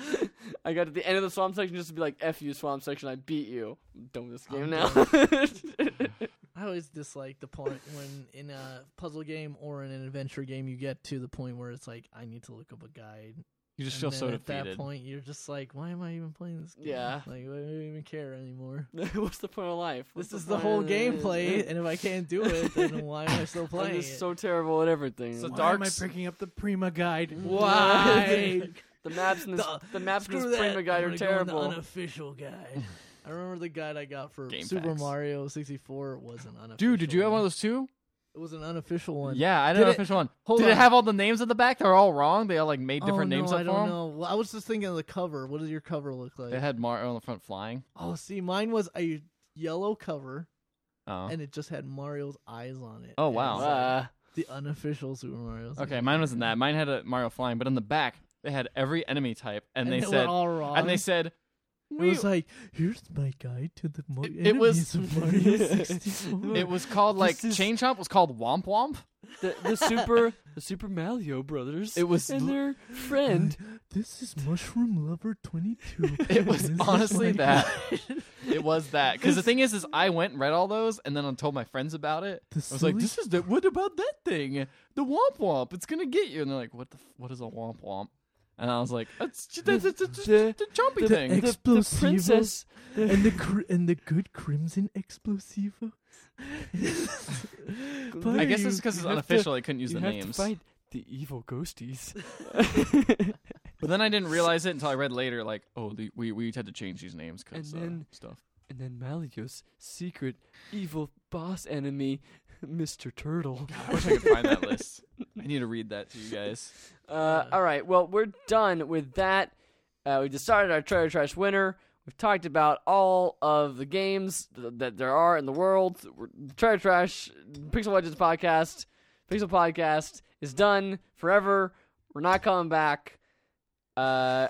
Speaker 1: game. I got to the end of the swamp section just to be like, "F you, swamp section! I beat you. I'm done with this game
Speaker 3: I'm
Speaker 1: now."
Speaker 3: I always dislike the point when in a puzzle game or in an adventure game you get to the point where it's like I need to look up a guide.
Speaker 2: You just
Speaker 3: And
Speaker 2: feel
Speaker 3: then
Speaker 2: so
Speaker 3: at that
Speaker 2: defeated.
Speaker 3: point you're just like, why am I even playing this game?
Speaker 1: Yeah.
Speaker 3: Like why do I even care anymore?
Speaker 1: What's the point of life? What's
Speaker 3: this is the whole
Speaker 1: point of-
Speaker 3: gameplay, and if I can't do it, then why am I still
Speaker 1: I'm
Speaker 3: playing
Speaker 1: just
Speaker 3: it?
Speaker 1: so terrible at everything.
Speaker 2: So
Speaker 4: Why
Speaker 2: dark
Speaker 4: am I
Speaker 2: s-
Speaker 4: picking up the Prima guide?
Speaker 3: why?
Speaker 1: the maps in this
Speaker 3: Duh,
Speaker 1: the maps in
Speaker 3: Screw
Speaker 1: this
Speaker 3: that.
Speaker 1: Prima guide
Speaker 3: I'm
Speaker 1: are
Speaker 3: gonna go on the
Speaker 1: terrible.
Speaker 3: unofficial guide. I remember the guide I got for
Speaker 2: Game
Speaker 3: Super
Speaker 2: Facts.
Speaker 3: Mario 64 was an unofficial.
Speaker 2: Dude, did you have one of those too?
Speaker 3: It was an unofficial one.
Speaker 2: Yeah, I
Speaker 3: Did
Speaker 2: don't know
Speaker 3: it-
Speaker 2: if it's one.
Speaker 3: hold
Speaker 2: Did
Speaker 3: on.
Speaker 2: it have all the names at the back? They're all wrong. They all like made different
Speaker 3: oh,
Speaker 2: names
Speaker 3: no,
Speaker 2: up
Speaker 3: I
Speaker 2: for
Speaker 3: don't
Speaker 2: 'em?
Speaker 3: know. Well, I was just thinking of the cover. What does your cover look like?
Speaker 2: They had Mario on the front flying.
Speaker 3: oh, see, mine was a yellow cover,
Speaker 2: Oh.
Speaker 3: and it just had Mario's eyes on it.
Speaker 2: Oh,
Speaker 3: And
Speaker 2: wow.
Speaker 3: it's like
Speaker 1: Uh,
Speaker 3: the unofficial Super Mario.
Speaker 2: Okay, mine wasn't that. Mine had a Mario flying, but on the back they had every enemy type, and,
Speaker 3: And
Speaker 2: they
Speaker 3: they were
Speaker 2: said,
Speaker 3: all wrong.
Speaker 2: and they said,
Speaker 3: it
Speaker 2: we,
Speaker 3: was like, here's my guide to the mo-
Speaker 2: It-
Speaker 3: enemies
Speaker 2: it was-
Speaker 3: of Mario 64.
Speaker 2: it was called like
Speaker 1: is-
Speaker 2: Chain Chomp was called Womp Womp.
Speaker 1: the, the super the Super Mario Brothers.
Speaker 2: It was
Speaker 1: and
Speaker 2: l-
Speaker 1: their friend.
Speaker 3: this is Mushroom Lover 22.
Speaker 2: It was
Speaker 3: This is
Speaker 2: honestly
Speaker 3: my
Speaker 2: that. It was that because the thing is, is I went and read all those, and then I told my friends about it.
Speaker 3: The
Speaker 2: I was like,
Speaker 3: silly-
Speaker 2: this is the what about that thing? The Womp Womp, it's gonna get you. And they're like, what the f- what is a Womp Womp? And I was like, it's ju- that's it's, it's,
Speaker 1: The-
Speaker 2: the chompy
Speaker 1: the-
Speaker 2: thing.
Speaker 1: The, the
Speaker 3: Explosivos.
Speaker 1: princess
Speaker 3: and the cr- and the good crimson explosivo. But
Speaker 2: I guess
Speaker 1: you-
Speaker 2: it's because
Speaker 1: you have
Speaker 2: it's
Speaker 1: to-
Speaker 2: unofficial. I couldn't use
Speaker 1: you
Speaker 2: the
Speaker 1: have
Speaker 2: names.
Speaker 1: to fight the evil ghosties.
Speaker 2: But then I didn't realize it until I read later. Like, oh, the, we we had to change these names because
Speaker 1: And then-
Speaker 2: uh, stuff.
Speaker 1: and then Malio's secret evil boss enemy, Mr. Turtle.
Speaker 2: I wish I could find that list. I need to read that to you guys.
Speaker 1: Uh, all right, well, we're done with that. Uh, we decided our treasure trash winner. We've talked about all of the games th- that there are in the world. We're- Treasure trash, Pixel Legends podcast, Pixel podcast is done forever. We're not coming back uh,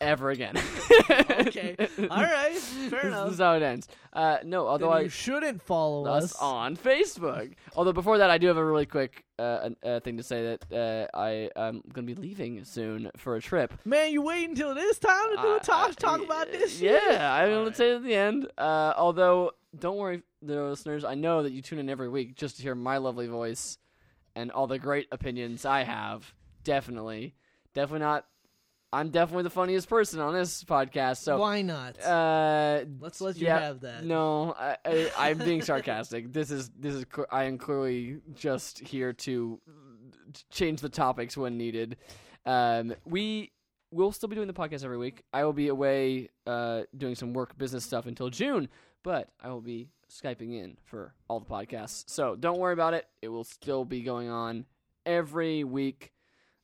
Speaker 1: ever again.
Speaker 3: okay, all right, fair
Speaker 1: this, this
Speaker 3: enough.
Speaker 1: is how it ends. Uh, no, although
Speaker 3: Then
Speaker 1: I
Speaker 3: you shouldn't follow
Speaker 1: us
Speaker 3: us.
Speaker 1: on Facebook. Although before that, I do have a really quick uh, an- uh, thing to say that uh, I am going to be leaving soon for a trip.
Speaker 3: Man, you wait until it is time to do
Speaker 1: Uh,
Speaker 3: a talk talk
Speaker 1: y-
Speaker 3: about this. shit.
Speaker 1: Yeah, I'm going
Speaker 2: Alright.
Speaker 1: to say it at the end. Uh, although, don't worry, there are listeners. I know that you tune in every week just to hear my lovely voice and all the great opinions I have. Definitely, definitely not. I'm definitely the funniest person on this podcast. So.
Speaker 3: Why not?
Speaker 1: Uh,
Speaker 3: Let's let you
Speaker 1: yeah,
Speaker 3: have that.
Speaker 1: No, I, I, I'm being sarcastic. This is this is cl- I am clearly just here to change the topics when needed. Um, we will still be doing the podcast every week. I will be away uh, doing some work business stuff until June, but I will be skyping in for all the podcasts. So don't worry about it. It will still be going on every week.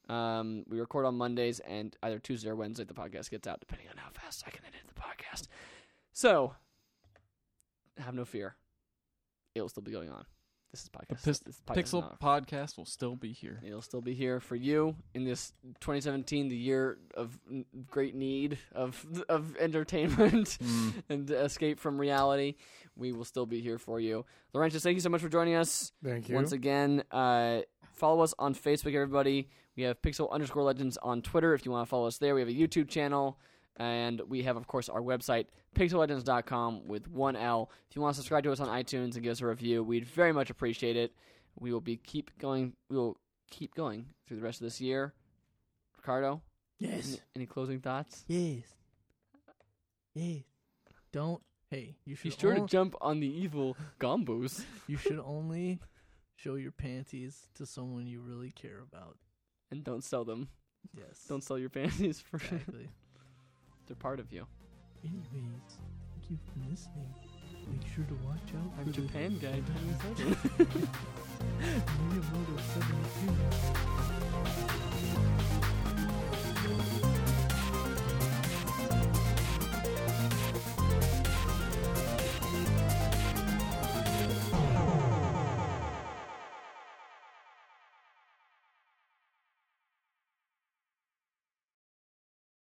Speaker 1: Um, we record on Mondays and either Tuesday or Wednesday the podcast gets out, depending on how fast I can edit the podcast. So have no fear. It will still be going on. This is
Speaker 2: The
Speaker 1: podcast.
Speaker 2: pis-
Speaker 1: this is podcast is
Speaker 2: Pixel
Speaker 1: not-
Speaker 2: podcast will still be here.
Speaker 1: It'll still be here for you in this 2017, the year of n- great need of of entertainment
Speaker 2: Mm.
Speaker 1: and escape from reality. We will still be here for you, Laurentius. Thank you so much for joining us
Speaker 4: Thank you.
Speaker 1: once again. Uh, follow us on Facebook, everybody. We have Pixel underscore Legends on Twitter if you want to follow us there. We have a YouTube channel. And we have, of course, our website, pixellegends.com with one L. If you want to subscribe to us on iTunes and give us a review, we'd very much appreciate it. We will be keep going. We will keep going through the rest of this year. Ricardo,
Speaker 3: Yes.
Speaker 1: any, any closing thoughts?
Speaker 3: Yes. Yes. Don't. Hey, you should.
Speaker 1: Be sure to
Speaker 3: on-
Speaker 1: jump on the evil gombos.
Speaker 3: you should only show your panties to someone you really care about.
Speaker 1: and don't sell them.
Speaker 3: Yes.
Speaker 1: Don't sell your panties for
Speaker 3: Exactly.
Speaker 1: they're part of you.
Speaker 3: Anyways, thank you for listening. Make sure to watch out.
Speaker 1: I'm
Speaker 3: for the-
Speaker 1: Japan guy.